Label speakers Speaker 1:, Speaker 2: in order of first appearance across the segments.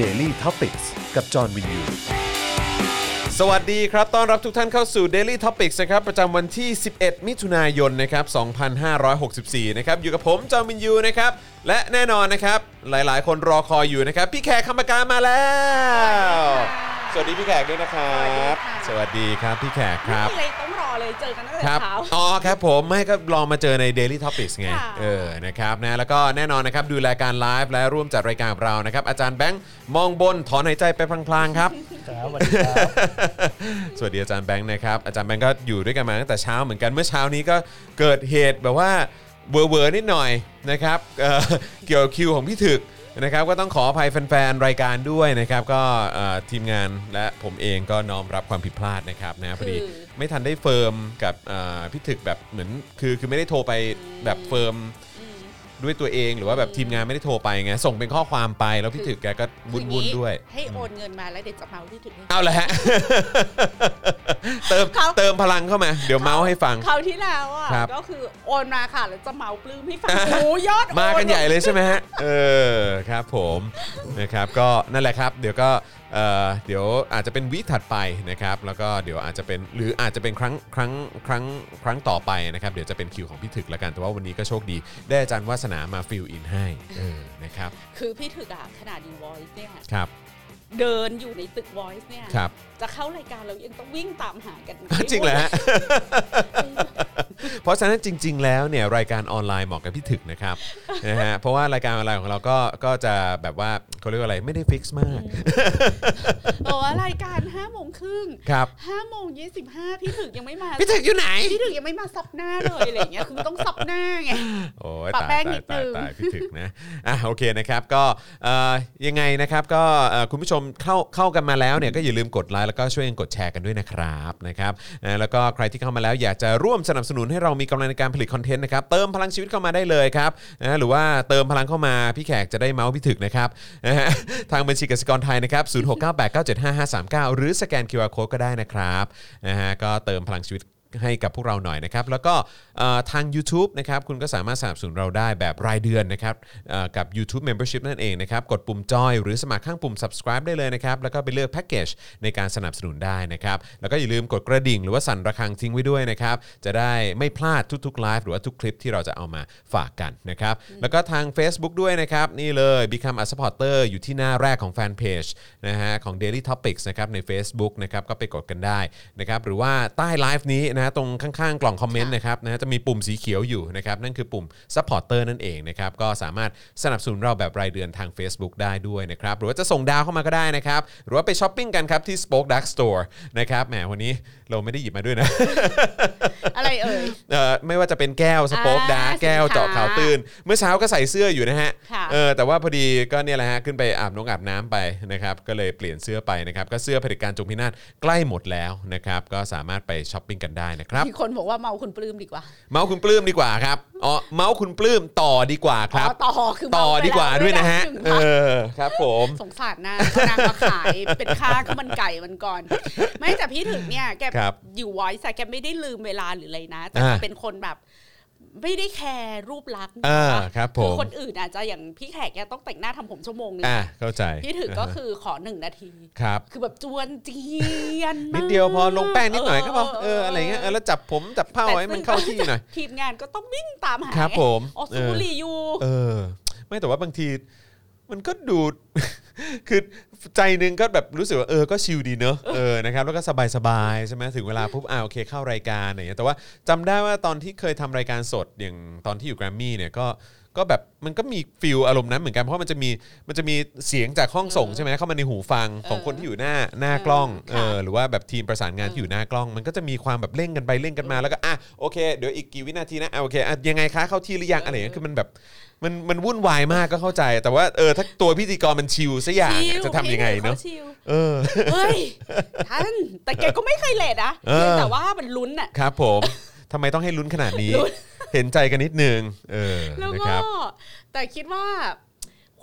Speaker 1: Daily t o p i c กกับจอห์นวินยู
Speaker 2: สวัสดีครับ ต้อนรับทุกท่านเข้าสู่ Daily Topics นะครับ ประจำวันที่ 11 มิถุนายน นะครับ 2564 นะครับ อยู่กับผม จอมินยูนะครับ และแน่นอนนะครับ หลายๆ คนรอคอยอยู่นะครับ พี่แขกคำปากามาแล้ว สวัสดีพี่แขกด้วยนะครับ ส
Speaker 3: สวั
Speaker 2: วัส
Speaker 3: สดี
Speaker 2: ดีค
Speaker 3: ค่ะ
Speaker 2: รับพี่แขกครับ
Speaker 3: ไม่มีอะไรต้องรอเลยเจอกันตั้งแต่
Speaker 2: ครับ
Speaker 3: เช้า
Speaker 2: อ๋อครับผมไม่ก็ลองมาเจอใน Daily Topics ไง
Speaker 3: ค่ะ
Speaker 2: เออนะครับนะแล้วก็แน่นอนนะครับดูรายการไลฟ์และร่วมจัดรายการกับเรานะครับอาจารย์แบงค์มองบนถอนหายใจไปพลางๆครับ
Speaker 4: ครับสวัสดีครับ
Speaker 2: สวัสดีอาจารย์แบงค์นะครับอาจารย์แบงค์ก็อยู่ด้วยกันมาตั้งแต่เช้าเหมือนกันเมื่อเช้านี้ก็เกิดเหตุแบบว่าเวอร์เวอร์ๆนิดหน่อยนะครับเอ่อเกี่ยวกับคิวของพี่ถึกนะครับก็ต้องขออภัยแฟนๆรายการด้วยนะครับก็เอ่อทีมงานและผมเองก็น้อมรับความผิดพลาดนะครับนะพอดี
Speaker 3: คือ
Speaker 2: ไม่ทันได้เฟิร์มกับเอ่อพี่ถึกแบบเหมือนคือคือไม่ได้โทรไปแบบเฟิร์มด้วยตัวเอง หรือว่าแบบทีมงานไม่ได้โทรไปไงส่งเป็นข้อความไปแล้วพี่ถึกแกก็วุ่น
Speaker 3: ที
Speaker 2: ๆด้วย
Speaker 3: ให้โอนเงินมาแล้วเดี๋ยวจะมาที่ถึง
Speaker 2: เอาละฮะ เติม
Speaker 3: เขา
Speaker 2: เติมพลังเข้ามา เดี๋ยวเมาส์ให้ฟัง
Speaker 3: คราวที่แล้วอ่ะ
Speaker 2: ครับ
Speaker 3: ก็คือโอนมาค่ะแล้วจะเมาปลื้มให้ ฟังโอ้ยอดโอ
Speaker 2: มากันใหญ่เลยใช่ไหมฮะ เออครับผมนะครับก็นั่นแหละครับ เดี๋ยวก็เอ่อเดี๋ยวอาจจะเป็นวีคถัดไปนะครับ แล้วก็เดี๋ยวอาจจะเป็นหรืออาจจะเป็นครั้งครั้งครั้งครั้งต่อไปนะครับ เดี๋ยวจะเป็นคิวของพี่ถึกแล้วกันแต่ว่าวันนี้ก็โชคดี ได้อาจารย์วาสนามาฟิลอินให้เออนะครับ
Speaker 3: คือพี่ถึกอ่ะขนาดอยู่ voice เนี่ย
Speaker 2: ครับ
Speaker 3: เดินอยู่ในตึก voice เนี่ย
Speaker 2: ครับ
Speaker 3: จะเข้ารายการเรายังต้องวิ่งตามหากัน
Speaker 2: จริงเหรอฮะ เพราะฉะนั้นจริง ๆ แล้วเนี่ยรายการออนไลน์เหมาะกับพี่ถึกนะครับ นะฮะเพราะว่ารายการออนไลน์ของเราก็ก็จะแบบว่าเขาเรียกว่าอะไรไม่ได้ฟิกซ์มาก
Speaker 3: บอกว่ารายการ5้าโมงครึ่ง
Speaker 2: ครับ
Speaker 3: ห้าโมงยี่สิบห้าพี่ถึกยังไม่มา
Speaker 2: พี่ถึกอยู่ไหน
Speaker 3: พี่ถึกยังไม่มาซับหน้าเลยอะไรอย่างเงี้ยคือต้องซับหน้าไง
Speaker 2: โอ้ย
Speaker 3: ปะ
Speaker 2: ตาย
Speaker 3: แป้งนิ
Speaker 2: ตายตา
Speaker 3: ดนึ
Speaker 2: ย
Speaker 3: ง
Speaker 2: ตายพี่ถึกนะอ่ะโอเคนะครับก็เอ่อยังไงนะครับก็เอ่อคุณผู้ชมเข้าเข้ากันมาแล้วเนี่ยก็อย่าลืมกดไลค์แล้วก็ช่วยกันกดแชร์กันด้วยนะครับนะครับนะแล้วก็ใครที่เข้ามาแล้วอยากจะร่วมสนับสนุนให้เรามีกำลังในการผลิตคอนเทนต์นะครับเติมพลังชีวิตเข้ามาได้เลยครับนะหรือว่าเติมพลังเข้ามาพี่แขกจะได้เมาส์พี่ถึกนะครับนะฮะ ทางบัญชีกสิกรไทยนะครับ 0698975539 หรือสแกน QR Code ก็ได้นะครับนะฮะก็เติมพลังชีวิตให้กับพวกเราหน่อยนะครับ แล้วก็เอ่อทาง u t u b e นะครับคุณก็สามารถสนับสนุนเราได้แบบรายเดือนนะครับเอ่อกับ YouTube Membership นั่นเองนะครับ กดปุ่มจอยหรือสมัครข้างปุ่ม subscribe ได้เลยนะครับ แล้วก็ไปเลือกแพ็กเกจในการสนับสนุนได้นะครับ แล้วก็อย่าลืมกดกระดิ่งหรือว่าสั่นระฆังทิ้งไว้ด้วยนะครับ จะได้ไม่พลาดทุกๆไลฟ์หรือว่าทุกคลิปที่เราจะเอามาฝากกันนะครับ แล้วก็ทาง Facebook ด้วยนะครับ นี่เลย Become a supporter อยู่ที่หน้าแรกของแฟนเพจนะฮะของ Daily Topics นะครับใน Facebook นะครับก็ไปกดกันได้นะครับหรือว่าใต้ไลฟ์นี้นะฮะตรงข้างๆ กล่องคอมเมนต์นะครับนะฮะจะมีปุ่มสีเขียวอยู่นะครับ นั่นคือปุ่ม supporter นั่นเองนะครับก็สามารถสนับสนุนเราแบบรายเดือนทาง Facebook ได้ด้วยนะครับ หรือว่าจะส่งดาวเข้ามาก็ได้นะครับ หรือว่าไปช้อปปิ้งกันครับที่ Spoke Dark Store นะครับแหมวันนี้เราไม่ได้หยิบมาด้วยนะ
Speaker 3: อะไรเอ่ย
Speaker 2: เอ่อไม่ว่าจะเป็นแก้วสโป๊กดาร์ก
Speaker 3: อ่า
Speaker 2: แก้วเจาะข่าวตื้น เมื่อเช้าก็ใส่เสื้ออยู่นะฮะ
Speaker 3: ค่ะ
Speaker 2: เออแต่ว่าพอดีก็เนี่ยแหละฮะขึ้นไปอาบน้องอาบน้ำไปนะครับก็เลยเปลี่ยนเสื้อไปนะครับก็เสื้อเผด็จการจงพินาศใกล้หมดแล้วนะครับก็สามารถไปช้อปปิ้งกันได้นะครับ
Speaker 3: มีคนบอกว่าเมาคุณปลื้มดีกว่า
Speaker 2: เมาส์คุณปลื้มดีกว่าครับอ๋อเมาส์คุณปลื้มต่อดีกว่าครับ
Speaker 3: อ๋อต่อคือเม
Speaker 2: ต่อดีกว่าด้วยนะฮะ
Speaker 3: ไป
Speaker 2: เอ
Speaker 3: แล้วด้วยนะ
Speaker 2: อครับผม
Speaker 3: สงสารนางนางมาขายเป็นค่าข้าวมันไก่มันก่อน ไม่แต่พี่ถึงเนี่ยแก
Speaker 2: ครับ
Speaker 3: อยู่ไว้แต่แกไม่ได้ลืมเวลาหรืออะไรนะ แต่
Speaker 2: อ่า
Speaker 3: แกเป็นคนแบบ ไม่ได้แคร์รูปลักษณ์
Speaker 2: อ่า
Speaker 3: นะะ
Speaker 2: ครับผม
Speaker 3: อคนอื่นอาจจะอย่างพี่แขกแกต้องแต่งหน้าทำผมชั่วโมงนึง
Speaker 2: อ่ะเข้าใจ
Speaker 3: พี่ถึงก็คือขอหนึ่งนาที
Speaker 2: ครับ
Speaker 3: คือแบบจวนเจียนมาก
Speaker 2: นิดเดียวพอลงแป้งนิดหน่อยก็พอเอออะไรเงี้ยเออแล้วจับผมจับผ้าไว้มันเข้าที่หน่อย
Speaker 3: ทีมงานก็ต้องวิ่งตามหา
Speaker 2: ครับผม
Speaker 3: โอซู
Speaker 2: เออ
Speaker 3: บุหรีอยู่
Speaker 2: เออไม่แต่ว่าบางทีมันก็ดู คือใจหนึงก็แบบรู้สึกว่าเออก็ชิลดีเนอะเออนะครับแล้วก็สบายสบายๆใช่ไหมถึงเวลาปุ๊บอ่าโอเคเข้ารายการอะไรอย่างเงี้ยแต่ว่าจำได้ว่าตอนที่เคยทำรายการสดอย่างตอนที่อยู่แกรมมี่เนี่ยก็ก็แบบมันก็มีฟิลอารมณ์นั้นเหมือนกันเพราะมันจะมีมันจะมีเสียงจากห้องส่งใช่ไหมเข้ามาในหูฟังของคนที่อยู่หน้าหน้ากล้อง
Speaker 3: เอ
Speaker 2: เอ
Speaker 3: อค่ะ
Speaker 2: อ หรือว่าแบบทีมประสานงานที่อยู่หน้ากล้อง มันก็จะมีความแบบเร่งกันไปเร่งกันมาแล้วก็อ่ะโอเคเดี๋ยวอีกกี่วินาทีนะอ่ะโอเคอ่ะยังไงคะเข้าที่หรือยังอะไรอย่างเงี้ยคือมันแบบมันมันวุ่นวายมากก็เข้าใจ แต่ว่าเออถ้าตัวพิธีกรมันชิลซะอย่าง
Speaker 3: ชิล
Speaker 2: จะทำยังไงเนาะ
Speaker 3: พี่ถึงขชิล
Speaker 2: เออ
Speaker 3: เฮ้ยท่านแต่แกก็ไม่เคยเลทนะ
Speaker 2: เออ
Speaker 3: เพียงแต่ว่ามันลุ้นอ่ะ
Speaker 2: ครับผมทำไมต้องให้ลุ้นขนาดนี้
Speaker 3: ลุ้น
Speaker 2: เห็นใจกันนิดนึงเออ
Speaker 3: แล้ว
Speaker 2: นะค
Speaker 3: ก็
Speaker 2: รับ
Speaker 3: แต่คิดว่า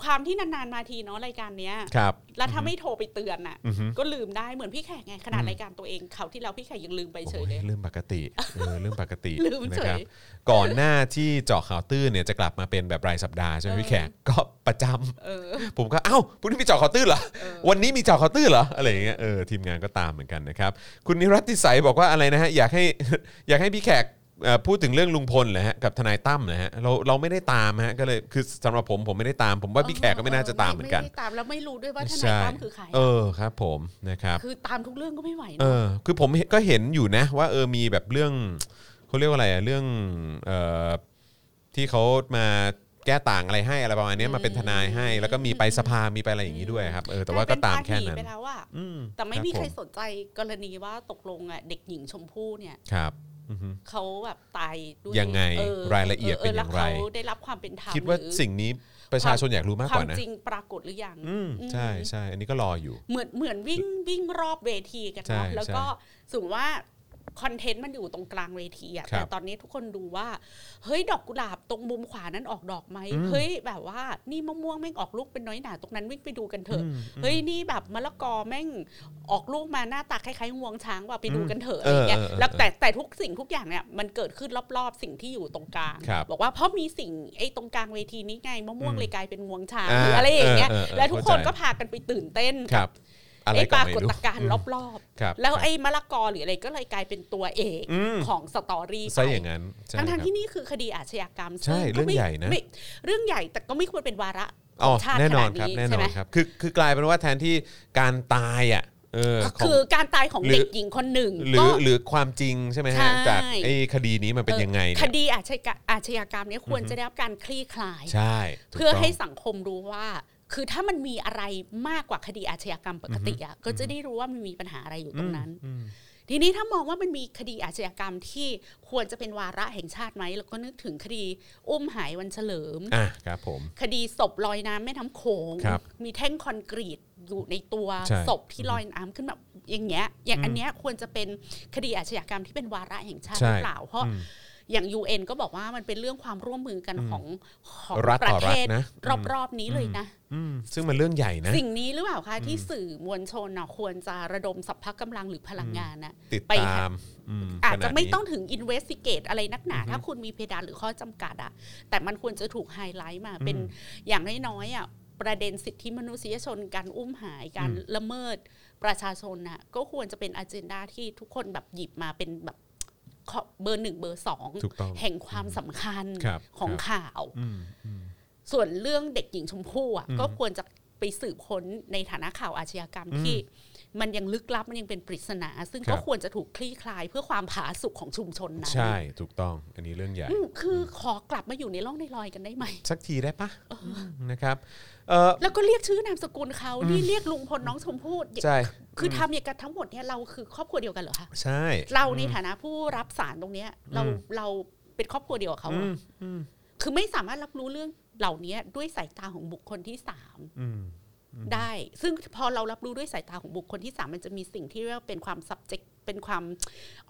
Speaker 3: ความที่นานๆมาทีเนาะรายการเนี้ย
Speaker 2: ครับ
Speaker 3: แล้วถ้าไม่โทรไปเตือนน่ะ
Speaker 2: อือฮึ
Speaker 3: ก็ลืมได้เหมือนพี่แขกไงขนาดรายการตัวเองเขาวที่เราพี่แขกยังลืมไปเฉยเลย
Speaker 2: โอ้เรื่องปกติเออเรื่องปกติ
Speaker 3: ลืมเฉ
Speaker 2: นะ
Speaker 3: ย
Speaker 2: ครับก่อนหน้าที่เจาะข่าวตื้นเนี่ยจะกลับมาเป็นแบบรายสัปดาห์ใช่ไหมพี่
Speaker 3: เออ
Speaker 2: แขกก็ประจำ
Speaker 3: เออ
Speaker 2: ผมก็เอ้าพรุ่งนี้มีเจาะข่าวตื้นเหรอ
Speaker 3: เออ
Speaker 2: วันนี้มีเจาะข่าวตื้นเหรออะไรอย่างเงี้ยเออทีมงานก็ตามเหมือนกันนะครับ คุณนิรัตติสัยบอกว่าอะไรนะฮะอยากให้ อยากให้พี่แขกเอ่อพูดถึงเรื่องลุงพลเหรอฮะกับทนายตั้มนะฮะเราเราไม่ได้ตามฮะก็เลยคือสำหรับผมผมไม่ได้ตาม ผมว่าพี่แขกก็ไม่น่าจะตามเหมือนกัน
Speaker 3: ไได้ตามแล้วไม่รู้ด้วยว่าทนาย
Speaker 2: ใช่
Speaker 3: ตั้มคือใคร
Speaker 2: เออครับ ผมนะครับ
Speaker 3: คือตามทุกเรื่องก็ไม่ไหว
Speaker 2: เอ
Speaker 3: เนาะ
Speaker 2: อคือผมเห็นก็เห็นอยู่นะ ว่าเออมีแบบเรื่องเขาเรียกว่าอะไรอะเรื่องเอ่อที่เขามาแก้ต่างอะไรให้อะไรประมาณเนี้ยมาเป็นทนายให้ แล้วก็มีไปสภามีไปอะไรอย่างนี้ด้วยครับเออแต่ว่าก็ตามแค่
Speaker 3: กลย
Speaker 2: นั้น
Speaker 3: เป็พหไปแล้วอะ
Speaker 2: อื
Speaker 3: แต่ไม่มีใคร
Speaker 2: บผ
Speaker 3: สนใจกรณีว่าตกลงอะเด็กหญิงชมพู่เนี่ย
Speaker 2: ครับอือฮึ
Speaker 3: เขาแบบตายด้วย
Speaker 2: ยังไง
Speaker 3: ออ
Speaker 2: รายละเอียดเป็นอย่างไร
Speaker 3: แล้วเขาได้รับความเป็นธรรม
Speaker 2: คิดว่า
Speaker 3: หรือ
Speaker 2: สิ่งนี้ประชาชนอยากรู้มาก
Speaker 3: ค
Speaker 2: ก
Speaker 3: วา
Speaker 2: ว่าม นะ
Speaker 3: จริงปรากฏหรือยัง
Speaker 2: อืม
Speaker 3: อืม
Speaker 2: ใช่ใช่อันนี้ก็รออยู่
Speaker 3: เหมือนเหมือนวิ่งวิ่งรอบเวทีกัน
Speaker 2: ใช่
Speaker 3: เนาะแล้วก็
Speaker 2: ใช่
Speaker 3: สมมติว่าคอนเทนต์มันอยู่ตรงกลางเวทีอะ
Speaker 2: ครั
Speaker 3: แต่
Speaker 2: บ
Speaker 3: ตอนนี้ทุกคนดูว่า เฮ้ยดอกกุหลาบตรงมุมขวานั้นออกดอกไหม
Speaker 2: อืม
Speaker 3: เฮ้ยแบบว่านี่มะม่วงแม่งออกลูกเป็นน้อยหนาตรงนั้นวิ่งไปดูกันเถอะ
Speaker 2: อืม
Speaker 3: เฮ้ยนี่แบบมะละกอแม่งออกลูกมาหน้าตาคล้ายๆงวงช้างว่ะไปดูกันเถอะ
Speaker 2: อืม
Speaker 3: อะไรเงี้ย
Speaker 2: เออเออเออ
Speaker 3: แล้วแต่แต่ทุกสิ่งทุกอย่างเนี่ยมันเกิดขึ้นรอบๆสิ่งที่อยู่ตรงกลาง
Speaker 2: ครับ
Speaker 3: บอกว่าเพราะมีสิ่งไอ้ตรงกลางเวทีนี้ไงมะม่วง
Speaker 2: อืม
Speaker 3: เลยกลายเป็นงวงช้าง
Speaker 2: อ่า
Speaker 3: หรืออะไรอย่างเงี้ย
Speaker 2: เออเออเออ
Speaker 3: แล้วทุกคน
Speaker 2: เข้าใจ
Speaker 3: ก็พากันไปตื่นเต้น
Speaker 2: ครับอะไร
Speaker 3: ไอ้
Speaker 2: ก็
Speaker 3: ปรา
Speaker 2: ไม่
Speaker 3: ก
Speaker 2: รู้
Speaker 3: ฏการณ์รอบ
Speaker 2: ครับ
Speaker 3: ๆ แล้ว
Speaker 2: ครับ
Speaker 3: ไอ้มะละกอหรืออะไรก็เลยกลายเป็นตัวเอก
Speaker 2: อืม
Speaker 3: ของสตอรี่
Speaker 2: ซะอย่างนั้นใช่
Speaker 3: ทั้งท
Speaker 2: ครับ
Speaker 3: ที่นี่คือคดีอาชญากรรม
Speaker 2: ใช่
Speaker 3: ซึ่ก็
Speaker 2: เรื่อง
Speaker 3: ไม่
Speaker 2: ใหญ่นะ
Speaker 3: ไม่เรื่องใหญ่แต่ก็ไม่ควรเป็นวาระข
Speaker 2: อ๋
Speaker 3: อ
Speaker 2: อง
Speaker 3: ชาติ
Speaker 2: แน่นอน
Speaker 3: ขาน ด
Speaker 2: ครับ
Speaker 3: นี้
Speaker 2: แน่น
Speaker 3: ใช่
Speaker 2: อ
Speaker 3: ไหม
Speaker 2: นครับคือคือกลายเป็นว่าแทนที่การตายอ่ะเออขง
Speaker 3: คือการตายของ
Speaker 2: หรือ
Speaker 3: เด็กหญิงคนหนึ่ง
Speaker 2: หรือ
Speaker 3: ก็
Speaker 2: หรือความจริงใช่ไหม
Speaker 3: ใช่
Speaker 2: ฮะจากไอ้คดีนี้มันเป็นยังไง
Speaker 3: เออ
Speaker 2: เนี่ย
Speaker 3: คดีอาชญากรรมอาชญากรรมเนี้ควรจะได้รับการคลี่คลาย
Speaker 2: ใช่ถูก
Speaker 3: เพื่อ
Speaker 2: ต้ง
Speaker 3: ให้สังคมรู้ว่า คือถ้ามันมีอะไรมากกว่าคดีอาชญากรรมปกติอ่ะก็จะได้รู้ว่ามันมีปัญหาอะไรอยู่ตรงนั้น ทีนี้ถ้ามองว่ามันมีคดีอาชญากรรมที่ควรจะเป็นวาระแห่งชาติไหมแล้วก็นึกถึงคดีอุ้มหายวันเฉลิม
Speaker 2: อ่ะครับผม
Speaker 3: คดีศพลอยน้ำแม่น้ำโขง
Speaker 2: ครับ
Speaker 3: มีแท่งคอนกรีตอยู่ในตัว
Speaker 2: ใช่
Speaker 3: ศพที่ลอยน้ำขึ้นมาอย่างเงี้ยอย่าง
Speaker 2: อืม
Speaker 3: อันเนี้ยควรจะเป็นคดีอาชญากรรมที่เป็นวาระแห่งชาติ
Speaker 2: ใช่
Speaker 3: หรือเปล่า เพราะ
Speaker 2: อืม
Speaker 3: อย่าง UN ก็บอกว่ามันเป็นเรื่องความร่วมมือกันของของ
Speaker 2: รัฐ
Speaker 3: ประ
Speaker 2: ต่อรั
Speaker 3: เท
Speaker 2: ฐ
Speaker 3: ศ
Speaker 2: นะ
Speaker 3: รอบๆนี้เลยนะ
Speaker 2: อืมซึ่งมันเรื่องใหญ่นะ
Speaker 3: สิ่งนี้หรือเปล่าคะที่สื่อมวลชนน่ะควรจะระดมสัพพะกำลังหรือพลังงานนะ
Speaker 2: ติด
Speaker 3: ไป
Speaker 2: ตามอืม
Speaker 3: อาจ
Speaker 2: ข
Speaker 3: จะ
Speaker 2: นดนี้
Speaker 3: ไม่ต้องถึง investigate อะไรนักหนา ถ้าคุณมีเพดานหรือข้อจำกัดอะแต่มันควรจะถูกไฮไลท์มาเป็นอย่างน้อยๆอะประเด็นสิทธิมนุษยชนการอุ้มหายการละเมิดประชาชนน่ะก็ควรจะเป็นอ g e n d a ที่ทุกคนแบบหยิบมาเป็นแบบข้อเบอร์หนึ่งเบอร์สอง
Speaker 2: ถูกต้อง
Speaker 3: แห่งความสำคัญ
Speaker 2: ครับ
Speaker 3: ของ
Speaker 2: ครับ
Speaker 3: ข่าว
Speaker 2: อืมอืม
Speaker 3: ส่วนเรื่องเด็กหญิงชมพู่อ่ะ
Speaker 2: อืม
Speaker 3: ก็ควรจะไปสืบค้นในฐานะข่าวอาชญากรรมที่ มันยังลึกลับมันยังเป็นปริศนา ซึ่ง
Speaker 2: ครั
Speaker 3: ก็
Speaker 2: บ
Speaker 3: ควรจะถูกคลี่คลายเพื่อความผาสุกของชุมชนนั้น
Speaker 2: ใช่ถูกต้องอันนี้เรื่องใหญ่
Speaker 3: อืมคือขอกลับมาอยู่ในร่องในรอยกันได้ไหม
Speaker 2: สักทีได้ปะมนะครับเออ
Speaker 3: แล้วก็เรียกชื่อนามสกุลเขาที่เรียกลุงพลน้องชมพู่
Speaker 2: ใช่
Speaker 3: คือทำอย่างกันทั้งหมดเนี่ยเราคือครอบครัวเดียวกันเหรอคะ
Speaker 2: ใช่
Speaker 3: เราในฐานะผู้รับสารตรงเนี้ย เราเราเป็นครอบครัวเดียวกับเขาเหรอ
Speaker 2: อื
Speaker 3: อ
Speaker 2: มอืม
Speaker 3: คือไม่สามารถรับรู้เรื่องเหล่านี้ด้วยสายตาของบุคคลที่สาม
Speaker 2: อืม
Speaker 3: ได้ ซึ่งพอเรารับรู้ด้วยสายตาของบุคคลที่สามมันจะมีสิ่งที่เรียกว่าเป็นความ subject เป็นความ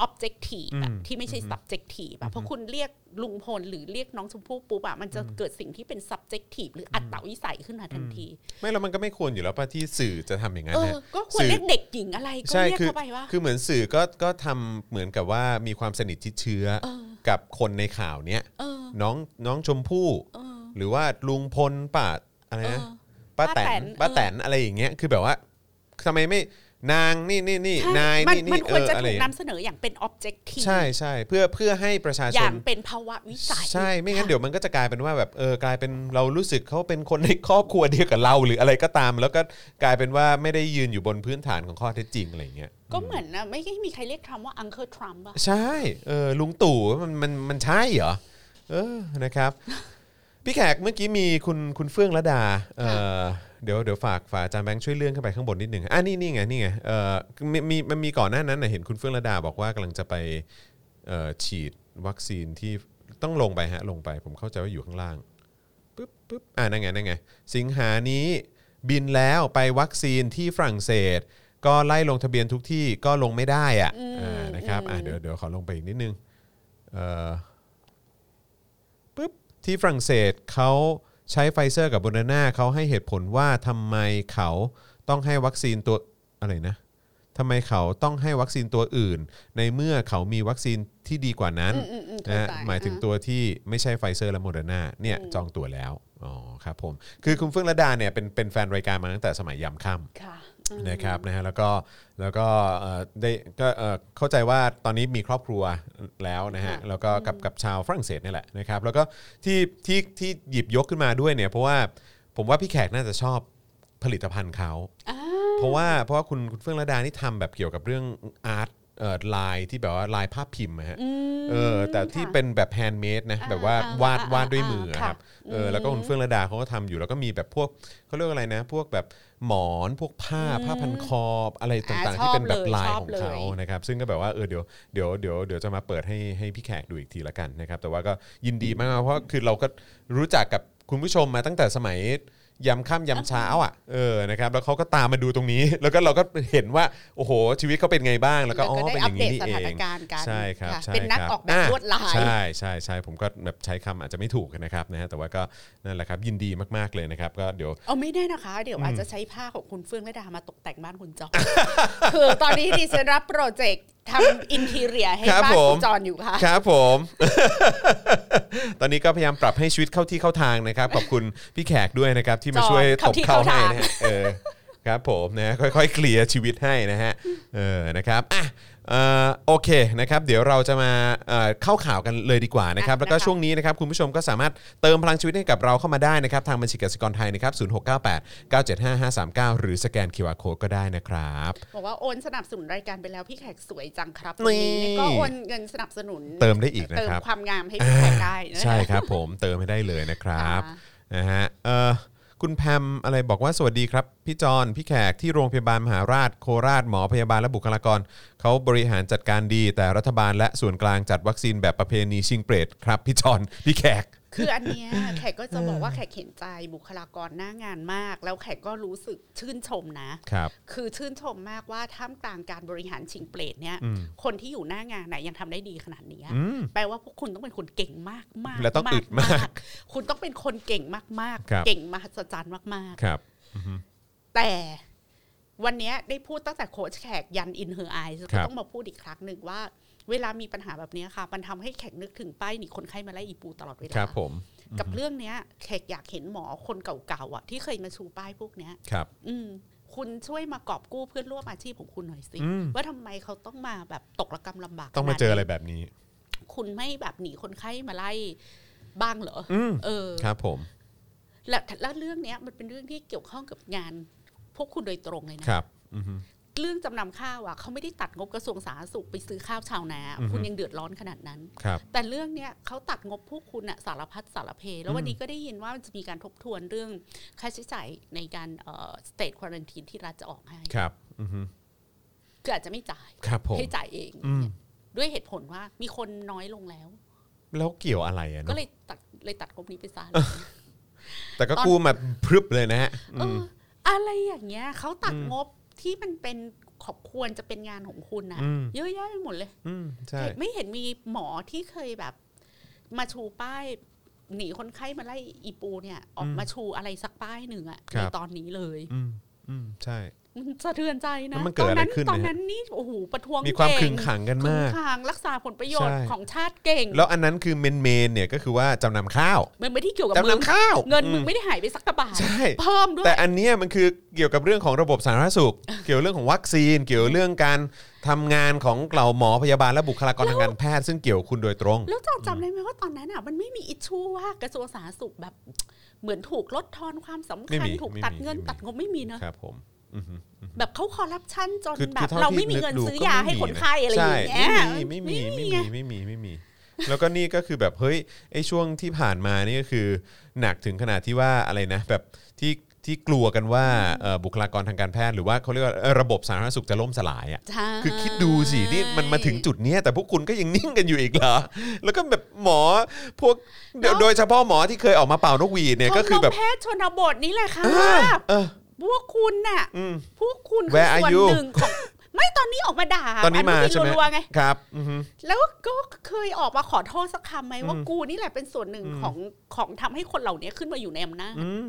Speaker 3: objective อะ
Speaker 2: อืม
Speaker 3: ที่ไม่ใช่ subjective อะเพราะคุณเรียกลุงพลหรือเรียกน้องชมพู่ปุ๊บอะมันจะเกิดสิ่งที่เป็น subjective หรืออัตตาวิสัยขึ้นมาทัน
Speaker 2: อืม
Speaker 3: ที
Speaker 2: ไม่แล้วมันก็ไม่ควรอยู่แล้วป่ะที่สื่อจะทำอย่างนั้น
Speaker 3: เออ
Speaker 2: นะ
Speaker 3: ก็ควรเรียกเด็กหญิงอะไรก็
Speaker 2: ใช่
Speaker 3: เรียก
Speaker 2: คือ
Speaker 3: เข้าไปว่า
Speaker 2: คือเหมือนสื่อก็ก็ทำเหมือนกับว่ามีความสนิทชิดเชื้อ
Speaker 3: เออ
Speaker 2: กับคนในข่าวเนี้ย
Speaker 3: เออ
Speaker 2: น้องน้องชมพู่
Speaker 3: เออ
Speaker 2: หรือว่าลุงพลป้าอะไรนะ
Speaker 3: เออ
Speaker 2: ป้าแตน
Speaker 3: ป้าแตน
Speaker 2: ป้าแตนอะไรอย่างเงี้ยคือแบบว่าทำไมไม่นางนี่นี่นี่
Speaker 3: ใช่
Speaker 2: นาย
Speaker 3: มัน
Speaker 2: นี่
Speaker 3: มั
Speaker 2: นี่
Speaker 3: นควรจะ
Speaker 2: เอออะไร
Speaker 3: ถู
Speaker 2: อก ย่างเงี้ย
Speaker 3: นำเสนออย่างเป็น objective
Speaker 2: ใช่ใช่เพื่อเพื่อให้ประชาช
Speaker 3: อย่าน งเป็นภาวะวิสัย
Speaker 2: ใช่ไม่งั้นเดี๋ยวมันก็จะกลายเป็นว่าแบบเออกลายเป็นเรารู้สึกเขาเป็นคนในครอบครัวเดียวกับเรา หรืออะไรก็ตาม แล้วก็กลายเป็นว่าไม่ได้ยืนอยู่บนพื้นฐานของข้อเท็จจริงอะไรอย่างเงี้ย
Speaker 3: ก็เหมือนนะไม่ได้มีใครเรียกทรัมป์ว่า uncle Trump อะ
Speaker 2: ใช่ เออ ลุงตู่มันมันมันใช่เหรอ เออ นะครับ พี่แขกเมื่อกี้มีคุณคุณเฟื่องระดา เออเดี๋ยวเดี๋ยวฝากฝากอาจารย์แบงค์ช่วยเลื่อนขึ้นไปข้างบนนิดหนึ่งอ่ะนี่นี่ไงนี่ไง เออมีมีมันมีก่อนหน้านั้นนะเห็นคุณเฟื่องระดาบอกว่ากำลังจะไปเอ่อฉีดวัคซีนที่ต้องลงไปฮะลงไป ผมเข้าใจว่าอยู่ข้างล่าง ปึ๊บปึ๊บอ่านั่นไงนั่นไง สิงหานี้บินแล้วไปวัคซีนที่ฝรั่งเศส ก็ไล่ลงทะเบียนทุกที่ก็ลงไม่ได้อะอ่านะครับอ่าเดี๋ยวเดี๋ยวขอลงไปอีกนิดนึงเอ่อปึ๊บที่ฝรั่งเศสเขา ใช้ไฟเซอร์กับโบนาน่าเขาให้เหตุผลว่าทำไมเขาต้องให้วัคซีนตัวอะไรนะทำไมเขาต้องให้วัคซีนตัวอื่น ในเมื่อเขามีวัคซีนที่ดีกว่านั้น
Speaker 3: อืมอืมอืมเข้า
Speaker 2: นะฮะ
Speaker 3: ใจ
Speaker 2: หมายถึง
Speaker 3: อ่ะ
Speaker 2: ตัวที่ไม่ใช่ไฟเซอร์และโมเดอร์นาเนี่ยจองตัวแล้ว อ๋อครับผม คือคุณเฟื่องระดาเนี่ยเป็นเป็นแฟนรายการมาตั้งแต่สมัยยามค่ำ
Speaker 3: ค่ะ
Speaker 2: นะครับนะฮะแล้วก็แล้วก็เอ่อได้ก็เอ่อเข้าใจว่าตอนนี้มีครอบครัวแล้วนะฮะแล้วก็กับกับชาวฝรั่งเศสนี่แหละนะครับแล้วก็ที่ที่ที่หยิบยกขึ้นมาด้วยเนี่ยเพราะว่าผมว่าพี่แขกน่าจะชอบผลิตภัณฑ์เขา เพราะว่าเพราะว่าคุณคุณเฟื่องระดานี่ทำแบบเกี่ยวกับเรื่องอาร์ตเอ่อลายที่แบบว่าลายภาพพิมพ์อะฮะ
Speaker 3: อืม
Speaker 2: เออแต่ที่
Speaker 3: ค่ะ
Speaker 2: เป็นแบบแฮนด์เมดนะ
Speaker 3: อ่า
Speaker 2: แบบว่า
Speaker 3: อ่าว
Speaker 2: าด
Speaker 3: อ่าว
Speaker 2: าดด้วย
Speaker 3: อ่า
Speaker 2: มื
Speaker 3: มื
Speaker 2: ออะครับ
Speaker 3: ค่ะ
Speaker 2: เออแล้วก็คุณเฟื่องระดาเขาก็ทำอยู่แล้วก็มีแบบพวกเขาเรียกว่าอะไรนะ พวกแบบหมอนพวกผ้าผ้าพันคออะไรต่างๆ
Speaker 3: อ่าชอบ
Speaker 2: ที่เป็นแบบ
Speaker 3: เลย
Speaker 2: ลาย
Speaker 3: ชอบ
Speaker 2: ของเขา
Speaker 3: เลย
Speaker 2: นะครับซึ่งก็แบบว่าเออเดี๋ยวเดี๋ยวเดี๋ยวเดี๋ยวจะมาเปิดให้ให้พี่แขกดูอีกทีละกันนะครับแต่ว่าก็ยินดีมากๆเพราะคือเราก็รู้จักกับคุณผู้ชมมาตั้งแต่สมัยยำค่ำยำเช้าอ่ะเออนะครับแล้วเขาก็ตามมาดูตรงนี้ แล้วก็เราก็เห็นว่าโอ้โหชีวิตเขาเป็นไงบ้างแล้วก็อ๋อ
Speaker 3: แล้วก็
Speaker 2: เป็น
Speaker 3: ได้
Speaker 2: อ
Speaker 3: อัป
Speaker 2: ย่าง
Speaker 3: เด
Speaker 2: นี้
Speaker 3: ต
Speaker 2: นี่
Speaker 3: ส
Speaker 2: เอ
Speaker 3: ถาน
Speaker 2: ง
Speaker 3: การณ์กัน
Speaker 2: ใช่ครับ
Speaker 3: ค่ะ
Speaker 2: ใช่
Speaker 3: เป็นนัก
Speaker 2: ค
Speaker 3: ออกแบบ
Speaker 2: ะ
Speaker 3: ลวดลาย
Speaker 2: ใช่ใช่ใช่ผมก็แบบใช้คำอาจจะไม่ถูกนะครับนะฮะแต่ว่าก็นั่นแหละครับยินดีมากๆเลยนะครับ ก็เดี๋ยว
Speaker 3: เอาไม่แน่นะคะ เดี๋ยวอาจจะใช้ผ้าของคุณเฟื่องและดามาตกแต่งบ้านคุณ จอน คือตอนนี้ดิฉันรับโปรเจกต์ทำอินทีเรียให้
Speaker 2: ครับ
Speaker 3: บ้าน
Speaker 2: ผ
Speaker 3: คุ
Speaker 2: ม
Speaker 3: ณจอนอยู่ค่ะ
Speaker 2: ครับผม ตอนนี้ก็พยายามปรับให้ชีวิตเข้าที่เข้าทางนะครับขอบคุณพี่แขกด้วยนะครับ ที่มา
Speaker 3: จอด
Speaker 2: ช่วยต
Speaker 3: เข้า
Speaker 2: บ
Speaker 3: ที่
Speaker 2: เข้าให้
Speaker 3: เข้าทาง
Speaker 2: นะฮะเออครับผมนะค่อยๆเคลียร์ชีวิตให้นะฮะเออนะครับอ่ะเอ่อโอเคนะครับ เดี๋ยวเราจะมาเอ่อเข้าข่าวกันเลยดีกว่านะครับ แล้วก็ช่วง ช่วงนี้นะครับคุณผู้ชมก็สามารถเติมพลังชีวิตให้กับเราเข้ามาได้นะครับ ทางบัญชีกสิกรไทยนะครับ 0698 975 539 หรือสแกน QR Code ก็ได้นะครับ
Speaker 3: บอกว่าโอนสนับสนุนรายการไปแล้วพี่แขกสวยจังครับ
Speaker 2: นี่
Speaker 3: วันนี่ก็โอนเงินสนับสนุน
Speaker 2: เติมได้อีกนะ
Speaker 3: เติม
Speaker 2: ครับ
Speaker 3: ความงามให้พี่แขกได้นะ
Speaker 2: ใช่ครับผมเติมให้ได้เลยนะครับ
Speaker 3: ค่ะ
Speaker 2: นะฮะเอ่อคุณแพมอะไรบอกว่าสวัสดีครับ พี่จอนพี่แขกที่โรงพยาบาลมหาราชโคราชหมอพยาบาลและบุคลากรเขาบริหารจัดการดี แต่รัฐบาลและส่วนกลางจัดวัคซีนแบบประเพณีชิงเปรตครับพี่จอนพี่แขก
Speaker 3: คืออันเนี้ยแขกก็จะบอกว่าแขกเห็นใจบุคลากรหน้างานมาก แล้วแขกก็รู้สึกชื่นชมนะ
Speaker 2: ครับ
Speaker 3: คือชื่นชมมากว่าท่ามกลางการบริหารชิงเปรตเนี่ยคนที่อยู่หน้างานน่ะยังทำได้ดีขนาดนี้อะแปลว่าพวกคุณต้องเป็นคนเก่งมากมาก
Speaker 2: และต้องอึดมาก
Speaker 3: คุณต้องเป็นคนเก่งมาก
Speaker 2: ครับ
Speaker 3: ๆ เก่งมหัศจรรย์มาก
Speaker 2: ครับ
Speaker 3: ๆ แต่วันเนี้ยได้พูดตั้งแต่โค้ชแขกยันอินเฮอไอซ์
Speaker 2: ครับ
Speaker 3: ต้องมาพูดอีกครั้งหนึ่งว่า เวลามีปัญหาแบบเนี้ยค่ะ มันทำให้แขกนึกถึงป้ายหนีคนไข้มาไล่อีปูตลอดเวลา
Speaker 2: ครับผม
Speaker 3: กับเรื่องเนี้ยแขกอยากเห็นหมอคนเก่าๆอ่ะที่เคยมาชูป้ายพวกเนี้ย
Speaker 2: ครับ
Speaker 3: อืมคุณช่วยมากอบกู้เพื่อนร่วมอาชีพของคุณหน่อยสิ
Speaker 2: อืม
Speaker 3: ว่าทำไมเขาต้องมาแบบตกระกำลำบาก
Speaker 2: ต้องมา
Speaker 3: ขนด
Speaker 2: เจอ
Speaker 3: นี้
Speaker 2: อะไรแบบนี้
Speaker 3: คุณไม่แบบหนีคนไข้มาไล่บ้างเหรออ
Speaker 2: อืม
Speaker 3: เออ
Speaker 2: ครับผม
Speaker 3: แล้วแล้วเรื่องเนี้ยมันเป็นเรื่องที่เกี่ยวข้องกับงาน พวกคุณโดยตรงเลยนะครับ
Speaker 2: อือฮึ
Speaker 3: เรื่องจำนำข้าวอ่ะเขาไม่ได้ตัดงบกระทรวงสาธารณสุขไปซื้อข้าวชาวนา
Speaker 2: อือฮึ
Speaker 3: คุณยังเดือดร้อนขนาดนั้น
Speaker 2: ครับ
Speaker 3: แต่เรื่องเนี้ยเขาตัดงบพวกคุณอะสารพัดสารเพ แล้ววันนี้ก็ได้ยินว่ามันจะมีการทบทวนเรื่องค่าใช้จ่ายในการเอ่อสเตทควอรันทีนที่รัฐจะออกให้
Speaker 2: ครับอือฮึ
Speaker 3: คืออาจจะไม่จ่าย
Speaker 2: ครับผม
Speaker 3: ให้จ่ายเอง
Speaker 2: อืม
Speaker 3: ด้วยเหตุผลว่ามีคนน้อยลงแล้ว
Speaker 2: แล้วเกี่ยวอะไรอะ
Speaker 3: ก็
Speaker 2: เนาะ
Speaker 3: เลยตัดเลยตัดงบนี้ไปซะ
Speaker 2: แต่ก็กู้มาพรึบเลยนะฮะ
Speaker 3: เอ
Speaker 2: ม
Speaker 3: ออะไรอย่างเงี้ยเขาตัด
Speaker 2: อืม
Speaker 3: งบที่มันเป็นขอบควรจะเป็นงานของคุณนะ
Speaker 2: อืม
Speaker 3: เยอะแยะไปหมดเลย
Speaker 2: อืมใช่
Speaker 3: ไม่เห็นมีหมอที่เคยแบบ มาชูป้าย หนีคนไข้มาไล่อีปูเนี่ย ออกมาชูอะไรสักป้ายหนึ่งอะในตอนนี้เลย
Speaker 2: อืมอืมใช่
Speaker 3: มันสะเทือนใจนะ
Speaker 2: แล้วมันเกิด
Speaker 3: ตอ
Speaker 2: อะ
Speaker 3: น
Speaker 2: ไร
Speaker 3: นั้น
Speaker 2: ขึ้น
Speaker 3: ตอน
Speaker 2: นะฮะ
Speaker 3: นั้นนี่โอ้โหประท้วง
Speaker 2: มีความ
Speaker 3: เก่
Speaker 2: ขึงขังกัน
Speaker 3: ขึง
Speaker 2: มาก
Speaker 3: ขังรักษาผลประโยชน์
Speaker 2: ใช่
Speaker 3: ของชาติเก่ง
Speaker 2: แล้วอันนั้นคือเมนเมนๆเนี่ยก็คือว่าจำนำข้าว
Speaker 3: มันไม่ได้เกี่ยวกับ
Speaker 2: จำ
Speaker 3: มึง
Speaker 2: นำข้าว
Speaker 3: เงินมึง
Speaker 2: อื
Speaker 3: ไม่ได้หายไปสักกระบาท
Speaker 2: ใช่
Speaker 3: เพิ่มด้วย
Speaker 2: แต่อันเนี้ยมันคือเกี่ยวกับเรื่องของระบบสาธารณ สุข เกี่ยวเรื่องของวัคซีน เกี่ยวเรื่องการทำงานของเหล่าหมอพยาบาลและบุคลากรทางการแพทย์ซึ่งเกี่ยวคุณโดยตรง
Speaker 3: แล้วจำจำได้ไหมว่าตอนนั้นอ่ะ มันไม่มีอิชชูว่ากระทรวงสาธารณสุขแบบ เหมือนถูกลดทอนความสำ
Speaker 2: ไม่
Speaker 3: คัญ
Speaker 2: มี
Speaker 3: ถูก
Speaker 2: ไม่
Speaker 3: ตัด
Speaker 2: มี
Speaker 3: เงิน
Speaker 2: ไม่มี
Speaker 3: ตัดงบไม่มีเนอะ
Speaker 2: ครับผมอือฮึ
Speaker 3: แบบเขาคอร์รัปชันจน
Speaker 2: คือ
Speaker 3: แบ
Speaker 2: คื
Speaker 3: บ
Speaker 2: อท่
Speaker 3: เรา
Speaker 2: ที่
Speaker 3: ไม่มีเงิน
Speaker 2: ดู
Speaker 3: ซื้อ
Speaker 2: ก็
Speaker 3: ยาให้คนไข้อะไรอย่างเงี้ย
Speaker 2: ใช่ไม่มีไม่มีไม่มีไม่มีไม่มี แล้วก็นี่ก็คือแบบเฮ้ยไอ้ช่วงที่ผ่านมานี่ก็คือหนักถึงขนาดที่ว่าอะไรนะแบบที่ที่กลัวกันว่าเอ่อบุคลากรทางการแพทย์หรือว่าเขาเรียกว่าเอ่อระบบสาธารณสุขจะล่มสลายอ่ะ
Speaker 3: ใช่
Speaker 2: คือคิดดูสินี่มันมาถึงจุดเนี้ยแต่พวกคุณก็ยังนิ่งกันอยู่อีกเหรอ แล้วก็แบบหมอพวกโดยโดยเฉพาะหมอที่เคยออกมาเป่านกหวีดเนี่ยก็คือแบบ
Speaker 3: ชมรมแพทย์ชนบทนี่แหละค่ะ
Speaker 2: เออ
Speaker 3: พวกคุณน่ะ
Speaker 2: อืม
Speaker 3: พวกคุณคื
Speaker 2: Where are
Speaker 3: ส่วน
Speaker 2: you?
Speaker 3: หนึ่งของ ไม่ตอนนี้ออกมาด่า
Speaker 2: ตอนนี้มา
Speaker 3: นุทิ
Speaker 2: ใช่ไหม
Speaker 3: รัวๆไง
Speaker 2: ครับอือฮึ
Speaker 3: แล้วก็เคยออกมาขอโทษสักคำไหมว่า
Speaker 2: อืม
Speaker 3: กูนี่แหละเป็นส่วนหนึ่ง
Speaker 2: อืม
Speaker 3: ของของทำให้คนเหล่านี้ขึ้นมาอยู่ในอำนาจ
Speaker 2: อืม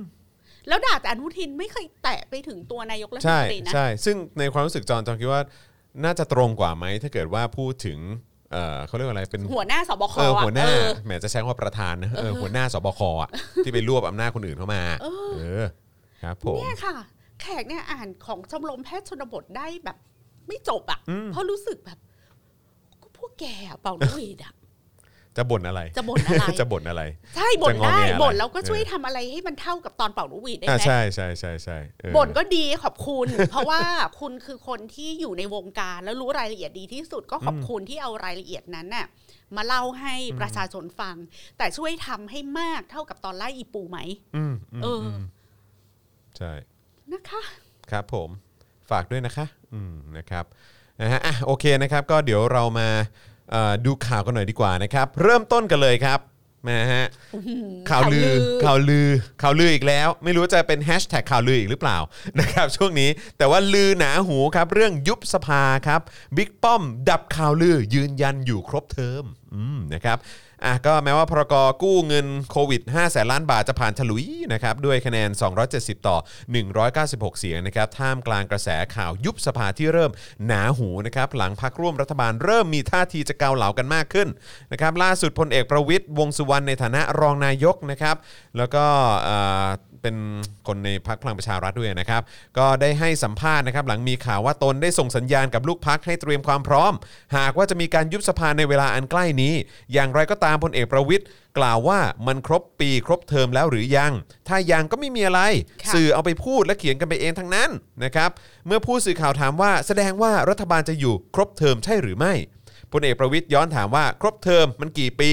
Speaker 3: แล้วด่าแต่อนุทินไม่เคยแตะไปถึงตัวนายกรัฐม
Speaker 2: ใช่
Speaker 3: นตรีนะ
Speaker 2: ใช่ซึ่งในความรู้สึกจอนจอนคิดว่าน่าจะตรงกว่าไหมถ้าเกิดว่าพูดถึงเออเขาเรียกว่าอะไรเป็น
Speaker 3: หัวหน้าสบค
Speaker 2: เออ
Speaker 3: อะ
Speaker 2: หัวหน้า
Speaker 3: เออ
Speaker 2: แหมจะใช้คำว่าประธานนะเออหัวหน้าสบคอ่ะ ที่ไปรวบอำนาจคนอื่นเข้ามา
Speaker 3: เออ
Speaker 2: เออครับผม
Speaker 3: เนี่ยค่ะ แขกเนี่ยอ่านของชมรมแพทย์ชนบทได้แบบ ไม่จบอะเพราะรู้สึกแบบก็พวกแกอะเป่าลูกหวีดอะ
Speaker 2: จะบ่นอะไร
Speaker 3: จะบ่นอะไร
Speaker 2: จะบ่นอะไร
Speaker 3: ใช่บ่น
Speaker 2: จะงอ
Speaker 3: ได้
Speaker 2: แงอะไร
Speaker 3: บ่นแล้วก็
Speaker 2: เออ
Speaker 3: ช่วยทำอะไรให้มันเท่ากับตอนเป่าลูกหวีดได้
Speaker 2: อ่ะ
Speaker 3: ไหม
Speaker 2: ใช่ใช่ใช่ใช่เออ
Speaker 3: บ่นก็ดีขอบคุณ เพราะว่าคุณคือคนที่อยู่ในวงการแล้วรู้รายละเอียดดีที่สุดก็ขอบคุณที่เอารายละเอียดนั้นน่ะมาเล่าให้ประชาชนฟัง แต่ช่วยทำให้มากเท่ากับตอนไล่อีปูไหม
Speaker 2: อืมอืม
Speaker 3: เอออื
Speaker 2: มใช่
Speaker 3: นะคะ
Speaker 2: ครับผมฝากด้วยนะคะอืมนะครับนะฮะอ่ะโอเคนะครับ ก็เดี๋ยวเรามาเอ่อดูข่าวกันหน่อยดีกว่านะครับ เริ่มต้นกันเลยครับนะฮะข่าวลือข่าวลือข่าวลืออีกแล้ว ไม่รู้จะเป็นแฮชแท็กข่าวลืออีกหรือเปล่า นะครับ ช่วงนี้แต่ว่าลือหนาหูครับ เรื่องยุบสภาครับบิ๊กป้อม ดับข่าวลือยืนยันอยู่ครบเทอมอืมนะครับอ่ะก็แม้ว่าพรกกู้เงินโควิด5แสนล้านบาทจะผ่านฉลุยนะครับด้วยคะแนน 270 ต่อ 196 เสียงนะครับท่ามกลางกระแสข่าวยุบสภาที่เริ่มหนาหูนะครับหลังพักร่วมรัฐบาลเริ่มมีท่าทีจะเกาเหลากันมากขึ้นนะครับล่าสุดพลเอกประวิทย์วงษ์สุวรรณในฐานะรองนายกนะครับแล้วก็เอ่อเป็นคนในพักพลังประชารัฐด้วยนะครับ ก็ได้ให้สัมภาษณ์นะครับหลังมีข่าวว่าตนได้ส่งสัญญาณกับลูกพักให้เตรียมความพร้อม หากว่าจะมีการยุบสภาในเวลาอันใกล้นี้ อย่างไรก็ตามพลเอกประวิทย์กล่าวว่ามันครบปีครบเทอมแล้วหรือยัง ถ้ายังก็ไม่มีอะไร
Speaker 3: ค่ะ
Speaker 2: สื่อเอาไปพูดและเขียนกันไปเองทั้งนั้นนะครับเมื่อผู้สื่อข่าวถามว่าแสดงว่ารัฐบาลจะอยู่ครบเทอมใช่หรือไม่พลเอกประวิทย์ย้อนถามว่าครบเทอมมันกี่ปี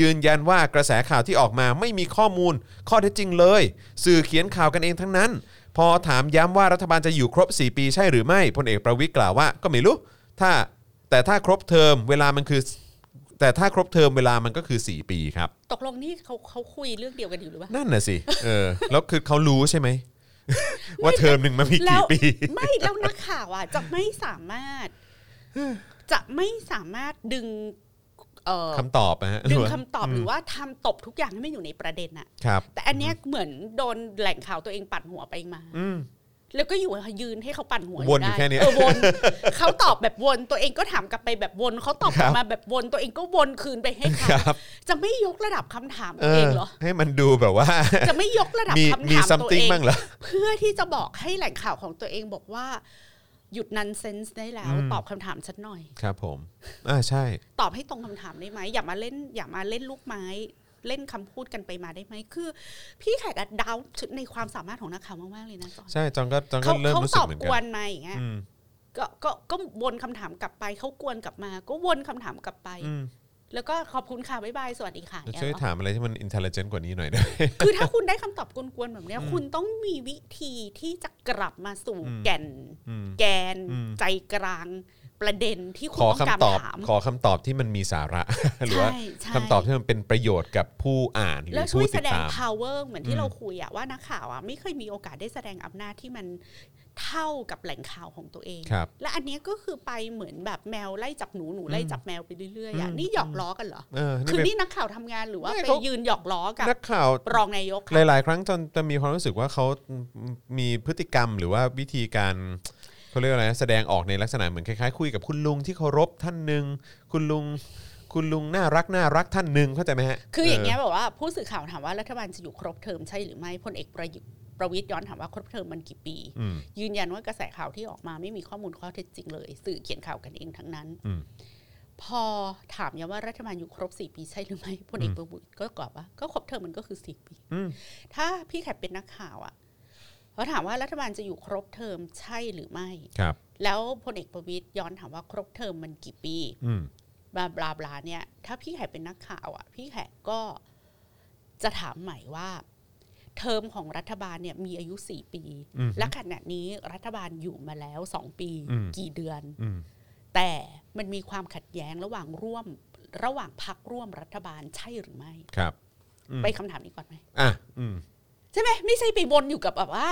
Speaker 2: ยืนยันว่ากระแสข่าวที่ออกมาไม่มีข้อมูล ข้อเท็จจริงเลย สื่อเขียนข่าวกันเองทั้งนั้น พอถามย้ำว่ารัฐบาลจะอยู่ครบ 4 ปีใช่หรือไม่พลเอกประวิทย์กล่าวว่าก็ไม่รู้ถ้าแต่ถ้าครบเทอมเวลามันคือ แต่ถ้าครบเทอมเวลามันก็คือ 4 ปีครับ
Speaker 3: ตกลงนี่เขาเขาคุยเรื่องเดียวกันอยู่หรือเปล่า
Speaker 2: นั่นน่ะสิเออแล้วคือเขารู้ใช่ไหม ว่าเทอมหนึ่งมันมี
Speaker 3: แล้
Speaker 2: กี่
Speaker 3: ว
Speaker 2: ปี
Speaker 3: ไม่แล้วนักข่าวอ่ะ จะไม่สามารถ จะไม่สามารถดึง เอ่อ
Speaker 2: คำตอบนะฮะ
Speaker 3: ดึง
Speaker 2: หรือว่า
Speaker 3: คำตอบหรือว่าทำตบทุกอย่างให้ไม่อยู่ในประเด็นอะ
Speaker 2: ครับ
Speaker 3: แต่อันเนี้ยเหมือนโดนแหล่งข่าวตัวเองปั่นหัวไปมา
Speaker 2: อืม
Speaker 3: แล้วก็อยู่ยืนให้เขาปั่นหัว
Speaker 2: วนอยู่
Speaker 3: ได้
Speaker 2: แค่เนี้ย
Speaker 3: เออวน เขาตอบแบบวนตัวเองก็ถามกลับไปแบบวนเขาตอบก
Speaker 2: ค
Speaker 3: ลั
Speaker 2: รับ บ
Speaker 3: มาแบบวนตัวเองก็วนคืนไปให้เขา
Speaker 2: ครับ
Speaker 3: จะไม่ยกระดับคำถาม
Speaker 2: เอ
Speaker 3: ตัวเอ
Speaker 2: อง
Speaker 3: เหรอ
Speaker 2: ให้มันดูแบบว่า
Speaker 3: จะไม่ยกระดับ
Speaker 2: มี
Speaker 3: คำ
Speaker 2: มี
Speaker 3: ถามตัว
Speaker 2: something
Speaker 3: เอง
Speaker 2: บ้างเหรอ
Speaker 3: เพื่อที่จะบอกให้แหล่งข่าวของตัวเองบอกว่า หยุดนันเซนส์ได้แล้ว
Speaker 2: อืม
Speaker 3: ตอบคำถามฉันหน่อย
Speaker 2: ครับผมอ่าใช่
Speaker 3: ตอบให้ตรงคำถามได้ไหมอย่ามาเล่น อย่ามาเล่นลูกไม้ เล่นคำพูดกันไปมาได้ไหมคือ พี่แขกอะดาวในความสามารถของนักข่าวมากๆเลยนะจอน
Speaker 2: ใช่จองก็จองก็
Speaker 3: เขา
Speaker 2: เริ่ม
Speaker 3: เขา
Speaker 2: รู้
Speaker 3: ต
Speaker 2: สึก
Speaker 3: อบ
Speaker 2: เหมือน
Speaker 3: ก
Speaker 2: กัน
Speaker 3: วนมาอย่างเงี้ย
Speaker 2: อืม
Speaker 3: ก็ก็ก็วนคำถามกลับไปเขากวนกลับมา ก็วนคำถามกลับไป
Speaker 2: อืม
Speaker 3: แล้วก็ขอบคุณค่ะบ๊ายบายสวัสดีค่ะอย่าง
Speaker 2: ช่ว
Speaker 3: เงี้
Speaker 2: ย
Speaker 3: ยเหรอ
Speaker 2: ถามอะไรที่มัน intelligent กว่านี้หน่อยนะ
Speaker 3: คือถ้าคุณได้คำตอบกวนๆแบบเนี้ย คุณต้องมีวิธีที่จะกลับมาสู่
Speaker 2: อืม
Speaker 3: แก่น
Speaker 2: อืม
Speaker 3: แกน
Speaker 2: อืม
Speaker 3: ใจกลางประเด็นที่คุ
Speaker 2: ข
Speaker 3: ณ
Speaker 2: อ
Speaker 3: ต้องการ
Speaker 2: คำตอบ
Speaker 3: ถาม
Speaker 2: ขอคำตอบที่มันมีสาระ หรือว่า
Speaker 3: ใช่ใช่
Speaker 2: คำตอบที่มันเป็นประโยชน์กับผู้อ่านหรื
Speaker 3: แล้ว
Speaker 2: อ
Speaker 3: ช่ว
Speaker 2: ผู้
Speaker 3: ย
Speaker 2: ติ
Speaker 3: แส
Speaker 2: ด
Speaker 3: ดง
Speaker 2: ตาม
Speaker 3: power เหมือนที่
Speaker 2: อืม
Speaker 3: เราคุยอะว่านักข่าวอะไม่เคยมีโอกาสได้แสดงอำนาจที่มันเท่ากับแหล่งข่าวของตัวเอง
Speaker 2: ครับ
Speaker 3: และอันเนี้ยก็คือไปเหมือนแบบแมวไล่จับหนูหนูไล่จับแมวไปเรื่อยๆอ่ะ
Speaker 2: อืม
Speaker 3: นี่หยอกล้อกันเหรอ
Speaker 2: เออนี่
Speaker 3: คือ
Speaker 2: เป็น
Speaker 3: นี่นักข่าวทำงานหรือว่า
Speaker 2: ไม่
Speaker 3: ไป
Speaker 2: เขา
Speaker 3: ยืนหยอกล้อกับ
Speaker 2: นักข่าว
Speaker 3: รองนายก
Speaker 2: ห
Speaker 3: ค่ะ
Speaker 2: ลาย ๆ ครั้งจนจะมีความรู้สึกว่าเขามีพฤติกรรมหรือว่าวิธีการเขาเรียกว่าอะไรนะแสดงออกในลักษณะเหมือนคล้าย ๆ คุยกับคุณลุงที่เคารพท่านหนึ่งคุณลุงคุณลุงน่ารักน่ารักท่านหนึ่งเข้าใจไหมฮะ
Speaker 3: คืออย่างเงี้ยแบบว่าผู้สื่อข่าวถามว่ารัฐบาลจะอยู่ครบเทอมใช่หรือไม่พลเอกประยุทธ์ประวิทย์ย้อนถามว่าครบเทอมมันกี่ปี
Speaker 2: อืม
Speaker 3: ยืนยันว่ากระแสข่าวที่ออกมาไม่มีข้อมูลข้อเท็จจริงเลย สื่อเขียนข่าวกันเองทั้งนั้น
Speaker 2: อืม
Speaker 3: พอถามย้ำว่ารัฐบาลอยู่ครบสี่ปีใช่หรือไม่พลเอกประวิทย์ก็ตอบว่าก็ครบเทอมมันก็คือสี่ปี
Speaker 2: อืม
Speaker 3: ถ้าพี่แขกเป็นนักข่าวอะเขาถามว่ารัฐบาลจะอยู่ครบเทอมใช่หรือไม่
Speaker 2: ครับ
Speaker 3: แล้วพลเอกประวิตยย้อนถามว่าครบเทอมมันกี่ปี
Speaker 2: อืม
Speaker 3: บลาบลาบลาเนี่ย ถ้าพี่แขกเป็นนักข่าวอะพี่แขกก็จะถามใหม่ว่า เทอมของรัฐบาลเนี่ยมีอายุสี่ปี
Speaker 2: อืม
Speaker 3: และขณะนี้รัฐบาลอยู่มาแล้วสองปี
Speaker 2: อืม
Speaker 3: กี่เดือน
Speaker 2: อืม
Speaker 3: แต่มันมีความขัดแย้งระหว่างร่วม ระหว่างพักร่วมรัฐบาลใช่หรือไม่
Speaker 2: ครับอืม
Speaker 3: ไปคำถามนี้ก่อนไหม
Speaker 2: อ่ะอืม
Speaker 3: ใช่ไหมไม่ใช่ไปวนอยู่กับแบบว่า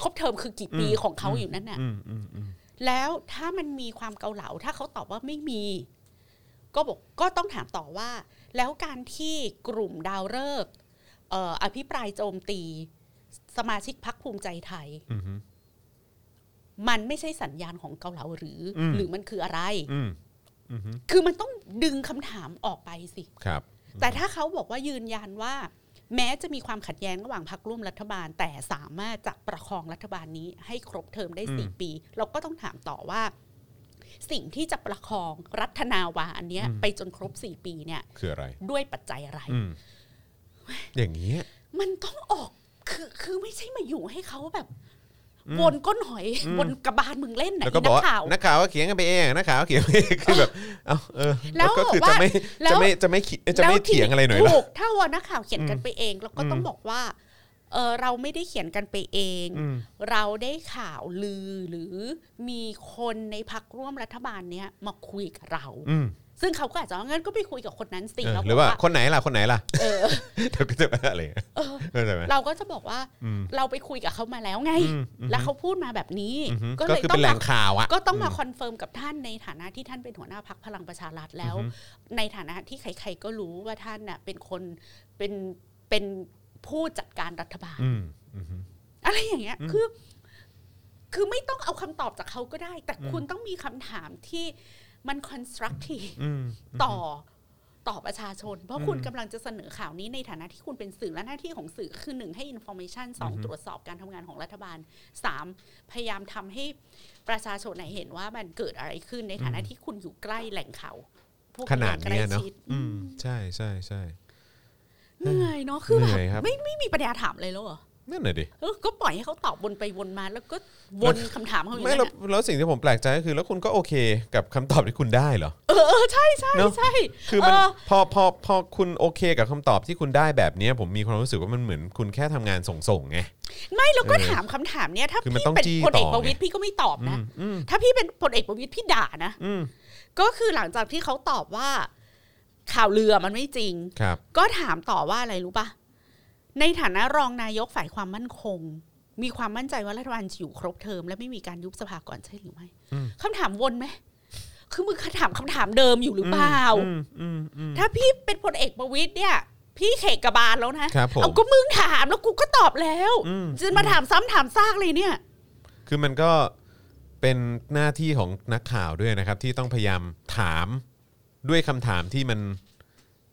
Speaker 3: ครบเทอมคือกี่ปี
Speaker 2: อืม
Speaker 3: ของเขาอยู่นั่นน่ะ
Speaker 2: อืมอืมอืม
Speaker 3: แล้วถ้ามันมีความเกาเหลาถ้าเขาตอบว่าไม่มี ก็บอกก็ต้องถามต่อว่า แล้วการที่กลุ่มดาวฤกษ์เอ่ออภิปรายโจมตี สมาชิกพักภูมิใจไทย
Speaker 2: อืมฮึ
Speaker 3: มันไม่ใช่สัญญาณของเกาเหลาหรืออ
Speaker 2: ม
Speaker 3: หรือมันคืออะไร
Speaker 2: อืมอืมฮึ
Speaker 3: คือมันต้องดึงคำถามออกไปสิ
Speaker 2: ครับ
Speaker 3: แต่ถ้าเขาบอกว่ายืนยันว่า แม้จะมีความขัดแย้งระหว่างพรรคร่วมรัฐบาล แต่สามารถจะประคองรัฐบาลนี้ให้ครบเทอมได้สี่
Speaker 2: อืม
Speaker 3: ปี เราก็ต้องถามต่อว่า สิ่งที่จะประคองรัฐนาวาอันเนี้ย
Speaker 2: อืม
Speaker 3: ไปจนครบสี่ปีเนี่ย
Speaker 2: คืออะไร
Speaker 3: ด้วยปัจจัยอะไร
Speaker 2: อืมอย่างนี้ย
Speaker 3: มันต้องออกคือคือไม่ใช่มาอยู่ให้เขาแบบ
Speaker 2: อืม
Speaker 3: วนก้นหอย
Speaker 2: อืม
Speaker 3: วนกระบาลมึงเล่นไหนะ
Speaker 2: แล้วก็บอกว่า
Speaker 3: นัข่าว
Speaker 2: นักข่าวก็เขียนกันไปเองนักข่าวก็เขียนไปเอง คือแบบเอ้าเออ
Speaker 3: แล้ว
Speaker 2: ก็คือจะ
Speaker 3: บอกว่า
Speaker 2: ไม่
Speaker 3: แล้ว
Speaker 2: จะไม่จะไม่ขีจะไม่
Speaker 3: แล้วที่
Speaker 2: เถียงอะไรหน่อยเหร
Speaker 3: ถู
Speaker 2: อ
Speaker 3: กถ้าวันนักข่าวเขียนกันไปเอง เราก็ต้อง
Speaker 2: อืม
Speaker 3: บอกว่าเออเราไม่ได้เขียนกันไปเอง
Speaker 2: อืม
Speaker 3: เราได้ข่าวลือหรือมีคนในพักร่วมรัฐบาลเนี้ยมาคุยกับเรา
Speaker 2: อืม
Speaker 3: ซึ่งเขาก็อาจจะว่างั้นก็ไปคุยกับคนนั้นสิ
Speaker 2: เออห
Speaker 3: แล้วก็
Speaker 2: รือว่าคนไหนล่ะคนไหนล่ะ
Speaker 3: เออ
Speaker 2: เดี๋ยวก็จะมาอะไร
Speaker 3: เออ
Speaker 2: เข้าใจไหม
Speaker 3: เราก็จะบอกว่า
Speaker 2: อืม
Speaker 3: เราไปคุยกับเขามาแล้วไง
Speaker 2: อืมอืม
Speaker 3: แล้วเขาพูดมาแบบนี้
Speaker 2: อืมฮึ
Speaker 3: ก็
Speaker 2: ก็
Speaker 3: เลย
Speaker 2: คือ
Speaker 3: ต้
Speaker 2: เป็
Speaker 3: อน ง
Speaker 2: แห
Speaker 3: มา
Speaker 2: ล่งข่าวอะ
Speaker 3: ก็ต้องมาคอนเฟิร์มกับท่านในฐานะที่ท่านเป็นหัวหน้าพักพลังประชารัฐแล้ว
Speaker 2: อือฮึ
Speaker 3: ในฐานะที่ใครๆก็รู้ว่าท่านน่ะเป็นคนเป็นเป็นผู้จัดการรัฐบาล
Speaker 2: อืมอืมฮึ
Speaker 3: อะไรอย่างเงี้ย
Speaker 2: อืม
Speaker 3: คือ คือไม่ต้องเอาคำตอบจากเขาก็ได้ แต่
Speaker 2: อืม
Speaker 3: คุณต้องมีคำถามที่มัน constructive
Speaker 2: อืม
Speaker 3: ต่อต่อประชาชน เพ
Speaker 2: อื
Speaker 3: ราะ
Speaker 2: ม
Speaker 3: คุณกำลังจะเสนอข่าวนี้ในฐานะที่คุณเป็นสื่อและหน้าที่ของสื่อคือหนึ่งให้ information สอง
Speaker 2: อือฮึ
Speaker 3: ตรวจสอบการทำงานของรัฐบาลสามพยายามทำให้ประชาชนน่ะเห็นว่ามันเกิดอะไรขึ้นในฐานะที่คุณอยู่ใกล้แหล่งข่าวพวก
Speaker 2: ขนาด
Speaker 3: ใกล้
Speaker 2: เนี้ยเนาะ
Speaker 3: ชิด
Speaker 2: อืมใช่ใช่ใช่
Speaker 3: เหนื่อยเนาะคือแบ
Speaker 2: เหนื่
Speaker 3: บ
Speaker 2: อยครับ
Speaker 3: ไม่ไม่มีปัญญาถามเลยแล้วเหรอ
Speaker 2: นั่นน่ะดิ
Speaker 3: เออก็ปล่อยให้เขาตอบวนไปวนมา แล้วก็วนคำถามเขาอยู่
Speaker 2: ไม่
Speaker 3: นั่น
Speaker 2: แล้ว
Speaker 3: น่ะ
Speaker 2: แล้วสิ่งที่ผมแปลกใจก็คือ แล้วคุณก็โอเคกับคำตอบที่คุณได้เหรอ
Speaker 3: เออเออใช่ใช่
Speaker 2: เนอะ
Speaker 3: ใช่
Speaker 2: คือมัน
Speaker 3: เ
Speaker 2: พอพอพอคุณโอเคกับคำตอบที่คุณได้แบบเนี้ยผมมีความรู้สึกว่ามันเหมือนคุณแค่ทำงานส่งๆไง
Speaker 3: ไม่แล้วก็
Speaker 2: เออ
Speaker 3: ถามคำถามเนี้ยถ้า
Speaker 2: คือ
Speaker 3: พี่
Speaker 2: มันต้อง
Speaker 3: เป็น
Speaker 2: จี้
Speaker 3: พลเอก
Speaker 2: ต่อ
Speaker 3: ประวิตย
Speaker 2: ไง
Speaker 3: พี่ก็ไม่ตอบ
Speaker 2: อื
Speaker 3: นะ
Speaker 2: มอืม
Speaker 3: ถ้าพี่เป็นพลเอกประวิตยพี่ด่านะ
Speaker 2: อืม
Speaker 3: ก็คือหลังจากที่เขาตอบว่า ข่าวเรือมันไม่จริง
Speaker 2: ครับ
Speaker 3: ก็ถามต่อว่าอะไรรู้ปะในฐานะรองนายกฝ่ายความมั่นคง มีความมั่นใจว่ารัฐบาลจะอยู่ครบเทอม และไม่มีการยุบสภาก่อนใช่หรือไม่
Speaker 2: อืม
Speaker 3: คำถามวนไหมคือมึงถามคำถามเดิมอยู่หรือเปล่า
Speaker 2: อืมอืมอืม
Speaker 3: ถ้าพี่เป็นพลเอกประวิตยเนี่ย พี่เขกกบาลแล้วนะครับ
Speaker 2: ผม
Speaker 3: เอาก็มึงถามแล้วกูก็ตอบแล้ว
Speaker 2: อืม
Speaker 3: จะมาถามซ้ำถามซากเลยเนี่ย
Speaker 2: คือมันก็เป็นหน้าที่ของนักข่าวด้วยนะครับ ที่ต้องพยายามถามด้วยคำถามที่มัน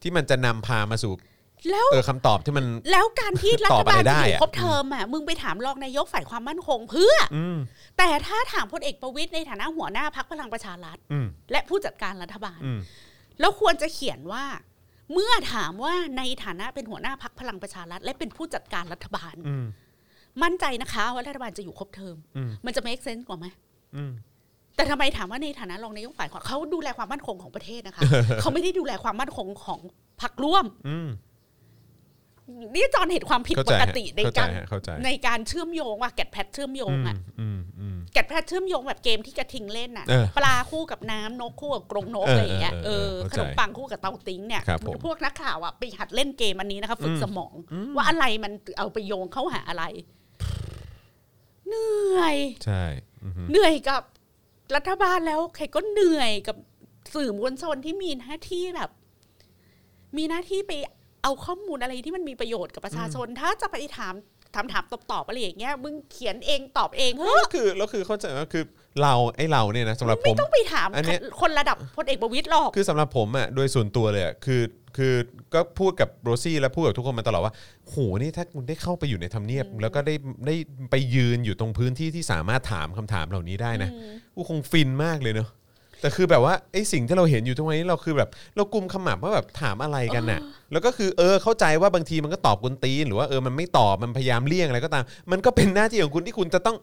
Speaker 2: ที่มันจะนำพามาสู่
Speaker 3: แล้ว
Speaker 2: เออคำตอบที่มัน
Speaker 3: แล้วการที่รั
Speaker 2: ต
Speaker 3: ฐ
Speaker 2: อบอะ
Speaker 3: บา
Speaker 2: ไร
Speaker 3: ล
Speaker 2: ได้
Speaker 3: จะ
Speaker 2: อะ
Speaker 3: อยู่ครบเทอมอ่ะ มึงไปถามรองนายกฝ่ายความมั่นคงเพื่อ
Speaker 2: อืม
Speaker 3: แต่ถ้าถามพลเอกประวิตยในฐานะหัวหน้าพักพลังประชารัฐ
Speaker 2: อืม
Speaker 3: และผู้จัดการรัฐบาล
Speaker 2: อืม
Speaker 3: แล้วควรจะเขียนว่า เมื่อถามว่าในฐานะเป็นหัวหน้าพักพลังประชารัฐ และเป็นผู้จัดการรัฐบาล
Speaker 2: อืม
Speaker 3: มั่นใจนะคะว่ารัฐบาลจะอยู่ครบเทอม
Speaker 2: อืม
Speaker 3: มันจะ make sense กว่าไหม
Speaker 2: อืม
Speaker 3: แต่ทำไมถามว่าในฐานะรองนายกฝ่ายความเขาดูแลความมั่นคงของประเทศ นะคะ เขาไม่ได้ดูแลความมั่นคงของพรรคร่วม
Speaker 2: อืม
Speaker 3: นี่จอนเห็นความผิด
Speaker 2: เข้า
Speaker 3: ป
Speaker 2: ใจ
Speaker 3: ก
Speaker 2: ฮะ
Speaker 3: ติใน
Speaker 2: เข้าใจ
Speaker 3: การ
Speaker 2: ฮะเข้าใจ
Speaker 3: ในการเชื่อมโยงว่าแกดแพทเชื่อมโยงอะ
Speaker 2: อืมอืม
Speaker 3: กัดแพทเชื่อมโยงแบบเกมที่กระทิงเล่นน่ะ
Speaker 2: เออ
Speaker 3: ปลาคู่กับน้ำนกคู่กับกรงนก
Speaker 2: เออ
Speaker 3: อะไรอย่างเงี้ย
Speaker 2: เอ
Speaker 3: เอ
Speaker 2: อ
Speaker 3: อ
Speaker 2: เออเข้า
Speaker 3: ข
Speaker 2: ใจ
Speaker 3: นมปังคู่กับเตาติ้งเนี่ย
Speaker 2: ครับผม
Speaker 3: พวกนักข่าวอ่ะไปหัดเล่นเกมอันนี้นะคะฝึ
Speaker 2: อื
Speaker 3: ก
Speaker 2: ม
Speaker 3: สมอง ว่าอะไรมันเอาไปโยงเข้าหาอะไร เหนื่อย
Speaker 2: ใช่อืม
Speaker 3: เหนื่อยกับรัฐบาลแล้วใครก็เหนื่อยกับสื่อมวลชนที่มีหน้าที่แบบ มีหน้าที่ไปเอาข้อมูลอะไรที่มันมีประโยชน์กับประชาชน ถ้าจะไปถามถามถามตอบตอบๆอะไรอย่างเงี้ยมึงเขียนเองตอบเองเฮ้
Speaker 2: ก็คือแล้วคือเข้าใจว่าคือเราไอ้เราเนี่ยนะสำหรับผม
Speaker 3: ไม่ต้องไปถาม
Speaker 2: อันเนี้ย
Speaker 3: คนระดับพลเอกประวิตยหรอก
Speaker 2: คือสำหรับผมอ่ะโดยส่วนตัวเลยอะคือคือก็พูดกับโรซี่และพูดกับทุกคนมาตลอดว่าโหนี่ถ้าคุณได้เข้าไปอยู่ในทำเนียบ แล้วก็ได้ได้ไปยืนอยู่ตรงพื้นที่ที่สามารถถามคำถามเหล่านี้ได้นะ
Speaker 3: อืม
Speaker 2: กูคงฟินมากเลยเนาะแต่คือแบบว่าไอ้สิ่งที่เราเห็นอยู่ทุกวันนี้เราคือแบบ เรากลุมขมับว่าแบบถามอะไรกันน่ะ แล้วก็คือเออเข้าใจว่าบางทีมันก็ตอบกุนตีนหรือว่าเออมันไม่ตอบมันพยายามเลี่ยงอะไรก็ตาม มันก็เป็นหน้าที่ของคุณที่คุณจะต้อง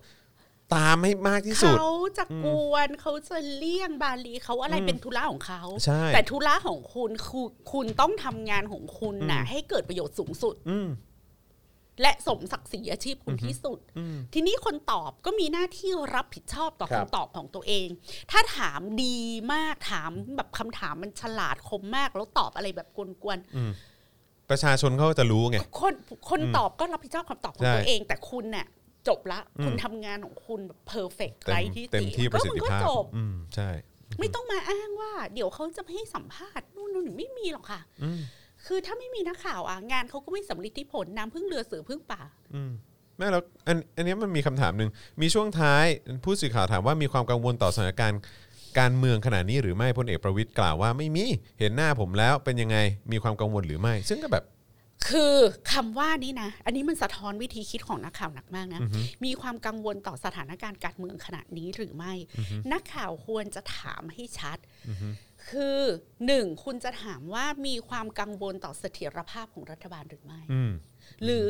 Speaker 2: ตามให้มากที่สุด
Speaker 3: เขาจะกวนเขาจะเลี่ยงบาลีเขาอะไรเป็นธุระของเขา
Speaker 2: ใช่
Speaker 3: แต่ธุระของคุณคือคุณต้องทำงานของคุณนะให้เกิดประโยชน์สูงสุด
Speaker 2: อืม
Speaker 3: และสมศักดิ์ศรีอาชีพคุณที่สุด ทีนี้คนตอบก็มีหน้าที่รับผิดชอบต่อ
Speaker 2: ครับ
Speaker 3: คำตอบของตัวเอง ถ้าถามดีมากถามแบบคำถามมันฉลาดคมมากแล้วตอบอะไรแบบกวนๆ
Speaker 2: ประชาชนเขาก็จะรู้ไง
Speaker 3: คนคนตอบก็รับผิดชอบคำตอบของ
Speaker 2: ใช่
Speaker 3: ตัวเอง แต่คุณเนี่ย จบละ
Speaker 2: อืม
Speaker 3: คุณทำงานของคุณแบบเพอร์เฟกต์
Speaker 2: เต็
Speaker 3: ไร
Speaker 2: ม
Speaker 3: ที่
Speaker 2: เต็มที่ประสิทธิภาพ
Speaker 3: ก็มันก็จบ
Speaker 2: อืมใช่
Speaker 3: ไม่ต้องมาอ้างว่า เดี๋ยวเขาจะไม่ให้สัมภาษณ์นู่นนู่นนี่ไม่มีหรอกค่ะ
Speaker 2: อืม
Speaker 3: คือถ้าไม่มีนักข่าวอ่ะ งานเขาก็ไม่สำลิดที่ผลน้ำพึ่งเรือเสือพึ่งป่า
Speaker 2: อืมแม่แล้วอันอันเนี้ยมันมีคำถามหนึ่งมีช่วงท้ายผู้สื่อข่าวถามว่ามีความกังวลต่อสถานการณ์การเมืองขนาดนี้หรือไม่พลเอกประวิทย์กล่าวว่าไม่มีเห็นหน้าผมแล้วเป็นยังไงมีความกังวลหรือไม่ ซึ่งก็แบบ
Speaker 3: คือคำว่านี้นะ อันนี้มันสะท้อนวิธีคิดของนักข่าวหนักมากนะ
Speaker 2: อือฮึ
Speaker 3: มีความกังวลต่อสถานการณ์การเมืองขณะนี้หรือไม่ นักข่าวควรจะถามให้ชัด คือหนึ่งคุณจะถามว่ามีความกังวลต่อเสถียรภาพของรัฐบาลหรือไม่
Speaker 2: อืม
Speaker 3: หรือ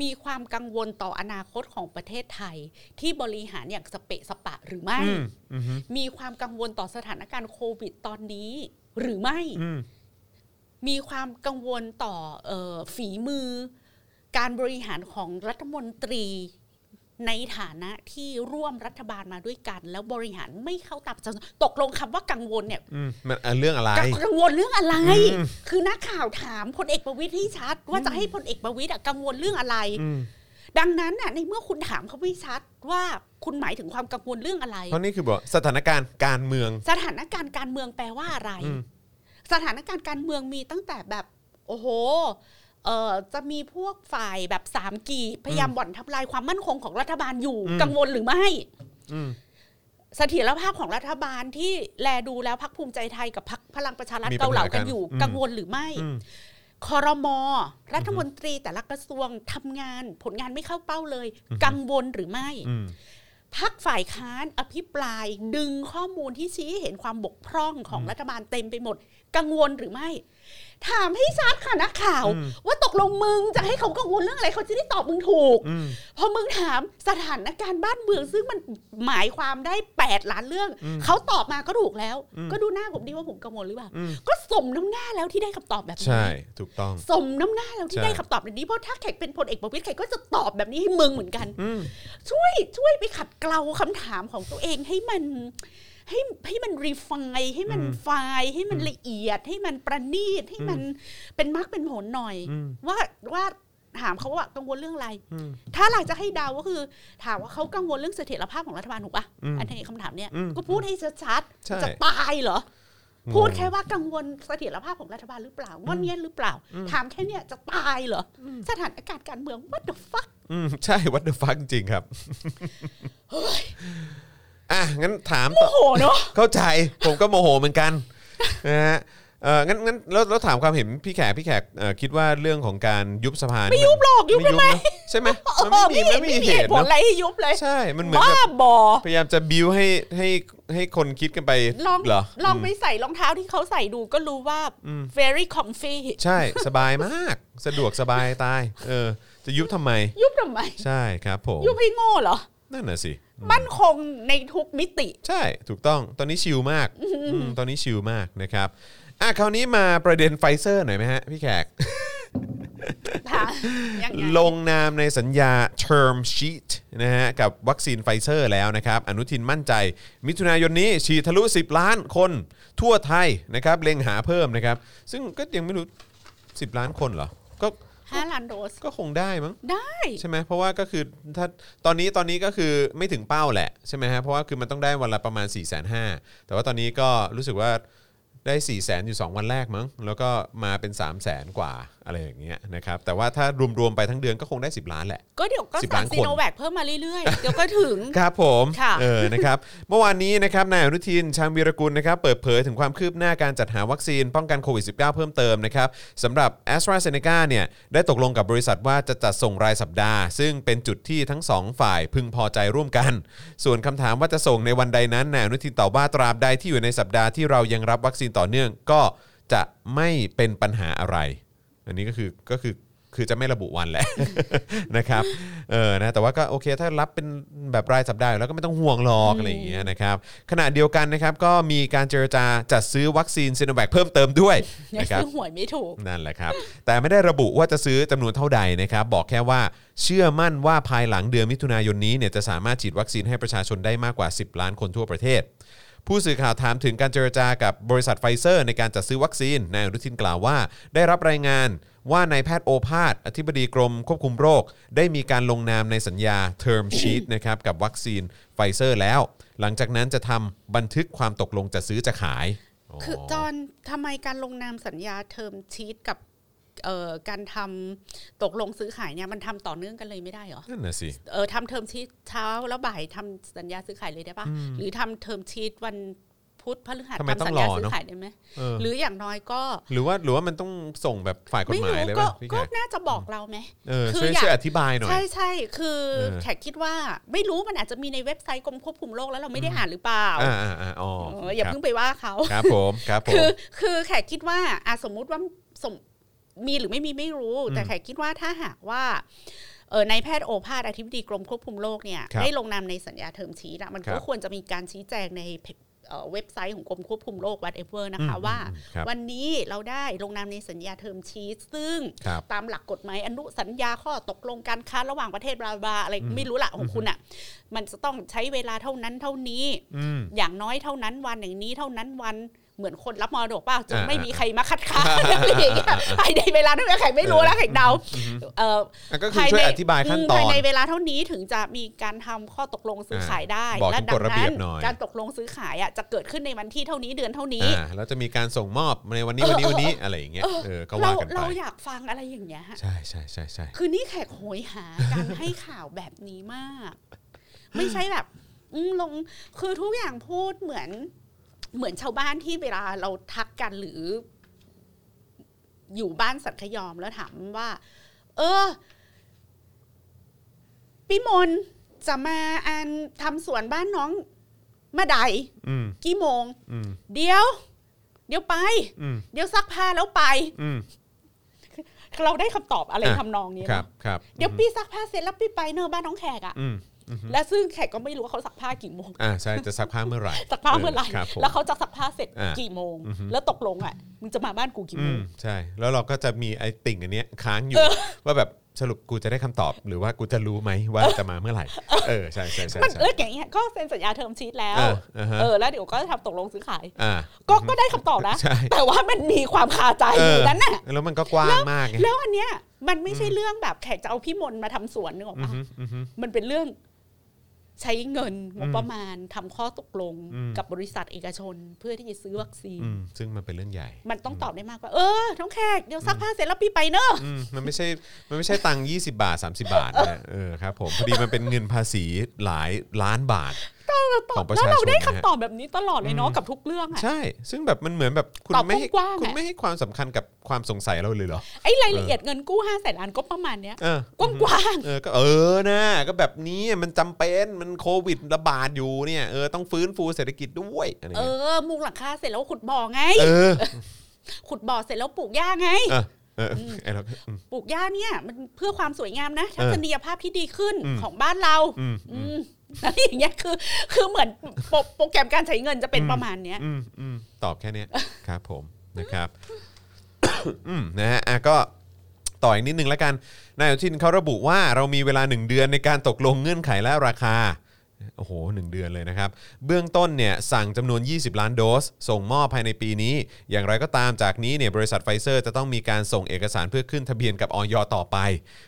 Speaker 3: มีความกังวลต่ออนาคตของประเทศไทย ที่บริหารอย่างสเปะสปะหรือไม่
Speaker 2: อืมอืม
Speaker 3: มีความกังวลต่อสถานการณ์โควิดตอนนี้ หรือไม่
Speaker 2: อืม
Speaker 3: มีความกังวลต่อเออฝีมือ การบริหารของรัฐมนตรี ในฐานะที่ร่วมรัฐบาลมาด้วยกัน แล้วบริหารไม่เข้าตับจนตกลงคำว่ากังวลเนี่ย
Speaker 2: อืมมันอ่ะเรื่องอะไร
Speaker 3: กังวลเรื่องอะไร
Speaker 2: อืม
Speaker 3: คือนักข่าวถามพลเอกประวิตยให้ชัด ว่าจะให้พลเอกประวิตยอะกังวลเรื่องอะไร
Speaker 2: อืม
Speaker 3: ดังนั้นน่ะในเมื่อคุณถามเขาไม่ชัดว่าคุณหมายถึงความกังวลเรื่องอะไร
Speaker 2: เพราะนี่คือบอกสถานการณ์การเมือง
Speaker 3: สถานการณ์การเมืองแปลว่าอะไร
Speaker 2: อืม
Speaker 3: สถานการณ์การเมืองมีตั้งแต่แบบโอ้โหเอ่อจะมีพวกฝ่ายแบบสามกีบพยายามบ่อนทำลายความมั่นคงของรัฐบาลอยู่
Speaker 2: อืม
Speaker 3: กังวลหรือไม่
Speaker 2: อืม
Speaker 3: เสถียรภาพของรัฐบาลที่แลดูแล้วพักภูมิใจไทยกับพักพลังประชารัฐ
Speaker 2: มีปัญหา
Speaker 3: เกาเหลากันอยู่
Speaker 2: กันอืม
Speaker 3: กังวลหรือไม่
Speaker 2: อืม
Speaker 3: คอรมอรัฐมนตรีแต่ละกระทรวงทำงาน ผลงานไม่เข้าเป้าเลย กังวลหรือไม่
Speaker 2: อืม
Speaker 3: พักฝ่ายค้านอภิปรายดึงข้อมูลที่ชี้ให้เห็นความบกพร่องของรัฐบาลเต็มไปหมด กังวลหรือไม่ ถามให้ชัดค่ะนักข่าว
Speaker 2: อืม
Speaker 3: ว่าตกลงมึงจะให้เขากังวลเรื่องอะไรเขาจะได้ตอบมึงถูก
Speaker 2: อืม
Speaker 3: พอมึงถามสถานการณ์บ้านเมืองซึ่งมันหมายความได้ 8 ล้านเรื่อง
Speaker 2: อืม
Speaker 3: เขาตอบมาก็ถูกแล้ว
Speaker 2: อืม
Speaker 3: ก็ดูหน้าผมดีว่าผมกังวลหรือเปล่า
Speaker 2: อืม
Speaker 3: ก็สมน้ำหน้าแล้วที่ได้คำตอบแบบนี้
Speaker 2: ใช่ถูกต้อง
Speaker 3: สมน้ำหน้าแล้วที่
Speaker 2: ใช่
Speaker 3: ได้คำตอบแบบนี้เพราะถ้าแขกเป็นพลเอกประวิตยแขกก็จะตอบแบบนี้ให้มึงเหมือนกัน
Speaker 2: อืม
Speaker 3: ช่วยช่วยไปขัดเกลาคำถามของตัวเองให้มันให้ให้มันรีไฟให้มัน
Speaker 2: อืม
Speaker 3: ไฟล์ให้มัน
Speaker 2: อืม
Speaker 3: ละเอียด ให้มันประณีตให้มันเป็นมรรคเป็นผลหน่อย
Speaker 2: อืม
Speaker 3: ว่าว่าถามเขาว่ากังวลเรื่องอะไร
Speaker 2: อืม
Speaker 3: ถ้าหลังจะให้เดาวก็คือ ถามว่าเขากังวลเรื่องเสถียรภาพของรัฐบาลถูกปะ
Speaker 2: อืม
Speaker 3: อันนี้คำถามเนี้ย
Speaker 2: อืม
Speaker 3: ก็พูดให้ชัด
Speaker 2: ใช่
Speaker 3: ๆจะตายเหรอ พูดแค่ว่ากังวลเสถียรภาพของรัฐบาลหรือเปล่างอนเงี้ยหรือเปล่า ถามแค่เนี้ยจะตายเหรออสถานการณ์การเมือง what the fuck
Speaker 2: อืมใช่ what the fuck จริงๆครับอ่ะงั้นถามต่อ
Speaker 3: โอ้โหเนาะ
Speaker 2: เข้าใจผมก็โมโหเหมือนกัน นะฮะเอองั้นงั้นแล้วแล้วถามความเห็นพี่แขกพี่แขกเอ่อคิดว่าเรื่องของการยุบสภา
Speaker 3: ไม่ยุบหรอกยุบ
Speaker 2: ไม่
Speaker 3: ทำไม
Speaker 2: เนอะใช่ไหม
Speaker 3: เอ
Speaker 2: มัน
Speaker 3: อ
Speaker 2: ไม่มี
Speaker 3: ไม่
Speaker 2: มันไม่มีเห
Speaker 3: เห็นไม่มีเห
Speaker 2: ตุ
Speaker 3: ตุผล
Speaker 2: เนาะ
Speaker 3: อะไรให้ยุบเลย
Speaker 2: ใช่มันเหมือน
Speaker 3: บ้า
Speaker 2: กับบ
Speaker 3: อ
Speaker 2: พยายามจะบิวให้ให้ให้คนคิดกันไป
Speaker 3: ลอง
Speaker 2: เหรอ
Speaker 3: ลองไป
Speaker 2: ม
Speaker 3: ใส่รองเท้าที่เขาใส่ดูก็รู้ว่า
Speaker 2: อืม
Speaker 3: very comfy
Speaker 2: ใช่สบายมาก สะดวกสบายตาย เออ จะยุบทำไม
Speaker 3: ยุบทำไม
Speaker 2: ใช่ครับผม
Speaker 3: ยุบให้โง่เหรอ
Speaker 2: นั่นน่ะสิ
Speaker 3: มั่นคงในทุกมิติ
Speaker 2: ใช่ถูกต้องตอนนี้ชิลมากอืมตอนนี้ชิลมากนะครับอ่ะคราวนี้มาประเด็นไฟเซอร์หน่อยไหมฮะพี่แขก
Speaker 3: ค่ะ ยังไง
Speaker 2: ลงนามในสัญญา term sheet นะฮะกับวัคซีนไฟเซอร์แล้วนะครับ อนุทินมั่นใจ มิถุนายนนี้ฉีดทะลุ 10 ล้านคนทั่วไทยนะครับเล็งหาเพิ่มนะครับ ซึ่งก็ยังไม่รู้ 10 ล้านคนเหรอ ก็
Speaker 3: ห้าล้านโดส
Speaker 2: ก็คงได้มั้ง
Speaker 3: ได้
Speaker 2: ใช่ไหมเพราะว่าก็คือถ้าตอนนี้ตอนนี้ก็คือไม่ถึงเป้าแหละใช่ไหมฮะเพราะว่าคือมันต้องได้วันละประมาณ4ี่แสนห้าแต่ว่าตอนนี้ก็รู้สึกว่าได้4ี่แสนอยู่ 2 วันแรกมั้งแล้วก็มาเป็น 3 0 0แสนกว่าอะไรอย่างเงี้ยนะครับแต่ว่าถ้ารวมๆไปทั้งเดือนก็คงได้ 10 ล้านแหละ
Speaker 3: ก็เดี๋ยวก็
Speaker 2: สิบ
Speaker 3: สั่
Speaker 2: ล้าง นคน
Speaker 3: ซีโนแวคเพิ่มมาเรื่อยๆ เดี๋ยวก็ถึง
Speaker 2: ครับผม
Speaker 3: ค่ะ
Speaker 2: เออนะครับเมื่อวานนี้นะครับนายอนุทินชาญวีรกุลนะครับเปิดเผยถึงความคืบหน้าการจัดหาวัคซีนป้องกันโควิด -19 เพิ่มเติมนะครับสำหรับ a s t r a z e ซ e c a เนี่ยได้ตกลงกับบริษัทว่าจะจัดส่งรายสัปดาห์ ซึ่งเป็นจุดที่ทั้งสองฝ่ายพึงพอใจร่วมกัน ส่วนคำถามว่าจะส่งในวันใดนั้นนายอนุทินตอบว่าตราบใดที่อยู่ในสัปดาห์ที่เรายังรับวัคซีนต่อเนื่องก็จะไม่เป็นปัญหาอะไร อันนี้ก็คือก็คือคือจะไม่ระบุวันแหละ นะครับเออนะแต่ว่าก็โอเคถ้ารับเป็นแบบรายสัปดาห์อยู่แล้วก็ไม่ต้องห่วงหรอกอะไรอย่างเงี้ยนะครับขณะเดียวกันนะครับก็มีการเจรจาจัดซื้อวัคซีนซ i โนแวคเพิ่มเติม ด้วย
Speaker 3: อย่า
Speaker 2: นะครับ
Speaker 3: ซื้อหวยไม่ถูก
Speaker 2: นั่นแหละครับ แต่ไม่ได้ระบุว่าจะซื้อจำนวนเท่าใดนะครับ บอกแค่ว่าเชื่อมั่นว่าภายหลังเดือนมิถุนายนนี้เนี่ยจะสามารถฉีดวัคซีนให้ประชาชนได้มากกว่า 10 ล้านคนทั่วประเทศ ผู้สื่อข่าวถามถึงการเจรจากับบริษัทไฟเซอร์ ในการจัดซื้อวัคซีนนายอนุทินกล่าวว่า ได้รับรายงาน ว่านายแพทย์โอภาสอธิบดีกรมควบคุมโรค ได้มีการลงนามในสัญญา term sheet นะครับกับวัคซีนไฟเซอร์แล้ว หลังจากนั้นจะทำบันทึกความตกลงจะซื้อจะขาย
Speaker 3: คือจอนทำไมการลงนามสัญญาเทอมชีตกับเอ่อการทำตกลงซื้อขายเนี่ยมันทำต่อเนื่องกันเลยไม่ได้เหรอ
Speaker 2: นั่นน่ะสิ
Speaker 3: เออทำเทอมชีตเช้าแล้วบ่ายทำสัญญาซื้อขายเลยได้ปะหรือทำเทอมชีตวันพุธพฤหัส
Speaker 2: ทำไมต้อง
Speaker 3: สัญญาร
Speaker 2: อ
Speaker 3: ซื้
Speaker 2: เนอะ
Speaker 3: อขายได้ไหม
Speaker 2: เออ
Speaker 3: หรืออย่างน้อยก็
Speaker 2: หรือว่าหรือว่ามันต้องส่งแบบฝ่ายกฎ
Speaker 3: ไม่
Speaker 2: หมาย
Speaker 3: รู้
Speaker 2: เลย
Speaker 3: ก็
Speaker 2: ป่ะพี่แข
Speaker 3: ก็
Speaker 2: ก
Speaker 3: น่าจะบอกเราไหม
Speaker 2: เออ
Speaker 3: คือ
Speaker 2: ช่วย
Speaker 3: อยาก
Speaker 2: ช่วยอธิบายหน่อย
Speaker 3: ใช่ใช่คือ
Speaker 2: เออ
Speaker 3: แขกคิดว่าไม่รู้มันอาจจะมีในเว็บไซต์กรมควบคุมโรคแล้วเราไม่ได้อ่านหรือเปล่า
Speaker 2: อ่าอ่าอ่าอ๋อ
Speaker 3: เอออย่า
Speaker 2: ครับ
Speaker 3: เพิ่งไปว่าเขา
Speaker 2: ครับผมครับผม
Speaker 3: คือคือแขกคิดว่าอ่ะสมมุติว่าสมมีหรือไม่มีไม่รู้ แต่
Speaker 2: อืม
Speaker 3: แขกคิดว่าถ้าหากว่าเออนายแพทย์โอภาสอธิบดีกรมควบคุมโรคเนี่ย
Speaker 2: ครับ
Speaker 3: ได้ลงนามในสัญญาเทอมชี้ละมันก็
Speaker 2: ครับ
Speaker 3: ควรจะมีการชี้แจงในเพจเอ่อเว็บไซต์ของกรมควบคุมโรค whatever นะคะ
Speaker 2: อืม
Speaker 3: ว่า
Speaker 2: อืมครับ
Speaker 3: วันนี้เราได้ลงนามในสัญญาเทอมชี้ซึ่ง
Speaker 2: ครับ
Speaker 3: ตามหลักกฎหมายอนุสัญญาข้อตกลงการค้าระหว่างประเทศบลาบลาอะไรไม่รู้ละของคุณอ่ะ มันจะต้องใช้เวลาเท่านั้นเท่านี้
Speaker 2: อืม
Speaker 3: อย่างน้อยเท่านั้นวันอย่างนี้เท่านั้นวันเหมือนคนรับมรดกเปล่าจน
Speaker 2: อ่า
Speaker 3: ไม่มีใครมาคัดค้าน
Speaker 2: อ่า
Speaker 3: อะไรอย่างเงี้ยภายในเวลาเท่านั้นใครไม่รู้แล้วใครเดาเอ่อ
Speaker 2: อ่ะก็คือช่วยอธิบายขั้นตอน
Speaker 3: ภายในเวลาเท่านี้ถึงจะมีการทำข้อตกลงซื้อขายได้
Speaker 2: บอก
Speaker 3: และ
Speaker 2: ถึง
Speaker 3: ดั
Speaker 2: กฎระเบี
Speaker 3: นั้
Speaker 2: ยบ
Speaker 3: น
Speaker 2: หน่อย
Speaker 3: การตกลงซื้อขายอ่ะจะเกิดขึ้นในวันที่เท่านี้เดือนเท่านี้
Speaker 2: อ่าแล้วจะมีการส่งมอบในวันนี้วันนี้วันนี้อะไรอย่างเงี้ยเออก็
Speaker 3: เรา
Speaker 2: ว่ากันไป
Speaker 3: เราอยากฟังอะไรอย่างเงี้ยฮะ
Speaker 2: ใช่ใช่ใช่ใช่
Speaker 3: คือนี่แขกโหยหาการให้ข่าวแบบนี้มาก ไม่ใช่แบบอืมลงคือทุกอย่างพูดเหมือน เหมือนชาวบ้านที่เวลาเราทักกันหรือ อยู่บ้านสัตยอมแล้วถามว่า เออพี่มนต์จะมาอันทำสวนบ้านน้องเมื่อใด
Speaker 2: อืม
Speaker 3: กี่โมง
Speaker 2: อืม
Speaker 3: เดี๋ยว เดี๋ยวไป
Speaker 2: อืม
Speaker 3: เดี๋ยวซักผ้าแล้วไป
Speaker 2: อืม
Speaker 3: เราได้คำตอบอะไร
Speaker 2: อ่ะ
Speaker 3: ทำนองนี้
Speaker 2: ค
Speaker 3: เน
Speaker 2: รั
Speaker 3: อะ
Speaker 2: บครับ
Speaker 3: เดี๋ยวพี่ซักผ้าเสร็จแล้วพี่ไปเนอะบ้านน้องแขกอะ
Speaker 2: อืมอืมอืม
Speaker 3: และซึ่งแขกก็ไม่รู้ว่าเขาซักผ้ากี่โมง
Speaker 2: อ่าใช่จะซักผ้าเมื่อไหร่
Speaker 3: ซักผ้าเมื่อไหร่
Speaker 2: ครับผม
Speaker 3: แล้วเขาจะซักผ้าเสร็จ
Speaker 2: อ่ะ
Speaker 3: กี่โมง
Speaker 2: อือฮึ
Speaker 3: แล้วตกลงอะมึงจะมาบ้านกูกี่
Speaker 2: อื
Speaker 3: โม
Speaker 2: ม
Speaker 3: ง
Speaker 2: ใช่ แล้วเราก็จะมีไอ้ติ่งอันเนี้ยค้างอยู่ ว่าแบบสรุปกูจะได้คำตอบ หรือว่ากูจะรู้ไหมว่าจะมาเมื่อไหร่ เออใช่ใช่ใช่
Speaker 3: มัน
Speaker 2: ใช่
Speaker 3: เอออย่างเงี้ยก็เซ็นสัญญาเทอมชีตแล้ว
Speaker 2: เอออ่าฮะ
Speaker 3: เออแล้วเดี๋ยวก็ทำตกลงซื้อขาย
Speaker 2: อ่า
Speaker 3: ก็ก็ได้คำตอบนะ
Speaker 2: ใช่
Speaker 3: แต่ว่ามันมีความคาใจอยู่นั้นน่ะ
Speaker 2: แล้วมันก็กว้างมากไง
Speaker 3: แล้วอันเนี้ยมันไม่ใช่เรื่องแบบแขกจะเอาพี่มนต์มาทำสวนนึกออก
Speaker 2: อือ
Speaker 3: ปะ
Speaker 2: ฮึอือฮึ
Speaker 3: มันเป็นเรื่องใช้เงินงบประมาณทำข้อตกลง
Speaker 2: อืม
Speaker 3: กับบริษัทเอกชน เพื่อที่จะซื้อวัคซีน
Speaker 2: อืมซึ่งมันเป็นเรื่องใหญ่
Speaker 3: มันต้องตอบได้มากกว่า เออ น้องแขก เดี๋ยวซักผ้าเสร็จแล้วพี่ไปเนอะ
Speaker 2: อืมมันไม่ใช่ มันไม่ใช่ตังค์20 บาท 30 บาทนะเออครับผมพอดีมันเป็นเงินภาษีหลายล้านบาท ของประ
Speaker 3: แล้
Speaker 2: ชา
Speaker 3: ว
Speaker 2: ชน
Speaker 3: เราได้คำ
Speaker 2: นะฮะ
Speaker 3: ตอบแบบนี้ตลอดเลยเนาะกับทุกเรื่องอะ
Speaker 2: ใช่ ซึ่งแบบมันเหมือนแบบคุณ
Speaker 3: ตอบ
Speaker 2: ไม่ให้
Speaker 3: กว้างๆอะ
Speaker 2: คุณไม่ให้ความสำคัญกับความสงสัยเราเลยเหรอ
Speaker 3: ไอ้รายละเอียดเงินกู้ห้าแสนล้านก็ประมาณเนี้ย
Speaker 2: เออก
Speaker 3: ว้าง
Speaker 2: เออก็เออนะก็แบบนี้มันจำเป็นมันโควิดระบาดอยู่เนี่ยเออต้องฟื้นฟูเศรษฐกิจด้วยอะไร
Speaker 3: ๆเอ
Speaker 2: เงี้ย
Speaker 3: อ มุงหลังคาเสร็จแล้วขุดบ่อไง
Speaker 2: เออ
Speaker 3: ขุดบ่อเสร็จแล้วปลูกหญ้าไง
Speaker 2: เออเออไอ้เราก็อืม
Speaker 3: ปลูกหญ้าเนี่ย มันเพื่อความสวยงามนะทัศนียภาพที่ดีขึ้น
Speaker 2: อืม
Speaker 3: ของบ้านเรา
Speaker 2: อืม
Speaker 3: อืมอะไรอย่างเงี้ยคือ คือเหมือนโปรโปรแกรมการใช้เงินจะเป็นประมาณเนี้ย
Speaker 2: อืมอืมตอบแค่ เนี้ยครับผมนะครับ อืมนะฮะอ่ะก็ต่ออีกนิดนึงแล้วกันนายอนุทินเขาระบุว่าเรามีเวลา 1 เดือนในการตกลงเงื่อนไขและราคา โอ้โห 1 เดือนเลยนะครับ เบื้องต้นเนี่ยสั่งจำนวน 20 ล้านโดส ส่งมอบภายในปีนี้ อย่างไรก็ตามจากนี้เนี่ยบริษัทไฟเซอร์จะต้องมีการส่งเอกสารเพื่อขึ้นทะเบียนกับออยต่อไป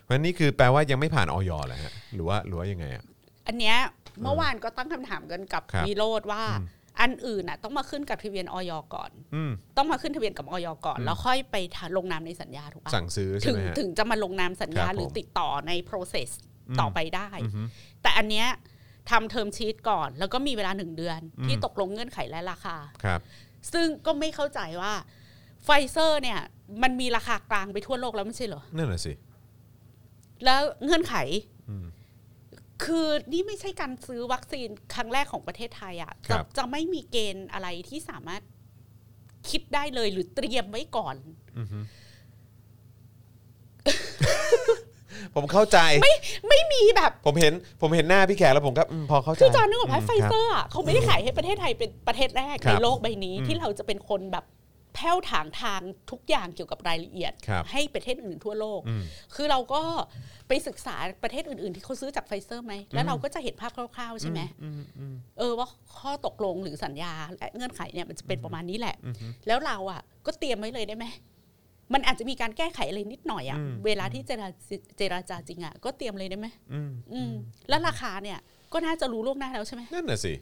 Speaker 2: เพราะฉะนั้นนี่คือแปลว่ายังไม่ผ่านออยเหรอฮะหรือว่าหรือว่ายังไงอ่ะ
Speaker 3: อันเนี้ยเมื่อวานก็ตั้งคำถามกันกับ
Speaker 2: ครับ
Speaker 3: วิโรธว่า อันอื่นน่ะ ต้องมาขึ้นกับทะเบียนออยก่อน
Speaker 2: อืม
Speaker 3: ต้องมาขึ้นทะเบียนกับออยก่อน แล้วค่อยไปลงนามในสัญญาถูกปะ
Speaker 2: สั่งซื้อใช่
Speaker 3: ถึง
Speaker 2: ไหมฮะ
Speaker 3: ถึงจะมาลงนามสัญญา
Speaker 2: ครับ
Speaker 3: หรือ
Speaker 2: ผม
Speaker 3: ติดต่อใน process
Speaker 2: อืม
Speaker 3: ต่อไปได้
Speaker 2: อือฮึ
Speaker 3: แต่อันเนี้ยทำเทอมชีตก่อน แล้วก็มีเวลาหนึ่งเดือน
Speaker 2: อืม
Speaker 3: ที่ตกลงเงื่อนไขและราคา
Speaker 2: ครับ
Speaker 3: ซึ่งก็ไม่เข้าใจว่าไฟเซอร์เนี่ย มันมีราคากลางไปทั่วโลกแล้วไม่ใช่เหรอ
Speaker 2: นั่นแหละสิ
Speaker 3: แล้วเงื่อนไข
Speaker 2: อืม
Speaker 3: คือนี่ไม่ใช่การซื้อวัคซีนครั้งแรกของประเทศไทยอะ
Speaker 2: ครั
Speaker 3: จะ
Speaker 2: บ
Speaker 3: จะไม่มีเกณฑ์อะไรที่สามารถคิดได้เลยหรือเตรียมไว้ก่อน
Speaker 2: อือฮึ ผมเข้าใจ
Speaker 3: ไม่มีแบบ
Speaker 2: ผมเห็น ผมเห็นหน้าพี่แขกแล้วผมก็อืมพอเข้าใจ
Speaker 3: คือจอนึกออกไหม
Speaker 2: ม
Speaker 3: ไฟเซอ
Speaker 2: คบ
Speaker 3: ร์อะเขาไม่ได้ขายให้ประเทศไทยเป็นประเทศแรก
Speaker 2: ครั
Speaker 3: ใน
Speaker 2: บ
Speaker 3: โลกใบนี้
Speaker 2: อืม
Speaker 3: ที่เราจะเป็นคนแบบแผ้วถางทางทุกอย่างเกี่ยวกับรายละเอียด
Speaker 2: ครับ
Speaker 3: ให้ประเทศอื่นทั่วโลก
Speaker 2: อืม
Speaker 3: คือเราก็ไปศึกษาประเทศอื่น ๆ ที่เขาซื้อจากไฟเซอร์ไหมแล้วเราก็จะเห็นภาพคร่าวๆใช่ไหมเออว่าข้อตกลงหรือสัญญาและเงื่อนไขเนี่ยมันจะเป็นประมาณนี้แหละ แล้วเราอะก็เตรียมไว้เลยได้ไหม มันอาจจะมีการแก้ไขอะไรนิดหน่อยอะ
Speaker 2: อืม
Speaker 3: เวลาที่เจราเจราจาจริงอะก็เตรียมเลยได้ไหม
Speaker 2: อืม
Speaker 3: อืมแล้วราคาเนี่ยก็น่าจะรู้ล่วงหน้าแล้วใช่ไหม
Speaker 2: นั่นน่ะสิ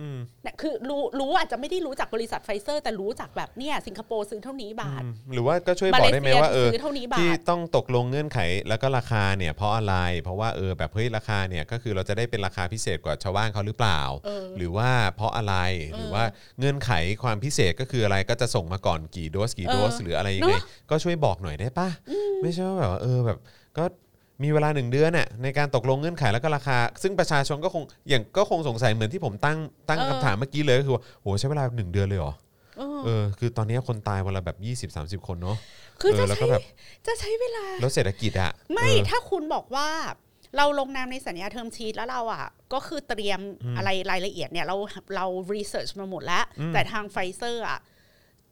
Speaker 2: อืม
Speaker 3: เนี่ยคือรู้รู้อาจจะไม่ได้รู้จากบริษัทไฟเซอร์ แต่รู้จากแบบเนี่ยสิงคโปร์ซื้อเท่านี้บาท
Speaker 2: อืมหรือว่าก็ช่วย
Speaker 3: มา
Speaker 2: บอ
Speaker 3: เล
Speaker 2: กได้ไหม
Speaker 3: เซีย
Speaker 2: ว่าเออ
Speaker 3: ซื้อเท่านี้บา
Speaker 2: ที่
Speaker 3: ท
Speaker 2: ต้องตกลงเงื่อนไขแล้วก็ราคาเนี่ย เพราะอะไร เพราะว่าเออแบบเฮ้ยราคาเนี่ยก็คือเราจะได้เป็นราคาพิเศษกว่าชาวบ้านเขาหรือเปล่า
Speaker 3: เออ
Speaker 2: หรือว่าเพราะอะไรหรือ
Speaker 3: เออ
Speaker 2: ว่าเงื่อนไขความพิเศษก็คืออะไรก็จะส่งมาก่อนกี่โดสกี่โดส
Speaker 3: เออ
Speaker 2: หรืออะไรยังไง
Speaker 3: เนอะ
Speaker 2: ก็ช่วยบอกหน่อยได้ปะไม่ใช่ว่าแบบว่าเออแบบก็มีเวลาหนึ่งเดือนน่ะในการตกลงเงื่อนไขแล้วก็ราคา ซึ่งประชาชนก็คงอย่างก็คงสงสัยเหมือนที่ผมตั้งตั้งคำถามเมื่อกี้เลยก็คือว่าโหใช้เวลาหนึ่งเดือนเลยเหรอ
Speaker 3: เออ
Speaker 2: เออคือตอนนี้คนตายวันละแบบ20-30 คนเนาะ
Speaker 3: คือ
Speaker 2: เออ
Speaker 3: จะ
Speaker 2: แล้วก็
Speaker 3: ใช้
Speaker 2: แบบ
Speaker 3: จะใช้เวลา
Speaker 2: แล้วเศรษฐกิจอะ
Speaker 3: ไม่
Speaker 2: เออ
Speaker 3: ถ้าคุณบอกว่าเราลงนามในสัญญาเทอมชีตแล้วเราอ่ะ ก็คือเตรียมอะไรรายละเอียดเนี่ย เราเรารีเสิร์ชมาหมดแล้ว แต่ทางไฟเซอร์อ่ะ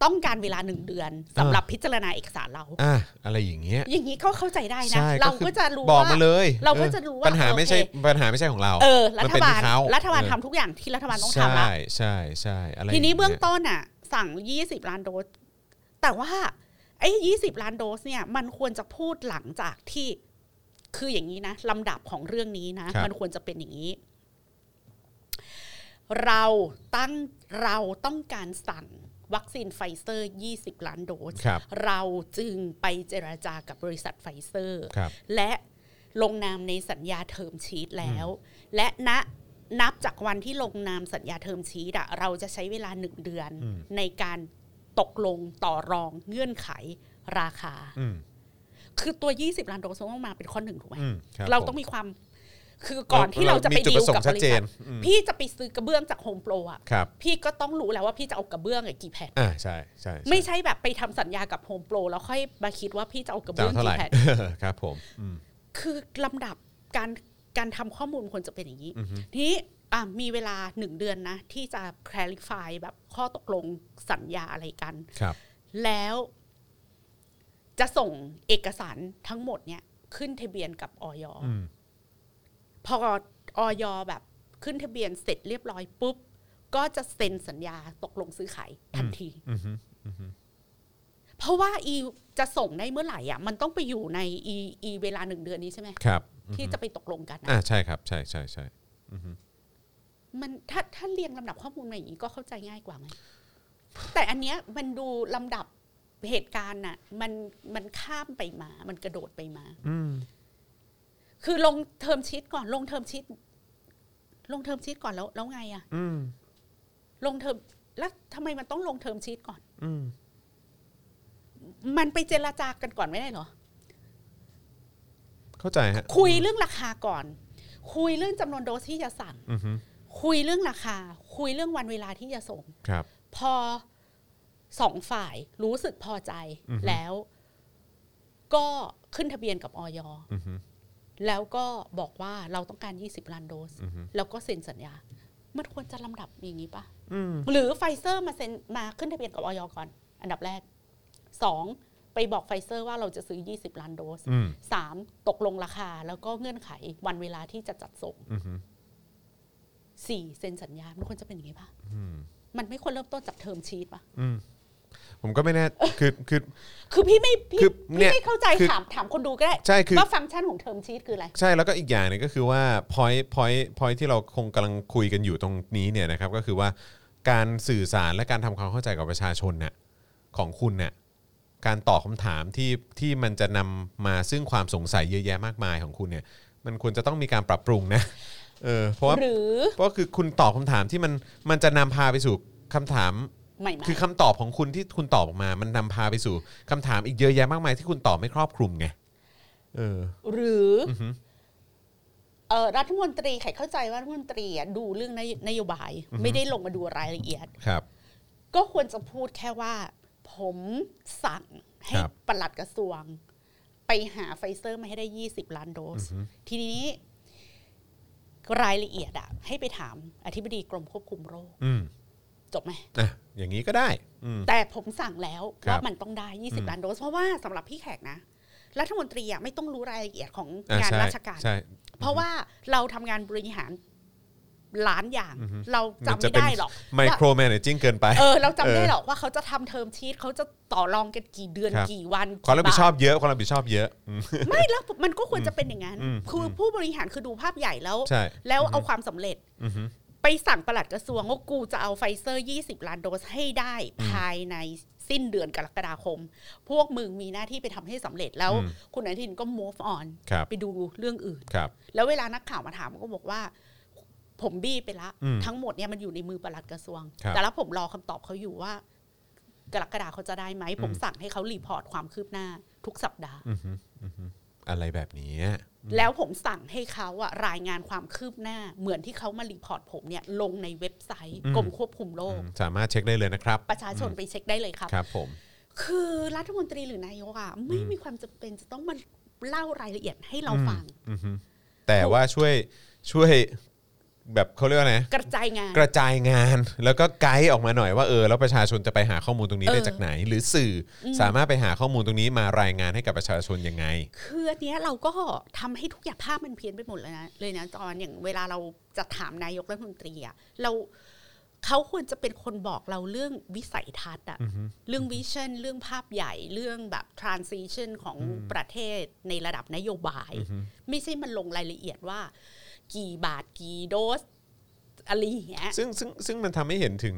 Speaker 3: ต้องการเวลาหนึ่งเดือนสำหรับพิจารณาเอกสารเรา
Speaker 2: อ่ะอะไรอย่างเงี้ย
Speaker 3: อย่างนี้ก็เข้าใจได้นะ
Speaker 2: ใช่
Speaker 3: เรา
Speaker 2: คือ
Speaker 3: ก็จะรู้
Speaker 2: บอก
Speaker 3: ว่า
Speaker 2: มาเลย
Speaker 3: เราก็
Speaker 2: ออ
Speaker 3: จะรู้ว่า
Speaker 2: ปัญหา
Speaker 3: โอเค
Speaker 2: ไม่ใช่ปัญหาไม่ใช่ของเรา
Speaker 3: เออรั
Speaker 2: มัน
Speaker 3: ฐ
Speaker 2: เป็น
Speaker 3: บา
Speaker 2: ที่
Speaker 3: ล
Speaker 2: เขา
Speaker 3: รัฐบาล
Speaker 2: เออ
Speaker 3: ทำทุกอย่างที่รัฐบาลต้อง
Speaker 2: ใช่
Speaker 3: ทำละ
Speaker 2: ใช่ใช่อะไร
Speaker 3: ทีนี้
Speaker 2: ย่า
Speaker 3: เบื้องต้นอ่ะ สั่ง 20 ล้านโดส แต่ว่าไอ้20 ล้านโดสเนี่ย มันควรจะพูดหลังจากที่ คืออย่างนี้นะลำดับของเรื่องนี้นะ มันควรจะเป็นอย่างนี้ เราตั้งเราต้องการสั่งวัคซีนไฟเซอร์ 20 ล้านโดส
Speaker 2: ครับ
Speaker 3: เราจึงไปเจราจากับบริษัทไฟเซอร์
Speaker 2: ครับ
Speaker 3: และลงนามในสัญญาเทอมชีตแล้ว และณนับจากวันที่ลงนามสัญญาเทอมชีตอะเราจะใช้เวลาหนึ่งเดือน
Speaker 2: อืม
Speaker 3: ในการตกลงต่อรองเงื่อนไขราคา
Speaker 2: อืม
Speaker 3: คือตัว 20 ล้านโดสต้องมาเป็นข้อหนึ่งถูกไหม
Speaker 2: อืมคบ
Speaker 3: เราต้องมีความคือก่อนที่เราจะไป
Speaker 2: มีด
Speaker 3: ดี
Speaker 2: ป
Speaker 3: ล
Speaker 2: รสง
Speaker 3: กับ
Speaker 2: ค์ชั
Speaker 3: บ
Speaker 2: ด
Speaker 3: ริ
Speaker 2: เจ
Speaker 3: ษั
Speaker 2: น
Speaker 3: ท
Speaker 2: อืม
Speaker 3: พี่จะไปซื้อกระเบื้องจากโฮมโปรอะ
Speaker 2: ครับ
Speaker 3: พี่ก็ต้องรู้แล้วว่าพี่จะเอากระเบื้องอะกี่แผ่น
Speaker 2: อ่าใช่ใช่
Speaker 3: ไม่ใช่แบบไปทำสัญญากับโฮมโปรแล้วค่อยมาคิดว่าพี่จะเอาก
Speaker 2: จะ
Speaker 3: ระเบื้อ
Speaker 2: เอา
Speaker 3: ง
Speaker 2: เท่าไหร่
Speaker 3: กี่แผ่น
Speaker 2: ครับผมอืม
Speaker 3: คือลำดับการการทำข้อมูลควรจะเป็นอย่างนี้
Speaker 2: อือฮึ
Speaker 3: ทีนี้อ่ะมีเวลาหนึ่งเดือนนะ ที่จะ clarify แบบข้อตกลงสัญญาอะไรกัน
Speaker 2: ครับ
Speaker 3: แล้วจะส่งเอกสารทั้งหมดเนี่ยขึ้นทะเบียนกับออย
Speaker 2: อืม
Speaker 3: พอออยแบบขึ้นทะเบียนเสร็จเรียบร้อยปุ๊บ ก็จะเซ็นสัญญาตกลงซื้อขายทันที
Speaker 2: อืม
Speaker 3: เพราะว่าอีจะส่งได้เมื่อไหร่อ่ะมันต้องไปอยู่ในอีอีเวลาหนึ่งเดือนนี้ใช่ไหม
Speaker 2: ครับอืม
Speaker 3: ที่จะไปตกลงกันนะ
Speaker 2: อ่าใช่ครับใช่ใช่ใช่
Speaker 3: มันถ้าถ้าเรียงลำดับข้อมูลมาอย่างนี้ก็เข้าใจง่ายกว่าไหมแต่อันเนี้ยมันดูลำดับเหตุการณ์น่ะ มันมันข้ามไปมา มันกระโดดไปมา
Speaker 2: อืม
Speaker 3: คือลงเทอมชีตก่อนลงเทอมชีตลงเทอมชีตก่อนแล้วแล้วไงอะ
Speaker 2: อืม
Speaker 3: ลงเทอมแล้วทำไมมันต้องลงเทอมชีตก่อน
Speaker 2: อืม
Speaker 3: มันไปเจรจากันก่อนไม่ได้เหรอ
Speaker 2: เข้าใจฮะ
Speaker 3: คุยเรื่องราคาก่อน คุยเรื่องจำนวนโดสที่จะสั่ง
Speaker 2: อือฮึ
Speaker 3: คุยเรื่องราคา คุยเรื่องวันเวลาที่จะส่ง
Speaker 2: ครับ
Speaker 3: พอสองฝ่ายรู้สึกพอใจ
Speaker 2: อือฮึ
Speaker 3: แล้ว ก็ขึ้นทะเบียนกับออย
Speaker 2: อือฮึ
Speaker 3: แล้วก็บอกว่าเราต้องการ 20 ล้านโดส
Speaker 2: อือฮึ
Speaker 3: แล้วก็เซ็นสัญญา มันควรจะลำดับอย่างนี้ปะ
Speaker 2: อืม
Speaker 3: หรือไฟเซอร์มาเซ็นมาขึ้นทะเบียนกับออยก่อน อันดับแรกสองไปบอกไฟเซอร์ว่าเราจะซื้อ 20 ล้านโดส
Speaker 2: อืม
Speaker 3: สามตกลงราคาแล้วก็เงื่อนไขวันเวลาที่จะจัดส่ง
Speaker 2: อือฮึ
Speaker 3: สี่เซ็นสัญญา มันควรจะเป็นอย่างนี้ปะ
Speaker 2: อืม
Speaker 3: มันไม่ควรเริ่มต้นจากเทอมชีตปะ
Speaker 2: อืมผมก็ไม่แน่คือคือ
Speaker 3: คือพี่ไม่พี่
Speaker 2: คือเนี่
Speaker 3: พี่
Speaker 2: ย
Speaker 3: ไม่เข้าใจ
Speaker 2: คือ
Speaker 3: ถามถามคนดูก็ได้
Speaker 2: ใช่คือ
Speaker 3: ว่าฟังก์ชันของเทอมชีตคืออะไร
Speaker 2: ใช่แล้วก็อีกอย่างหนึงก็คือว่า point point point ที่เราคงกำลังคุยกันอยู่ตรงนี้เนี่ยนะครับก็คือว่าการสื่อสารและการทำความเข้าใจกับประชาชนเนี่ยของคุณเนี่ยการตอบคำถามที่ที่มันจะนำมาซึ่งความสงสัยเยอะแยะมากมายของคุณเนี่ย มันควรจะต้องมีการปรับปรุงนะเออเพราะว่า
Speaker 3: หรือ
Speaker 2: เพราะคือคุณตอบคำถามที่มันมันจะนำพาไปสู่คำถาม
Speaker 3: ใหม่
Speaker 2: คือคำตอบของคุณที่คุณตอบออกมา มันนำพาไปสู่คำถามอีกเยอะแยะมากมายที่คุณตอบไม่ครอบคลุมไงเออ
Speaker 3: ๆหรืออ
Speaker 2: อฮึ
Speaker 3: เออรัฐมนตรีใครเข้าใจว่ารัฐมนตรีอะดูเรื่องนโยนโยบาย
Speaker 2: อือฮึ
Speaker 3: ไม่ได้ลงมาดูรายละเอียด
Speaker 2: ครับ
Speaker 3: ก็ควรจะพูดแค่ว่า ผมสั่งให้
Speaker 2: ครับ
Speaker 3: ปลัดกระทรวง ไปหาไฟเซอร์มาให้ได้ 20 ล้านโด
Speaker 2: อื
Speaker 3: ส
Speaker 2: อฮึ
Speaker 3: ทีนี้รายละเอียดอะให้ไปถามอธิบดีกรมควบคุมโรค
Speaker 2: อืม
Speaker 3: จบไหม
Speaker 2: อ่ะอย่างนี้ก็ได้อืม
Speaker 3: แต่ผมสั่งแล้ว
Speaker 2: ครับ
Speaker 3: ว่ามันต้องได้
Speaker 2: อืม
Speaker 3: 20 ล้านโดส เพราะว่าสำหรับพี่แขกนะ รัฐมนตรีอะไม่ต้องรู้รายละเอียดของ
Speaker 2: อ่ะ
Speaker 3: งาน
Speaker 2: ใช่
Speaker 3: ราชการ
Speaker 2: ใช่
Speaker 3: เพราะว่าเราทำงานบริหาร ล้านอย่าง
Speaker 2: อือฮึ
Speaker 3: เราจำไม่ได้หรอก
Speaker 2: ไมโครแมเนจิ้งเกินไป
Speaker 3: เออ เราจำไม่ได้
Speaker 2: เออ
Speaker 3: หรอกว่าเขาจะทำเทอมชีตเขาจะต่อรองกันกี่เดือน
Speaker 2: ครับ
Speaker 3: กี่วันกี่
Speaker 2: ความรับผิดช
Speaker 3: บาท
Speaker 2: อบเยอะความรับผิดชอบเยอะอืม
Speaker 3: ไม่แล้วมันก็ควรจะเป็นอย่างนั้น
Speaker 2: อืม
Speaker 3: คือ
Speaker 2: ม
Speaker 3: ผู้บริหารคือดูภาพใหญ่แล้ว
Speaker 2: ใช่
Speaker 3: แล้วเอาความสำเร็จ
Speaker 2: อือฮึ
Speaker 3: ไปสั่งปลัดกระทรวงว่ากูจะเอาไฟเซอร์ 20 ล้านโดสให้ได้
Speaker 2: อืม
Speaker 3: ภายในสิ้นเดือนกรกฎาคม พวกมึงมีหน้าที่ไปทำให้สำเร็จแล้ว
Speaker 2: อืม
Speaker 3: คุณอนุทินก็ move on
Speaker 2: ครับ
Speaker 3: ไปดูเรื่องอื่น
Speaker 2: ครับ
Speaker 3: แล้วเวลานักข่าวมาถามก็บอกว่า ผมบี้ไปละ
Speaker 2: อืม
Speaker 3: ทั้งหมดเนี่ยมันอยู่ในมือปลัดกระทรวง
Speaker 2: ครับ
Speaker 3: แต่แล้วผมรอคำตอบเขาอยู่ว่า กรกฎาเขาจะได้ไหมผม
Speaker 2: อืม
Speaker 3: สั่งให้เขารีพอร์ตความคืบหน้า ทุกสัปดาห์
Speaker 2: อือฮึอือฮึอะไรแบบนี้
Speaker 3: แล้วผมสั่งให้เขาอะรายงานความคืบหน้า เหมือนที่เขามารีพอร์ตผมเนี่ยลงในเว็บไซต์
Speaker 2: อืม
Speaker 3: กรมควบคุมโร
Speaker 2: อื
Speaker 3: ค
Speaker 2: มสามารถเช็คได้เลยนะครับ
Speaker 3: ประชาชนไปเช็คได้เลยครับ
Speaker 2: ครับผม
Speaker 3: คือรัฐมนตรีหรือนายกอะไม่มีความจำเป็นจะต้องมาเล่ารายละเอียดให้เราฟัง
Speaker 2: อือฮึแต่ว่าช่วยช่วยแบบเขาเรียกว่าไง
Speaker 3: กระจายงาน
Speaker 2: กระจายงานแล้วก็ไกด์ออกมาหน่อยว่าเออแล้วประชาชนจะไปหาข้อมูลตรงนี้
Speaker 3: เออ
Speaker 2: ได้จากไหน หรือสื่ออสามารถไปหาข้อมูลตรงนี้มารายงานให้กับประชาชนยังไง
Speaker 3: คืออันเนี้ยเราก็ทำให้ทุกอย่างภาพมันเพี้ยนไปหมดเลยนะเลยนะจอนอย่างเวลาเราจะถามนายกรัฐมนตรีอะเราเขาควรจะเป็นคนบอกเราเรื่องวิสัยทัศน์อะเรื่องวิชั่นเรื่องภาพใหญ่เรื่องแบบทราน i ิชันของประเทศในระดับนโยบาย ไม่ใช่มันลงรายละเอียดว่า กี่บาทกี่โดสอะไรอย่างเงี้ย
Speaker 2: ซึ่งซึ่งซึ่งมันทำให้เห็นถึง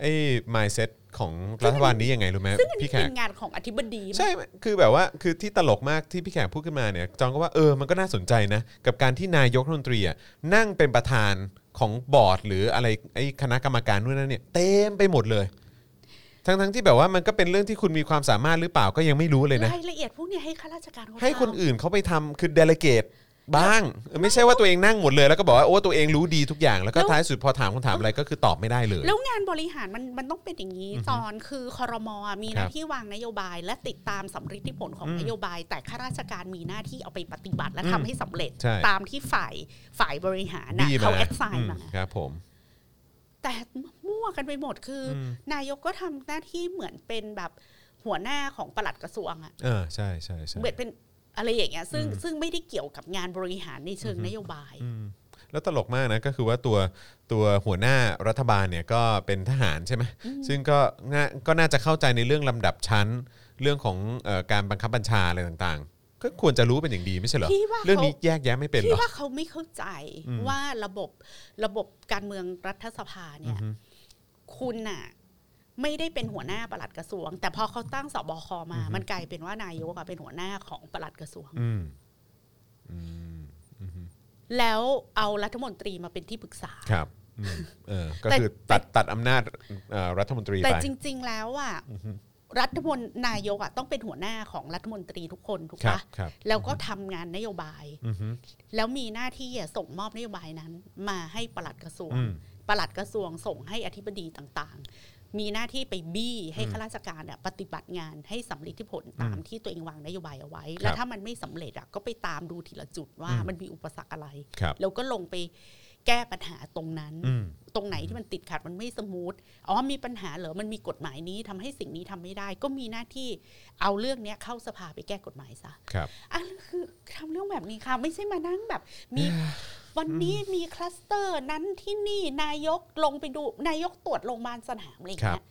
Speaker 2: ไอ้ mindset ของรัฐบาลนี้ยังไงรู้ไหม
Speaker 3: ซึ่งอันนี้
Speaker 2: พี่แข
Speaker 3: เป็
Speaker 2: ก
Speaker 3: นงานของอธิบดีมั้ย
Speaker 2: ใช่ คือแบบว่า คือที่ตลกมากที่พี่แขกพูดขึ้นมาเนี่ย จองก็ว่า เออ มันก็น่าสนใจนะ กับการที่นายกรัฐมนตรีอ่ะนั่งเป็นประธานของบอร์ด หรืออะไรไอ้คณะกรรมการนู่นนั่นเนี่ย เต็มไปหมดเลย ทั้งทั้งๆที่แบบว่ามันก็เป็นเรื่องที่คุณมีความสามารถหรือเปล่าก็ยังไม่รู้เลยนะ
Speaker 3: รายละเอียดพวกเนี้ยให้ข้าราชการเขา
Speaker 2: ให้คน
Speaker 3: ทำ
Speaker 2: อื่นเขาไปทำคือเดลเกตบ้าง ไม่ใช่ว่าตัวเองนั่งหมดเลย แล้วก็บอกว่า โอ้ตัวเองรู้ดีทุกอย่าง แล้วก็
Speaker 3: แล้ว
Speaker 2: ท้ายสุดพอถามคำถามอะไรก็คือตอบไม่ได้เลย
Speaker 3: แล้วงานบริหารมันมันต้องเป็นอย่างนี้ จอนคือคอรมอมีห
Speaker 2: ค
Speaker 3: น้า
Speaker 2: รับ
Speaker 3: ที่วางนโยบายและติดตามสำฤทธิผลของ
Speaker 2: อืม
Speaker 3: นโยบาย แต่ข้าราชการมีหน้าที่เอาไปปฏิบัติและ
Speaker 2: อืม
Speaker 3: ทำให้สำเร็จ
Speaker 2: ใช่
Speaker 3: ตามที่ฝ่ายฝ่ายบริหารน่ะ
Speaker 2: บี้
Speaker 3: เขาแอดไซ
Speaker 2: อื
Speaker 3: น์
Speaker 2: ม
Speaker 3: มา
Speaker 2: ครับ ผม
Speaker 3: แต่มั่วกันไปหมดคืออ
Speaker 2: ม
Speaker 3: นายกก็ทำหน้าที่เหมือนเป็นแบบหัวหน้าของปลัดกระทรวงอะ
Speaker 2: เออใช่ใช่ใช่
Speaker 3: เหมือนเป็นอะไรอย่างเงี้ยซึ่ง
Speaker 2: อืม
Speaker 3: ซึ่งไม่ได้เกี่ยวกับงานบริหารในเชิงนโยบาย
Speaker 2: อืมแล้วตลกมากนะก็คือว่าตัวตัวหัวหน้ารัฐบาลเนี่ยก็เป็นทหารใช่ไหมซึ่งก็น่าก็น่าจะเข้าใจในเรื่องลำดับชั้น เรื่องของเอ่อการบังคับบัญชาอะไรต่างๆ ก็ควรจะรู้เป็นอย่างดีไม่ใช่เหรอ
Speaker 3: พี่ว่าเขา
Speaker 2: เรื่องนี้แยกแยะไม่เป็นเหร
Speaker 3: พี่
Speaker 2: อ
Speaker 3: ว่าเขาไม่เข้าใจ
Speaker 2: อืม
Speaker 3: ว่าระบบระบบการเมืองรัฐสภา
Speaker 2: อื
Speaker 3: เนี่
Speaker 2: อย ฮึ
Speaker 3: คุณน่ะไม่ได้เป็นหัวหน้าปลัดกระทรวง แต่พอเขาตั้งสบคมา
Speaker 2: อือฮึ
Speaker 3: มันกลายเป็นว่านายกอะเป็นหัวหน้าของปลัดกระทรวง
Speaker 2: อืมอืมอือฮึ
Speaker 3: แล้วเอารัฐมนตรีมาเป็นที่ปรึกษา
Speaker 2: ครับอืมเออก็
Speaker 3: แต่
Speaker 2: คือตัดตัดอำนาจเอ่อรัฐมนตรี
Speaker 3: แต่
Speaker 2: ไป
Speaker 3: จริง ๆ แล้วอ่ะ
Speaker 2: อือฮึ
Speaker 3: รัฐมนนายกอะต้องเป็นหัวหน้าของรัฐมนตรีทุกคนถูก
Speaker 2: ครับ
Speaker 3: ปะ
Speaker 2: ครับ
Speaker 3: แล้วก็ทำงานนโยบาย
Speaker 2: อือฮึ
Speaker 3: แล้วมีหน้าที่อะส่งมอบนโยบายนั้น มาให้ปลัดกระทรวง
Speaker 2: อืม
Speaker 3: ปลัดกระทรวงส่งให้อธิบดีต่างๆ มีหน้าที่ไปบี้ให้ข้าราชการอะปฏิบัติงานให้สำเร็จที่ผลตามที่ตัวเองวางนโยบายเอาไว้ แล้วถ้ามันไม่สำเร็จอะก็ไปตามดูทีละจุดว่ามันมีอุปสรรคอะไร
Speaker 2: ครับ
Speaker 3: แล้วก็ลงไปแก้ปัญหาตรงนั้น
Speaker 2: อืม
Speaker 3: ตรงไหนที่มันติดขัดมันไม่สมูทอ๋อมีปัญหาเหรอมันมีกฎหมายนี้ทำให้สิ่งนี้ทำไม่ได้ ก็มีหน้าที่เอาเรื่องเนี้ยเข้าสภาไปแก้กฎหมายซะ
Speaker 2: ครับ
Speaker 3: อ่ะคือทำเรื่องแบบนี้ค่ะ ไม่ใช่มานั่งแบบ มีวันนี้มีคลัสเตอร์นั้นที่นี่นายกลงไปดูนายกตรวจโรงพยาบาลสนามอะไรอย่าง
Speaker 2: ครั
Speaker 3: เงี้
Speaker 2: บ
Speaker 3: ย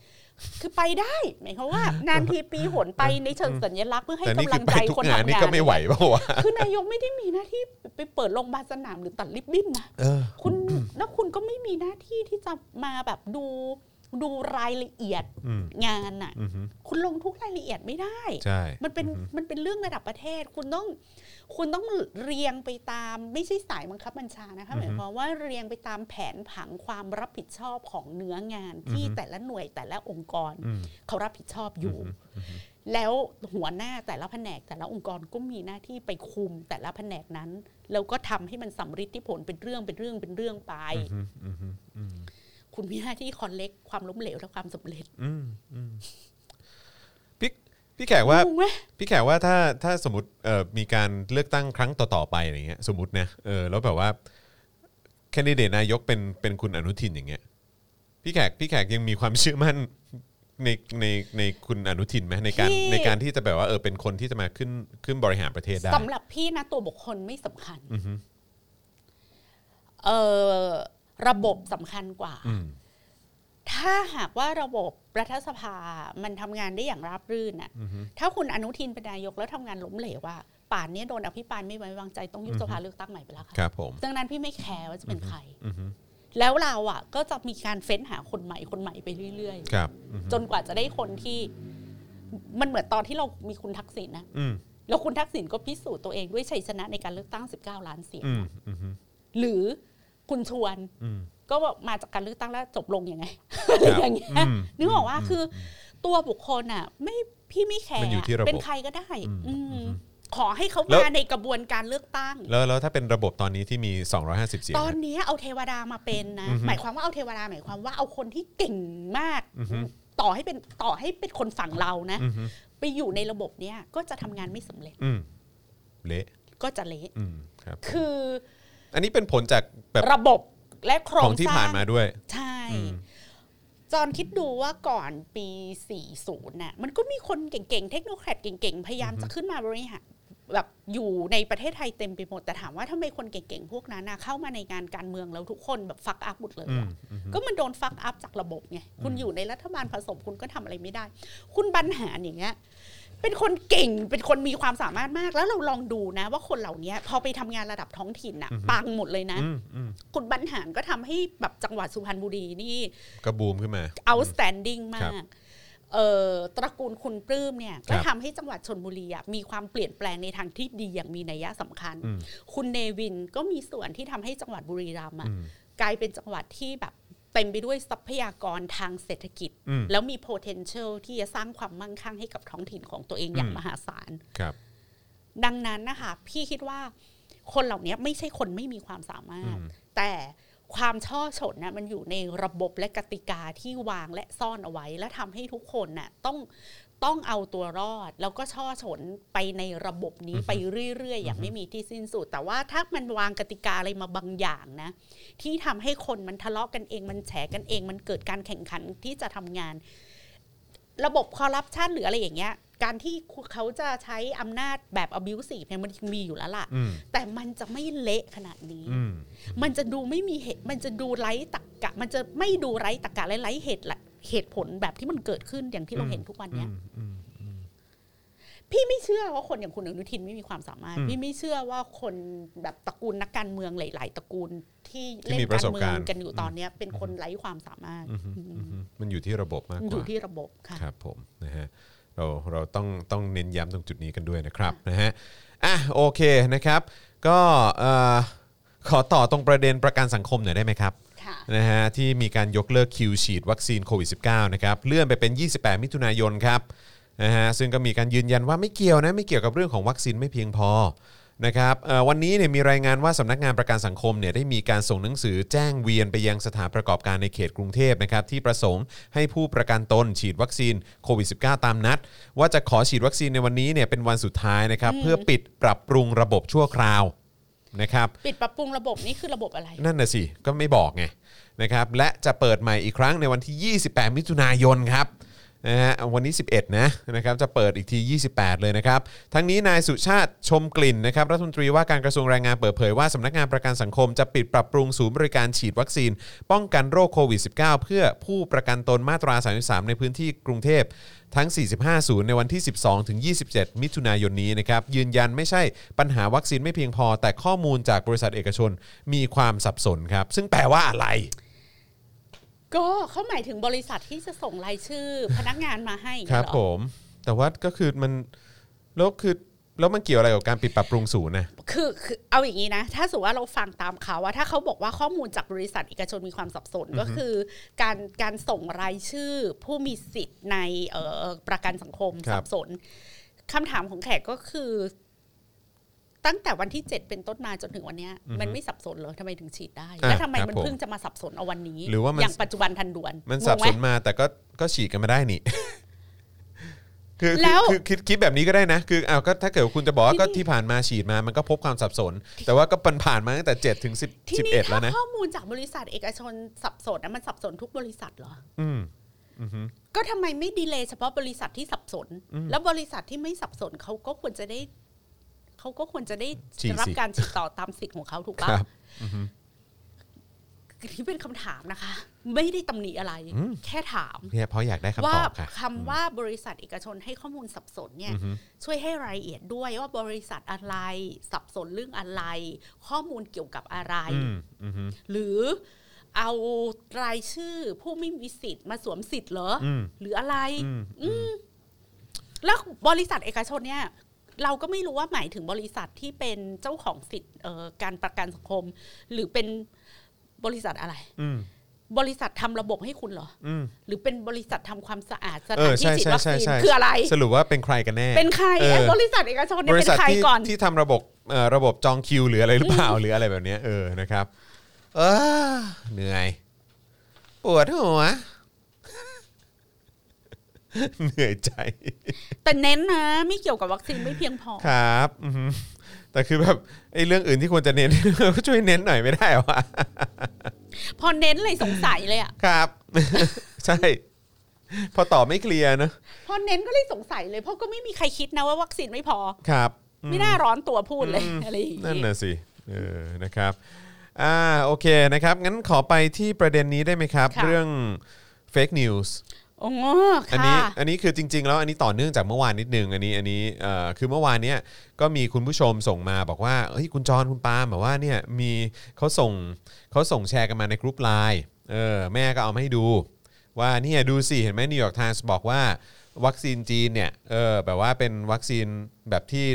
Speaker 3: คือไปได้หมายความ ว่า นานทีปีหนไปในเชิงสัญลักษณ์เพื่อให้
Speaker 2: แต่นี่คื
Speaker 3: กำลั
Speaker 2: อง ไป
Speaker 3: ใจ
Speaker 2: ทุก
Speaker 3: คน
Speaker 2: งาน
Speaker 3: ทำ
Speaker 2: นี่
Speaker 3: งาน
Speaker 2: ก็ไม่ไหวเปล่าวะ
Speaker 3: คือนายกไม่ได้มีหน้าที่ไปเปิดโรงพยาบาลสนามหรือตัดริบบิ้นนะ
Speaker 2: เออ
Speaker 3: คุณแล้วคุณก็ไม่มีหน้าที่ที่จะมาแบบดูดูรายละเอียด
Speaker 2: อืม
Speaker 3: งานน่ะ
Speaker 2: อือฮึ
Speaker 3: คุณลงทุกรายละเอียดไม่ได้
Speaker 2: ใช่
Speaker 3: มันเป็นมันเป็นเรื่องระดับประเทศคุณต้อง คุณต้องเรียงไปตามไม่ใช่สายบังคับบัญชานะคะหมายความว่าเรียงไปตามแผนผังความรับผิดชอบของเนื้องานที่แต่ละหน่วยแต่ละองค์กร
Speaker 2: อืม
Speaker 3: เขารับผิดชอบอยู่ แล้วหัวหน้าแต่ละแผนก แต่ละองค์กรก็มีหน้าที่ไปคุมแต่ละแผนกนั้น แล้วก็ทำให้มันสำฤทธิผลเป็นเรื่องเป็นเรื่องเป็นเรื่องไป
Speaker 2: อืมอืมอืมอืม
Speaker 3: คุณมีหน้าที่คอนเล็กความล้มเหลวและความสำเร็จ
Speaker 2: อืมอืมพี่พี่แขกว่า
Speaker 3: งงไหม
Speaker 2: พี่แขกว่าถ้าถ้าสมมติเอ่อมีการเลือกตั้งครั้งต่อๆไปอย่างเงี้ย สมมตินะเออแล้วแบบว่าแคนดิเดตนายกเป็นเป็นคุณอนุทินอย่างเงี้ยพี่แขกพี่แขกยังมีความเชื่อมั่น ในในในคุณอนุทินไหมในการ
Speaker 3: พี่
Speaker 2: ในการที่จะแบบว่าเออเป็นคนที่จะมาขึ้นขึ้นบริหารประเทศได้
Speaker 3: สำหรับพี่นะตัวบุคคลไม่สำคัญ เออ ระบบสำคัญกว่า
Speaker 2: อืม
Speaker 3: ถ้าหากว่าระบบรัฐสภามันทำงานได้อย่างราบรื่นน่ะ
Speaker 2: อืม
Speaker 3: ถ้าคุณอนุทินเป็นนายกแล้วทำงานล้มเหลวว่า ป่านนี้โดนอภิปรายไม่ไว้วางใจต้องยุบ
Speaker 2: อือฮึ
Speaker 3: สภาเลือกตั้งใหม่ไปแล้ว
Speaker 2: ค
Speaker 3: ค่ะ
Speaker 2: รับผม
Speaker 3: ดังนั้นพี่ไม่แคร์ว่าจะเป็นใคร
Speaker 2: อืม
Speaker 3: แล้วเราอ่ะ ก็จะมีการเฟ้นหาคนใหม่คนใหม่ไปเรื่อย
Speaker 2: ครับอืม
Speaker 3: ๆ จนกว่าจะได้คนที่ มันเหมือนตอนที่เรามีคุณทักษิณนะ
Speaker 2: อืม
Speaker 3: แล้วคุณทักษิณก็พิสูจน์ตัวเองด้วยชัยชนะในการเลือกตั้ง 19 ล้านเสียง
Speaker 2: อืม
Speaker 3: อะ
Speaker 2: อืม
Speaker 3: หรือคุณชวน
Speaker 2: อืม
Speaker 3: ก็มาจากการเลือกตั้งแล้วจบลงยังไงอะไรอย่างเงี้
Speaker 2: อื
Speaker 3: ย
Speaker 2: ม
Speaker 3: นึกออกว่า
Speaker 2: อืม
Speaker 3: คือตัวบุคคลอ่ะ ไม่พี่ไม่แคร์
Speaker 2: มันอยู่ที่ระบบ
Speaker 3: เป็นใครก็ได้
Speaker 2: อืม
Speaker 3: อืม
Speaker 2: อืม
Speaker 3: ขอให้เขา
Speaker 2: แล้ว
Speaker 3: มาในกระบวนการเลือกตั้ง
Speaker 2: แล้วแล้วถ้าเป็นระบบตอนนี้ที่มี 250 เสียง
Speaker 3: ตอน
Speaker 2: นะ
Speaker 3: นี้เอาเทวดามาเป็นนะ
Speaker 2: อือฮึ
Speaker 3: หมายความว่าเอาเทวดาหมายความว่าเอาคนที่เก่งมาก
Speaker 2: อือฮึ
Speaker 3: ต่อให้เป็นต่อให้เป็นคนฝั่งเรานะ
Speaker 2: อืมอืม
Speaker 3: ไปอยู่ในระบบเนี้ยก็จะทำงานไม่สำเร็จ
Speaker 2: อืมเละ
Speaker 3: ก็จะเละ
Speaker 2: อืมครับผม
Speaker 3: คือ
Speaker 2: อันนี้เป็นผลจากแบบ
Speaker 3: ระบบและโคร
Speaker 2: ของ งที่
Speaker 3: สร้า
Speaker 2: ผ่าน
Speaker 3: ง
Speaker 2: มาด้วย
Speaker 3: ใช่
Speaker 2: อืม
Speaker 3: จอนคิดดูว่าก่อนปี 40 น่ะ มันก็มีคนเก่งๆ เทคโนแครดเก่งๆ พยายามจะขึ้นมาบริหารแบบอยู่ในประเทศไทยเต็มไปหมด แต่ถามว่าทำไมคนเก่งๆ พวกนั้นน่ะเข้ามาในงานการเมืองแล้วทุกคนแบบฟักอัพหมดเลย
Speaker 2: อืม
Speaker 3: อะ
Speaker 2: อืม
Speaker 3: ก็มันโดนฟักอัพจากระบบไง คุณอยู่ในรัฐบาลผสมคุณก็ทำอะไรไม่ได้ คุณบรรหารอย่างเงี้ย เป็นคนเก่ง เป็นคนมีความสามารถมาก แล้วเราลองดูนะ ว่าคนเหล่านี้พอไปทำงานระดับท้องถิ่นน่ะ
Speaker 2: อือฮึ
Speaker 3: ปังหมดเลยนะ
Speaker 2: อืมอืม
Speaker 3: คุณบรรหารก็ทำให้แบบจังหวัดสุพรรณบุรีนี่
Speaker 2: ก็บูมขึ้นมา
Speaker 3: outstanding
Speaker 2: ครั
Speaker 3: มา
Speaker 2: บ
Speaker 3: ก เออตระกูลคุณปลื้มเนี่ย
Speaker 2: ครั
Speaker 3: ก็
Speaker 2: บ
Speaker 3: ทำให้จังหวัดชนบุรีอะมีความเปลี่ยนแปลงในทางที่ดีอย่างมีนัยสำคัญ
Speaker 2: อืม
Speaker 3: คุณเนวินก็มีส่วนที่ทำให้จังหวัดบุรีรัมย์อะ
Speaker 2: อืม
Speaker 3: กลายเป็นจังหวัดที่แบบเต็มไปด้วยทรัพยากรทางเศรษฐกิจ
Speaker 2: อืม
Speaker 3: แล้วมี potential ที่จะสร้างความมั่งคั่งให้กับท้องถิ่นของตัวเองอย่างมหาศาล
Speaker 2: ครับ
Speaker 3: ดังนั้นนะคะ พี่คิดว่าคนเหล่านี้ไม่ใช่คนไม่มีความสามารถ แต่ความช่อชนนะมันอยู่ในระบบและกติกาที่วางและซ่อนเอาไว้ และทำให้ทุกคนน่ะต้องต้องเอาตัวรอด แล้วก็ช่อชนไปในระบบนี้ไปเรื่อยๆ อย่างไม่มีที่สิ้นสุด แต่ว่าถ้ามันวางกติกาอะไรมาบางอย่างนะ ที่ทำให้คนมันทะเลาะกันเองมันแฉกันเอง มันเกิดการแข่งขันที่จะทำงาน ระบบคอร์รัปชันหรืออะไรอย่างเงี้ย การที่เขาจะใช้อำนาจแบบ abusive เนี่ยมันมีอยู่แล้วล่ะ
Speaker 2: อืม
Speaker 3: แต่มันจะไม่เละขนาดนี้
Speaker 2: อืม
Speaker 3: มันจะดูไม่มีเหตุ มันจะดูไร้ตรกกะ มันจะไม่ดูไร้ตรกกะและไร้เหตุละเหตุผลแบบที่มันเกิดขึ้นอย่างที่เรา
Speaker 2: อืม
Speaker 3: เห็นทุกวันเนี้ย
Speaker 2: อืมอืม
Speaker 3: พี่ไม่เชื่อว่าคนอย่างคุณอนุทินไม่มีความสามารถ
Speaker 2: อืม
Speaker 3: พี่ไม่เชื่อว่าคนแบบตระกูลนักการเมืองหลาย ๆ ตระกูลที่
Speaker 2: ที่
Speaker 3: เล่น
Speaker 2: มีประ
Speaker 3: การ
Speaker 2: สบ
Speaker 3: เมื
Speaker 2: กา
Speaker 3: อง
Speaker 2: รณ์
Speaker 3: กันอยู่ตอนเนี้ย เป็นคนไร้ความสามารถ
Speaker 2: อืมอืมอืมมันอยู่ที่ระบบมาก
Speaker 3: อก ยู่
Speaker 2: ว่า
Speaker 3: ที่ระบบค่ะ
Speaker 2: ครับผมนะฮะเราเราต้องต้องเน้นย้ำตรงจุดนี้กันด้วยนะครับนะฮะอ่ะโอเคนะครับ ก็เอ่อขอต่อตรงประเด็นประกันสังคมหน่อยได้ไหมครับ
Speaker 3: ค่ะ
Speaker 2: นะฮะที่มีการยกเลิกคิวฉีดวัคซีนโควิด -19 นะครับเลื่อนไปเป็น 28 มิถุนายนครับนะฮะซึ่งก็มีการยืนยันว่าไม่เกี่ยวนะไม่เกี่ยวกับเรื่องของวัคซีนไม่เพียงพอนะครับเอ่อวันนี้เนี่ยมีรายงานว่าสำนักงานประกันสังคมเนี่ยได้มีการส่งหนังสือแจ้งเวียนไปยังสถานประกอบการในเขตกรุงเทพนะครับที่ประสงค์ให้ผู้ประกันตนฉีดวัคซีนโควิด -19 ตามนัด ว่าจะขอฉีดวัคซีนในวันนี้เนี่ยเป็นวันสุดท้ายนะครับเพื่อปิดปรับปรุงระบบชั่วคราวนะครับ
Speaker 3: ปิดปรับปรุงระบบนี่คือระบบอะไร
Speaker 2: นั่นน่ะสิ ก็ไม่บอกไงนะครับและจะเปิดใหม่อีกครั้งในวันที่ 28 มิถุนายนครับนะฮะวันนี้ 11 นะนะครับจะเปิดอีกที 28 เลยนะครับ ทั้งนี้นายสุชาติชมกลิ่นนะครับรัฐมนตรีว่าการกระทรวงแรงงานเปิดเผยว่าสำนักงานประกันสังคมจะปิดปรับปรุงศูนย์บริการฉีดวัคซีน ป้องกันโรคโควิด -19 เพื่อผู้ประกันตนมาตรา 33 ในพื้นที่กรุงเทพ ทั้ง 45 ศูนย์ในวันที่ 12 ถึง 27 มิถุนายนนี้นะครับ ยืนยันไม่ใช่ปัญหาวัคซีนไม่เพียงพอ แต่ข้อมูลจากบริษัทเอกชนมีความสับสนครับ ซึ่งแปลว่าอะไร
Speaker 3: ก็เขาหมายถึงบริษัทที่จะส่งรายชื่อ พนักงานมาให้อย่าง
Speaker 2: ค
Speaker 3: เงี้
Speaker 2: รั
Speaker 3: ย
Speaker 2: บ
Speaker 3: เหรอ
Speaker 2: ผม แต่ว่าก็คือมัน แล้วคือ แล้วมันเกี่ยวอะไรกับการปิดปรับปรุงศูนย์นะ
Speaker 3: คือคือเอาอย่างนี้นะ ถ้าสมมติว่าเราฟังตามเขาว่าถ้าเขาบอกว่าข้อมูลจากบริษัทเอกชนมีความสับสนก็คือ การการส่งรายชื่อผู้มีสิทธิ์ในเอ่อประกันสังคม
Speaker 2: ครับ
Speaker 3: สับสนคำถามของแขกก็คือ ตั้งแต่วันที่ 7 เป็นต้นมาจนถึงวันเนี้ยมันไม่สับสนเหรอทำไมถึงฉีดได้
Speaker 2: อ่ะ
Speaker 3: แล้วทำไม
Speaker 2: ครับ
Speaker 3: มัน
Speaker 2: ผม
Speaker 3: เพิ่งจะมาสับสนเอาวันนี้
Speaker 2: หรือว่ามัน
Speaker 3: อย่างปัจจุบันทันด่วน
Speaker 2: มัน
Speaker 3: งง
Speaker 2: สับ
Speaker 3: ไห
Speaker 2: สนมาแต่ก็ก็ฉีกกันมาได้นี่ คือคือ
Speaker 3: แล้ว
Speaker 2: คือคิดคิดแบบนี้ก็ได้นะ คือเอาก็ถ้าเกิดคุณจะบอกว่าก็ที่ผ่านมาฉีดมา มันก็พบความสับสน แต่ว่าก็ปันผ่านมาตั้งแต่7ถึง10
Speaker 3: ที่นี่
Speaker 2: 11 แล้
Speaker 3: ถ้าว
Speaker 2: นะ
Speaker 3: ข้อมูลจากบริษัทเอกชนสับสนนะมันสับสนทุกบริษัทเหรอ
Speaker 2: อืมอือฮึ
Speaker 3: ก็ทำไมไม่ดีเลย์เฉพาะบริษัทที่สับสน แล้วบริษัทที่ไม่สับสนเขาก็ควรจะได้เขาก็ควรจะได้
Speaker 2: ฉีดสิ
Speaker 3: รับการฉีดต่อตามสิทธิ์ของเขาถูก
Speaker 2: ครั
Speaker 3: ปะ
Speaker 2: บ
Speaker 3: ที่เป็นคำถามนะคะ ไม่ได้ตำหนิอะไร
Speaker 2: อืม
Speaker 3: แค่ถาม
Speaker 2: เนี่ยเพราะอยากได้คำ
Speaker 3: ว่า
Speaker 2: ตอบค่ะ
Speaker 3: คำว่าบริษัทเอกชนให้ข้อมูลสับสนเนี่ย
Speaker 2: อือฮึ
Speaker 3: ช่วยให้รายละเอียดด้วยว่าบริษัทอะไร สับสนเรื่องอะไร ข้อมูลเกี่ยวกับอะไร
Speaker 2: อืมอืม
Speaker 3: หรือเอารายชื่อผู้ไม่มีสิทธิ์มาสวมสิทธิ์เหรออ
Speaker 2: อืม
Speaker 3: หรืออะไร
Speaker 2: อืม
Speaker 3: แล้วบริษัทเอกชนเนี่ย เราก็ไม่รู้ว่าหมายถึงบริษัทที่เป็นเจ้าของสิทธิ์เอ่อการประกันสังคม หรือเป็นบริษัทอะไร
Speaker 2: อืม
Speaker 3: บริษัททำระบบให้คุณเหรอ
Speaker 2: อืม
Speaker 3: หรือเป็นบริษัททำความสะอาดส
Speaker 2: เอ
Speaker 3: ถาน
Speaker 2: อ
Speaker 3: ที่
Speaker 2: ใช่
Speaker 3: ฉีด
Speaker 2: ใช่
Speaker 3: วัค
Speaker 2: ใช่
Speaker 3: ซีน
Speaker 2: ใช่
Speaker 3: คืออะไร
Speaker 2: สรุปว่าเป็นใครกันแน่
Speaker 3: เป็นใคร
Speaker 2: เออ
Speaker 3: ไอ้บริษัทเอกชนเนี่ย
Speaker 2: บ
Speaker 3: เป็
Speaker 2: ริษัท
Speaker 3: นใคร
Speaker 2: ที่
Speaker 3: ก่อน
Speaker 2: ที่ทำระบบเอ่อระบบจองคิว หรืออะไรหรือเปล่าหรืออะไรแบบเนี้ยเออนะครับ เออเหนื่อย ปวดหั ว เหนื่อยใจ
Speaker 3: แต่เน้นนะ ไม่เกี่ยวกับวัคซีนไม่เพียงพอ
Speaker 2: ครับอือหือแต่คือแบบไอ้เรื่องอื่นที่ควรจะเน้น ก็ช่วยเน้นหน่อยไม่ได้เหรอวะ
Speaker 3: พอเน้นเลยสงสัยเลยอ่ะ
Speaker 2: ครับ ใช่ พอตอบไม่เคลียร์นะ
Speaker 3: พอเน้นก็เลยสงสัยเลยเพราะก็ไม่มีใครคิดนะว่าวัคซีนไม่พอ
Speaker 2: ครับ
Speaker 3: ไม่น่าร้อนตัวพูดเลยอะไรอย่าง
Speaker 2: นั่น
Speaker 3: เงี้ย
Speaker 2: น่ะสิ เออ นะครับ อ่า โอเค นะครับ งั้นขอไปที่ประเด็นนี้ได้ไหมครับ เรื่อง fake news
Speaker 3: โอ้โห
Speaker 2: อันนี้
Speaker 3: ค่ะ
Speaker 2: อันนี้คือจริง ๆ แล้วอันนี้ต่อเนื่องจากเมื่อวานนิดนึง อันนี้ อันนี้ เอ่อ คือเมื่อวานเนี้ยก็มีคุณผู้ชมส่งมาบอกว่า เฮ้ย คุณจรคุณปาล์มแบบว่าเนี่ย มีเขาส่งเขาส่งแชร์กันมาในกลุ่มไลน์ เออ แม่ก็เอามาให้ดู ว่าเนี่ยดูสิ เห็นไหมนิวยอร์กไทมส์บอกว่าวัคซีนจีนเนี่ย เออ แบบว่าเป็นวัคซีนแบบที่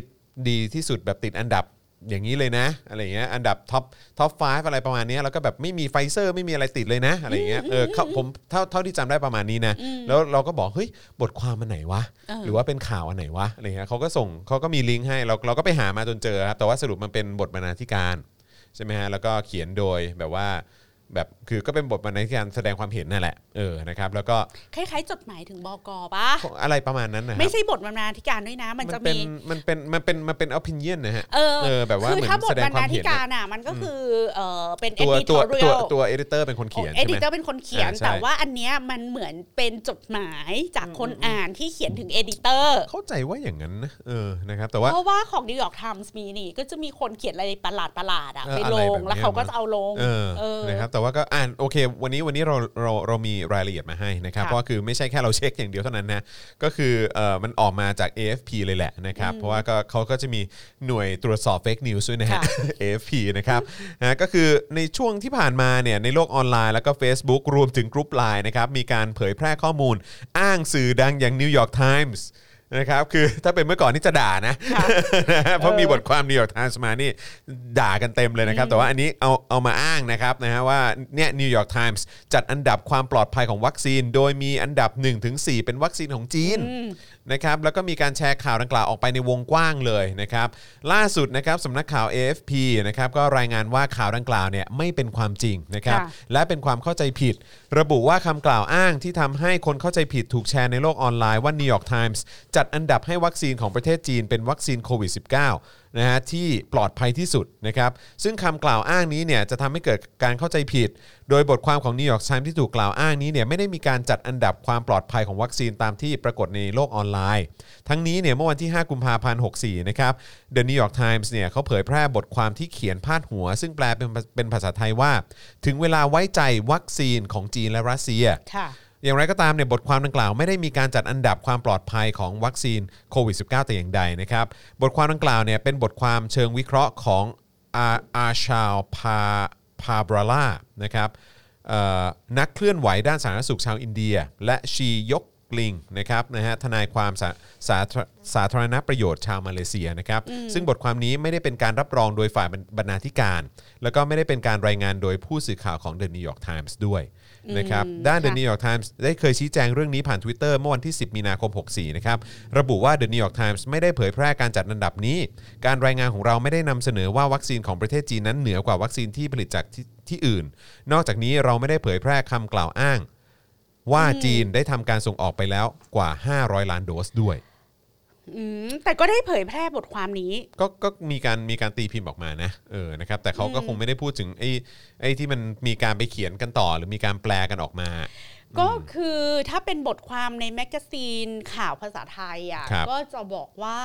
Speaker 2: ดีที่สุดแบบติดอันดับ อย่างนี้เลยนะอะไรอย่างเงี้ยอันดับท็อปท็อปฟอะไรประมาณเนี้ยแล้วก็แบบไม่มีไฟเซอร์ไม่มีอะไรติดเลยนะ อะไรอย่างเงี้ยเออเขาผมเท่าเท่าที่จำได้ประมาณนี้นะ แล้วเราก็บอกเฮ้ยบทความมันไหนวะ
Speaker 3: เออ
Speaker 2: หรือว่าเป็นข่าวอันไหนวะอะไรเงี้ยเขาก็ส่งเขาก็มีลิงก์ให้เราเราก็ไปหามาจนเจอครับแต่ว่าสรุปมันเป็นบทบรรณาธิการใช่ไหมฮะแล้วก็เขียนโดยแบบว่าแบบคือก็เป็นบทบรรณาธิการแสดงความเห็นนั่นแหละเออนะครับแล้วก็
Speaker 3: คล้ายๆจดหมายถึงบกปะ
Speaker 2: อะไรประมาณนั้นนะครับ
Speaker 3: ไม่ใช่บทบรรณาธิการด้วยนะ มันจะ
Speaker 2: เป็
Speaker 3: มี
Speaker 2: นมันเป็นมันเป็นมันเป็น opinion นะฮะ
Speaker 3: เออ
Speaker 2: เออแบบว่า
Speaker 3: คือ
Speaker 2: เหมือน
Speaker 3: ถ้าบท
Speaker 2: แสดง
Speaker 3: บรร
Speaker 2: ควา
Speaker 3: ณาม ธิ
Speaker 2: เห็น
Speaker 3: กา
Speaker 2: อะ
Speaker 3: รน่ะมันก็คือเออเป็น
Speaker 2: ตัวตัวตัว
Speaker 3: editorial
Speaker 2: ตัวเอดิเตอร์เป็นคนเขียน
Speaker 3: เอ
Speaker 2: ใช่
Speaker 3: ดิ
Speaker 2: ไหม
Speaker 3: เตอร์เป็นคนเขียน
Speaker 2: อ่าใช่
Speaker 3: แต่ว่าอันเนี้ยมันเหมือนเป็นจดหมายจากคนอ่านที่เขียนถึงเอดิเตอร์
Speaker 2: เข้าใจว่าอย่างนั้นนะเออนะครับแต่ว่า
Speaker 3: เพราะว่าของนิวยอร์กไทมส์มีนี่ ก็จะมีคนเขียนอะไรประหลาดประหลาดๆอ่ะ
Speaker 2: เออ
Speaker 3: ไปล
Speaker 2: อะไร
Speaker 3: ง
Speaker 2: แบบเนี้ย
Speaker 3: แล้วเขาก็จะเอาลง
Speaker 2: เออ
Speaker 3: เออ
Speaker 2: นะครับแต่ว่าก็อ่านโอเค วันนี้วันนี้เราเราเรามีรายละเอียดมาให้นะครับ
Speaker 3: ค่ะ
Speaker 2: เพราะว่าคือไม่ใช่แค่เราเช็คอย่างเดียวเท่านั้นนะก็คือเออมันออกมาจาก AFP เลยแหละนะครับเพราะว่าก็เขาก็จะมีหน่วยตรวจสอบเฟกนิวส์ด้วยนะฮะ
Speaker 3: ค่ะ
Speaker 2: AFP นะครับนะก็คือในช่วงที่ผ่านมาเนี่ยในโลกออนไลน์แล้วก็ Facebook รวมถึงกรุ๊ปไลน์นะครับมีการเผยแพร่ข้อมูล อ้างสื่อดังอย่าง New York Times นะครับคือถ้าเป็นเมื่อก่อนนี่จะด่านะ
Speaker 3: ค่ะ
Speaker 2: นะฮะเพราะมีบทความนิวยอร์กไทมส์มานี่ด่ากันเต็มเลยนะครับ แต่ว่าอันนี้เอาเอามาอ้างนะครับนะฮะว่าเนี่ยนิวยอร์กไทมส์จัดอันดับความปลอดภัยของวัคซีน โดยมีอันดับ 1-4 เป็นวัคซีนของจีนนะครับแล้วก็มีการแชร์ข่าวดังกล่าวออกไปในวงกว้างเลยนะครับล่าสุดนะครับสำนักข่าว AFP นะครับก็รายงานว่าข่าวดังกล่าวเนี่ยไม่เป็นความจริงนะครับ
Speaker 3: ค่ะ
Speaker 2: และเป็นความเข้าใจผิด ระบุว่าคำกล่าวอ้างที่ทำให้คนเข้าใจผิดถูกแชร์ในโลกออนไลน์ว่า New York Times จัดอันดับให้วัคซีนของประเทศจีนเป็นวัคซีนโควิด -19 นะฮะที่ปลอดภัยที่สุดนะครับซึ่งคำกล่าวอ้างนี้เนี่ยจะทำให้เกิดการเข้าใจผิด โดยบทความของ New York Times ที่ถูกกล่าวอ้างนี้เนี่ยไม่ได้มีการจัดอันดับความปลอดภัยของวัคซีนตามที่ปรากฏในโลกออนไลน์ ทั้งนี้เนี่ยเมื่อวันที่ 5 กุมภาพันธ์ 64 นะครับ The New York Times เนี่ยเขาเผยแพร่บทความที่เขียนพาดหัว ซึ่งแปลเป็นเป็นภาษาไทยว่า ถึงเวลาไว้ใจวัคซีนของจีนและรัสเซีย
Speaker 3: ค่ะ
Speaker 2: อย่างไรก็ตามเนี่ยบทความดังกล่าวไม่ได้มีการจัดอันดับความปลอดภัยของวัคซีนโควิด -19 แต่อย่างใดนะครับ บทความดังกล่าวเนี่ยเป็นบทความเชิงวิเคราะห์ของอาอาชาวพาพาบราล่านะครับเอ่อนักเคลื่อนไหวด้านสาธารณสุขชาวอินเดีย และชียกลิงนะครับนะฮะทนายความสาสาธาสาธารณประโยชน์ชาวมาเลเซียนะครับ ซึ่งบทความนี้ไม่ได้เป็นการรับรองโดยฝ่ายบรรบรรณาธิการ แล้วก็ไม่ได้เป็นการรายงานโดยผู้สื่อข่าวของ The New York Times ด้วย นะครับด้าน The
Speaker 3: ค่ะ
Speaker 2: New York Times ได้เคยชี้แจงเรื่องนี้ผ่าน Twitter เมื่อวันที่ 10 มีนาคม 64 นะครับ ระบุว่า The New York Times ไม่ได้เผยแพร่การจัดอันดับนี้ การรายงานของเราไม่ได้นำเสนอว่าวัคซีนของประเทศจีนนั้นเหนือกว่าวัคซีนที่ผลิตจากที่ที่อื่น นอกจากนี้เราไม่ได้เผยแพร่คำกล่าวอ้าง ว่าจีนได้ทำการส่งออกไปแล้วกว่า 500 ล้านโดสด้วย
Speaker 3: อืมแต่ก็ได้เผยแพร่บทความนี้
Speaker 2: ก็ก็มีการมีการตีพิมพ์ออกมานะเออนะครับแต่เขาก็คงไม่ได้พูดถึงไอ้ไอ้ที่มันมีการไปเขียนกันต่อ หรือมีการแปลกันออกมา
Speaker 3: ก็คือถ้าเป็นบทความในแมกกาซีนข่าวภาษาไทยอ่ะ
Speaker 2: ครับ
Speaker 3: ก็จะบอกว่า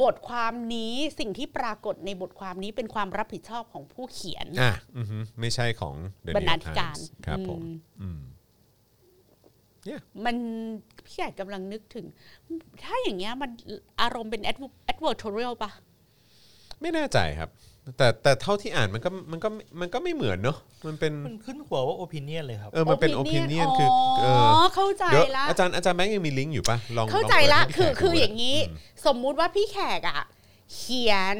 Speaker 3: บทความนี้สิ่งที่ปรากฏในบทความนี้เป็นความรับผิดชอบของผู้เขียน
Speaker 2: อ่ะอือฮึไม่ใช่ของเดอะ
Speaker 3: บรรณาธิการ
Speaker 2: ครับ
Speaker 3: อื
Speaker 2: ผม
Speaker 3: ม
Speaker 2: อืม
Speaker 3: มันพี่ใหญ่กำลังนึกถึง ถ้าอย่างเงี้ยมันอารมณ์เป็น adver- advertorial ปะ
Speaker 2: ไม่แน่ใจครับ แต่แต่เท่าที่อ่านมันก็มันก็มันก็ไม่เหมือนเนอะมันเป็น
Speaker 4: มันขึ้นหัวว่าโอ i ิเนียนเลยครับ
Speaker 2: เออมันเป็นโอ i ิเนียนคือเอ
Speaker 3: อ๋อ
Speaker 2: อ
Speaker 3: เข้าใจ
Speaker 2: เดี๋ยว
Speaker 3: ละ
Speaker 2: อาจารย์อาจารย์แบงค์ยังมีลิงก์อยู่ปะลอง
Speaker 3: เข้า
Speaker 2: อง
Speaker 3: ใจ
Speaker 2: ปิด
Speaker 3: ละ
Speaker 2: ให้พี่
Speaker 3: คือ
Speaker 2: แขก
Speaker 3: คือ
Speaker 2: ดู
Speaker 3: อย่างนี้
Speaker 2: นี้
Speaker 3: สมมุติว่าพี่แขกอะเขียน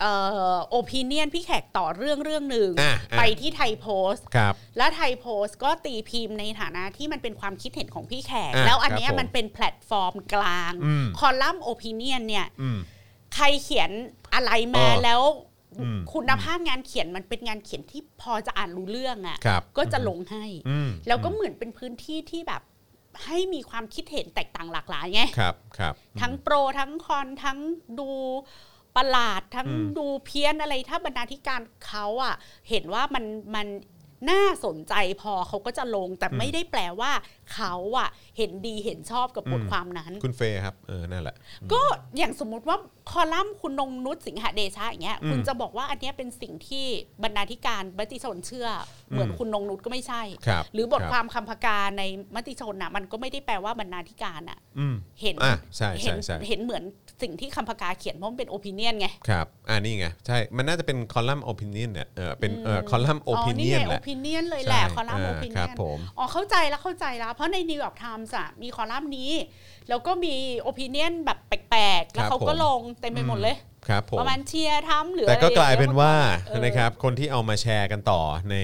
Speaker 3: เอ่อโอปิเนียนพี่แขกต่อเรื่องเรื่องหนึ่ง
Speaker 2: อ่ะอ่ะ
Speaker 3: ไปที่ไทยโพสต์
Speaker 2: ครับ
Speaker 3: แล้วไทยโพสต์ก็ตีพิมพ์ในฐานะที่มันเป็นความคิดเห็นของพี่แขก
Speaker 2: อ่ะ
Speaker 3: แล้วอันเนี้
Speaker 2: ค
Speaker 3: ย
Speaker 2: รับผม
Speaker 3: มันเป็นแพลตฟอร์มกลาง
Speaker 2: อืม
Speaker 3: คอลัมน์โอปิเนียนเนี่ย
Speaker 2: อืม
Speaker 3: ใครเขียนอะไรมา
Speaker 2: อ๋อ
Speaker 3: แล้ว
Speaker 2: อืม
Speaker 3: คุณภาพงานเขียนมันเป็นงานเขียนที่พอจะอ่านรู้เรื่องอะ
Speaker 2: ครับ
Speaker 3: ก็จะลงให้
Speaker 2: อืม
Speaker 3: แล้วก็
Speaker 2: อืม
Speaker 3: เหมือนเป็นพื้นที่ที่แบบให้มีความคิดเห็นแตกต่างหลากหลายไง
Speaker 2: ครับครับ
Speaker 3: ทั้ง
Speaker 2: อืม
Speaker 3: โปรทั้งคอนทั้งดูประหลาดทั้ง
Speaker 2: อืม
Speaker 3: ดูเพี้ยนอะไรถ้าบรรณาธิการเขาอะเห็นว่ามันมันน่าสนใจพอเขาก็จะลงแต่ไม่ได้แปลว่าเขาอะเห็นดีเห็นชอบกับบทความนั้น
Speaker 2: คุณเฟย์ครับเออนั่นแหละ
Speaker 3: ก็อย่างสมมุติว่าคอลัมน์คุณนงนุชสิงหเดชะอย่างเงี้ย
Speaker 2: อืม
Speaker 3: คุณจะบอกว่าอันเนี้ยเป็นสิ่งที่บรรณาธิการมติชนเชื่อ
Speaker 2: ม
Speaker 3: อเหมือนคุณนงนุชก็ไม่ใช่
Speaker 2: ครับ
Speaker 3: หรือบทค
Speaker 2: รั
Speaker 3: วามคำพการในมติชนนะมันก็ไม่ได้แปลว่าบรรณาธิการอะ
Speaker 2: บอืม
Speaker 3: เห็น
Speaker 2: อ่ะใช่ใช่
Speaker 3: เห็น
Speaker 2: ใช่
Speaker 3: เห็นเหมือนสิ่งที่คำพกาเขียนเพราะมันเป็นโอปิเนียนไง
Speaker 2: ครับอ่านี่ไงใช่มันน่าจะเป็นคอลัมน์โอปิเนียนเนี่ยเออเป็นเออคอลัมน์โอปิ
Speaker 3: นี่
Speaker 2: เนียน
Speaker 3: ไง
Speaker 2: แห
Speaker 3: โอ
Speaker 2: ละ
Speaker 3: ปิเนียนเลยแหละ
Speaker 2: ใช่
Speaker 3: คอลัมน์โอปิ
Speaker 2: ค
Speaker 3: เนี
Speaker 2: รั
Speaker 3: ย
Speaker 2: บ
Speaker 3: น
Speaker 2: ผม
Speaker 3: อ๋อเข้าใจแล้วเข้าใจแล้ว เพราะในนิวยอร์กไทมส์อะมีคอลัมน์นี้ แล้วก็มีโอปิเนียนแบบแปลกๆ แล้วเขาก็ลงเต็มไปหมดเลย
Speaker 2: ครับผม
Speaker 3: ประมาณเชียร์ทำหรือ
Speaker 2: แต่ก็
Speaker 3: อะไรองงี้
Speaker 2: กลายเป็นว่า
Speaker 3: เออ
Speaker 2: นะครับคนที่เอามาแชร์กันต่อใน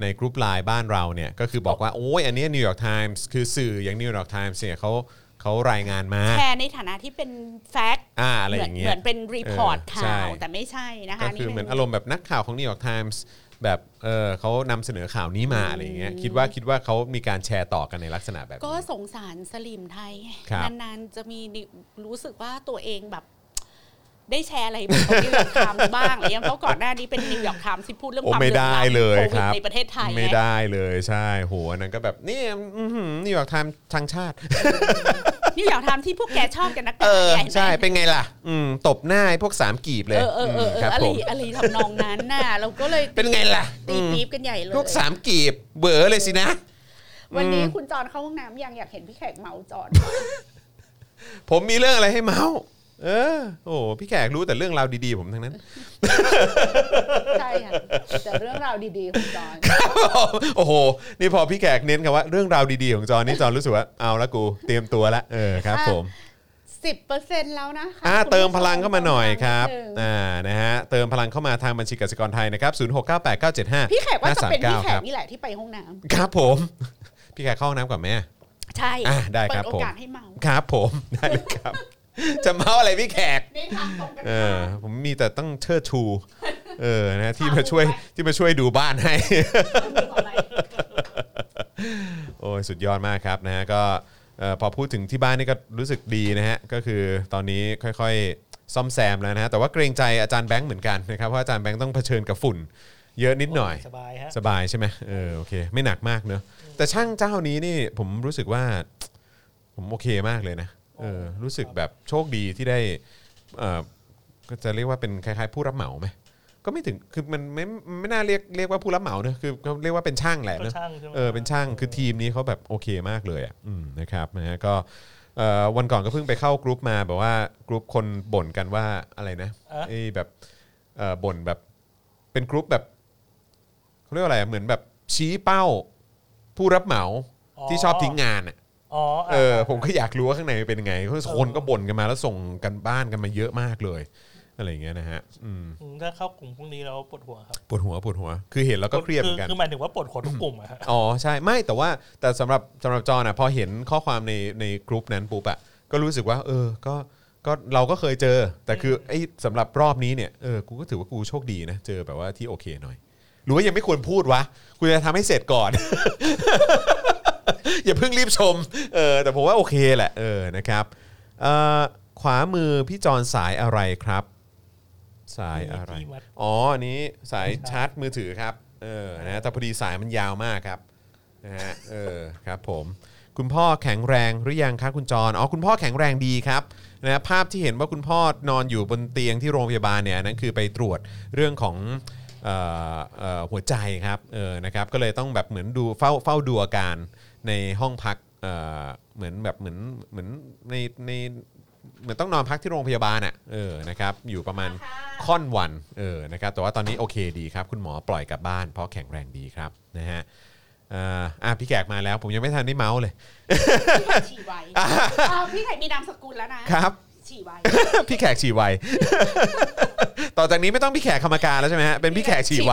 Speaker 2: ในกรุ๊ปไลน์บ้านเราเนี่ยก็คือบอกว่า โอ้ยอันเนี้นิวยอร์กไทมส์คือสื่ออย่างนิวยอร์กไทมส์เนี่ยเขาเขารายงานมา
Speaker 3: แชร์ในฐานะที่เป็นแฟกต์
Speaker 2: อ่าอะไรอย่างเงี้
Speaker 3: เหมื
Speaker 2: ย
Speaker 3: อนเป็นรีพอร์ต
Speaker 2: เออใช่
Speaker 3: ข่าวแต่ไม่ใช่นะคะ
Speaker 2: ก็คือเหมือนอารมณ์แบบนักข่าวของนิวยอร์กไทมส์แบบเออเขานำเสนอข่าวนี้มาอะไรอย่างเงี้ยคิดว่าคิดว่าเขามีการแชร์ต่อกันในลักษณะแบบ
Speaker 3: ก็
Speaker 2: นี้
Speaker 3: สงสารสลิมไทยไง
Speaker 2: ครับ
Speaker 3: นานๆจะมีรู้สึกว่าตัวเองแบบ ได้แชร์อะไรแบบนิวยอร์กไทมบ้างอะไรเงี้ยเพราะก่อนหน้านี้เป็นนิวยอร์กไทมที่พูดเรื่อง
Speaker 2: โอ้
Speaker 3: ความ
Speaker 2: ไม่ได้เลย
Speaker 3: หอมโค
Speaker 2: ค
Speaker 3: วิด
Speaker 2: รับ
Speaker 3: ในประเทศไทย
Speaker 2: ไม่
Speaker 3: ง
Speaker 2: ได้เลยใช่โหอันนั้นก็แบบนี่นิวยอร์กไทม์ทางชาติ
Speaker 3: นิวยอร์กไทม์ที่พวกแกชอบกันนักห
Speaker 2: เอ
Speaker 3: นา
Speaker 2: อ
Speaker 3: ไง
Speaker 2: ใช่เป็นไงล่ะ อืมตบหน้าไอ้พวกสามกีบเลย
Speaker 3: เออเออเออเอ
Speaker 2: ค
Speaker 3: อ
Speaker 2: รับ
Speaker 3: อะ
Speaker 2: ผ
Speaker 3: ไร
Speaker 2: ม
Speaker 3: อะไรทำนองนั้นน่ะเราก็เลย
Speaker 2: เป็นไงล่ะ
Speaker 3: ตี
Speaker 2: อืม
Speaker 3: ปี๊บกันใหญ่เลย
Speaker 2: พวกสามกีบเบื่อเลยสินะ
Speaker 3: วันนี้คุณจอนเข้าห้องน้ำยังอยากเห็นพี่แขกเมาจอน
Speaker 2: ผมมีเรื่องอะไรให้เมาส์เออ โอ้พี่แขกรู้แต่เรื่องราวดีๆ ผมทั้งนั้น
Speaker 3: ใช่ค่ะแต่เรื่องราวดีๆของจอน
Speaker 2: โอ้โห นี่พอพี่แขกเน้นกับว่าเรื่องราวดีๆของจอนี่จอนรู้สึกว่าเอาละกูเตรียมตัวละเออครับ ผม
Speaker 3: สิบเปอร์เซ็นต์แล้วนะคะ
Speaker 2: อ่า
Speaker 3: คุณผู้ช
Speaker 2: เติมพลังเข้ามาหน่อยครับ
Speaker 3: หนึ่ง
Speaker 2: อ่านะฮะเติมพลังเข้ามาทางบัญชีกสิกรไทยนะครับศูนย์หกเก้าแปดเก้าเจ็ดห้า
Speaker 3: พี่แขกว่าจะเป็นพี่แข
Speaker 2: ค
Speaker 3: ก
Speaker 2: รับ
Speaker 3: นี่แหละที่ไปห้องน้
Speaker 2: ครับผม พี่แขกเข้าห้องน้ำก่อนไหม
Speaker 3: ำใช่
Speaker 2: อ่ะได้ครับ
Speaker 3: เปิดโอ
Speaker 2: ผม
Speaker 3: กาสให้เมา
Speaker 2: ครับผม ได้เลยครับ จะเมาอะไรพี่แขก
Speaker 3: ในทางตรงกัน
Speaker 2: เอ
Speaker 3: ข้า
Speaker 2: อ
Speaker 3: ม
Speaker 2: ผมมีแต่ต้องเชิดชู เออนะที่
Speaker 3: พา
Speaker 2: มาช่วย
Speaker 3: ไป
Speaker 2: ที่มาช่วยดูบ้านให้
Speaker 3: ดูก่อนไหม
Speaker 2: โอ้ยสุดยอดมากครับนะฮะก็เอ่อพอพูดถึงที่บ้านนี่ก็รู้สึกดีนะฮะก็คือตอนนี้ค่อยๆซ่อมแซมแล้วนะฮะแต่ว่าเกรงใจอาจารย์แบงค์เหมือนกันนะครับเพราะอาจารย์แบงค์ต้องเผชิญกับฝุ่น เยอะนิดหน่อย
Speaker 4: สบายฮะ
Speaker 2: สบายใช่ไหมเออโอเค ไม่หนักมากเนอะแต่ช่างเจ้านี้นี่ผมรู้สึกว่า ผมโอเคมากเลยนะเออรู้สึกแบบโชคดีที่ได้เออก็จะเรียกว่าเป็นคล้ายๆ ผู้รับเหมาไหมก็ไม่ถึงคือมันไม่ไม่น่าเรียกเรียกว่าผู้รับเหมาเนอะคือเขาเรียกว่าเป็นช่างแหละเนอะ
Speaker 4: ก็ช่างใช่ไหม
Speaker 2: เออเป็นช่างคือทีมนี้เขาแบบโอเคมากเลยอ่ะอืมนะครับนะฮะก็เอ่อวันก่อนก็เพิ่งไปเข้ากรุ๊ปมาแบบว่ากรุ๊ปคนบ่นกันว่าอะไรนะไอ้แบบเอ่อบ่นแบบ เป็นกรุ๊ปแบบเขาเรียกว่าอะไรอะเหมือนแบบชี้เป้าผู้รับเหมา
Speaker 4: อ๋อ
Speaker 2: ที่ชอบทิ้งงานอะ
Speaker 4: อ๋ออ่ะ
Speaker 2: เออผมก็อยากรู้ว่าข้างในมันเป็นยังไงเพราะคนก็บ่นกันมาแล้วส่งกันบ้านกันมาเยอะมากเลยอะไรอย่างเงี้ยนะฮะอืม
Speaker 4: มถ้าเข้ากลุ่มพวกนี้แล้วปวดหัวครับ
Speaker 2: ปวดหัวปวดหัว คือเห็นแล้วก็เครียดเหมือนกัน
Speaker 4: คืคือหมายถึงว่าปวดหัวทุกกลุ่มอะ ฮะ
Speaker 2: อ๋อใช่ไม่แต่ว่าแต่สำหรับสำหรับจอนะพอเห็นข้อความในในกลุ่มนั้นปุ๊บอะก็รู้สึกว่า เออก็ก็เราก็เคยเจอ แต่คือไอ้สำหรับรอบนี้เนี่ยเออกูก็ถือว่ากูโชคดีนะ เจอแบบว่าที่โอเคหน่อย หรือว่ายังไม่ควรพูดวะกูจะทำให้เสร็จก่อน อย่าเพิ่งรีบชมเออแต่ผมว่าโอเคแหละเออนะครับเอ่อขวามือพี่จอนสายอะไรครับ สายอะไร
Speaker 4: ที่วัด
Speaker 2: อ๋ออันนี้สายชาร์จมือถือครับ เออ นะแต่พอดีสายมันยาวมากครับ นะฮะ เออ ครับผม คุณพ่อแข็งแรงหรือยังคะคุณจร อ๋อ คุณพ่อแข็งแรงดีครับ นะภาพที่เห็นว่าคุณพ่อนอนอยู่บนเตียงที่โรงพยาบาลเนี่ยอันนั้นคือไปตรวจเรื่องของเอ่อเอ่อหัวใจครับเออนะครับก็เลยต้องแบบเหมือนดูเฝ้าเฝ้าดูอาการในห้องพักเอ่อเหมือนแบบเหมือนเหมือนในในเหมือนต้องนอนพักที่โรงพยาบาลอ่ะเออนะครับอยู่ประมาณ ค่อนวันเออนะครับแต่ว่าตอนนี้โอเคดีครับ คุณหมอปล่อยกลับบ้าน เพราะแข็งแรงดีครับนะฮะเอ่ออ่ะพี่แขกมาแล้ว ผมยังไม่ทันได้เมาส์เลย
Speaker 3: พี่ไข่ฉี่ไวอ้าวพี่ไข่มีนามสกุลแล้วนะครับ ฉี่ไว
Speaker 2: พี่แขกฉี่ไว ต่อจากนี้ไม่ต้องพี่แขกกรรมการแล้วใช่ไหมฮะเป็นพี่แขกฉี่ไว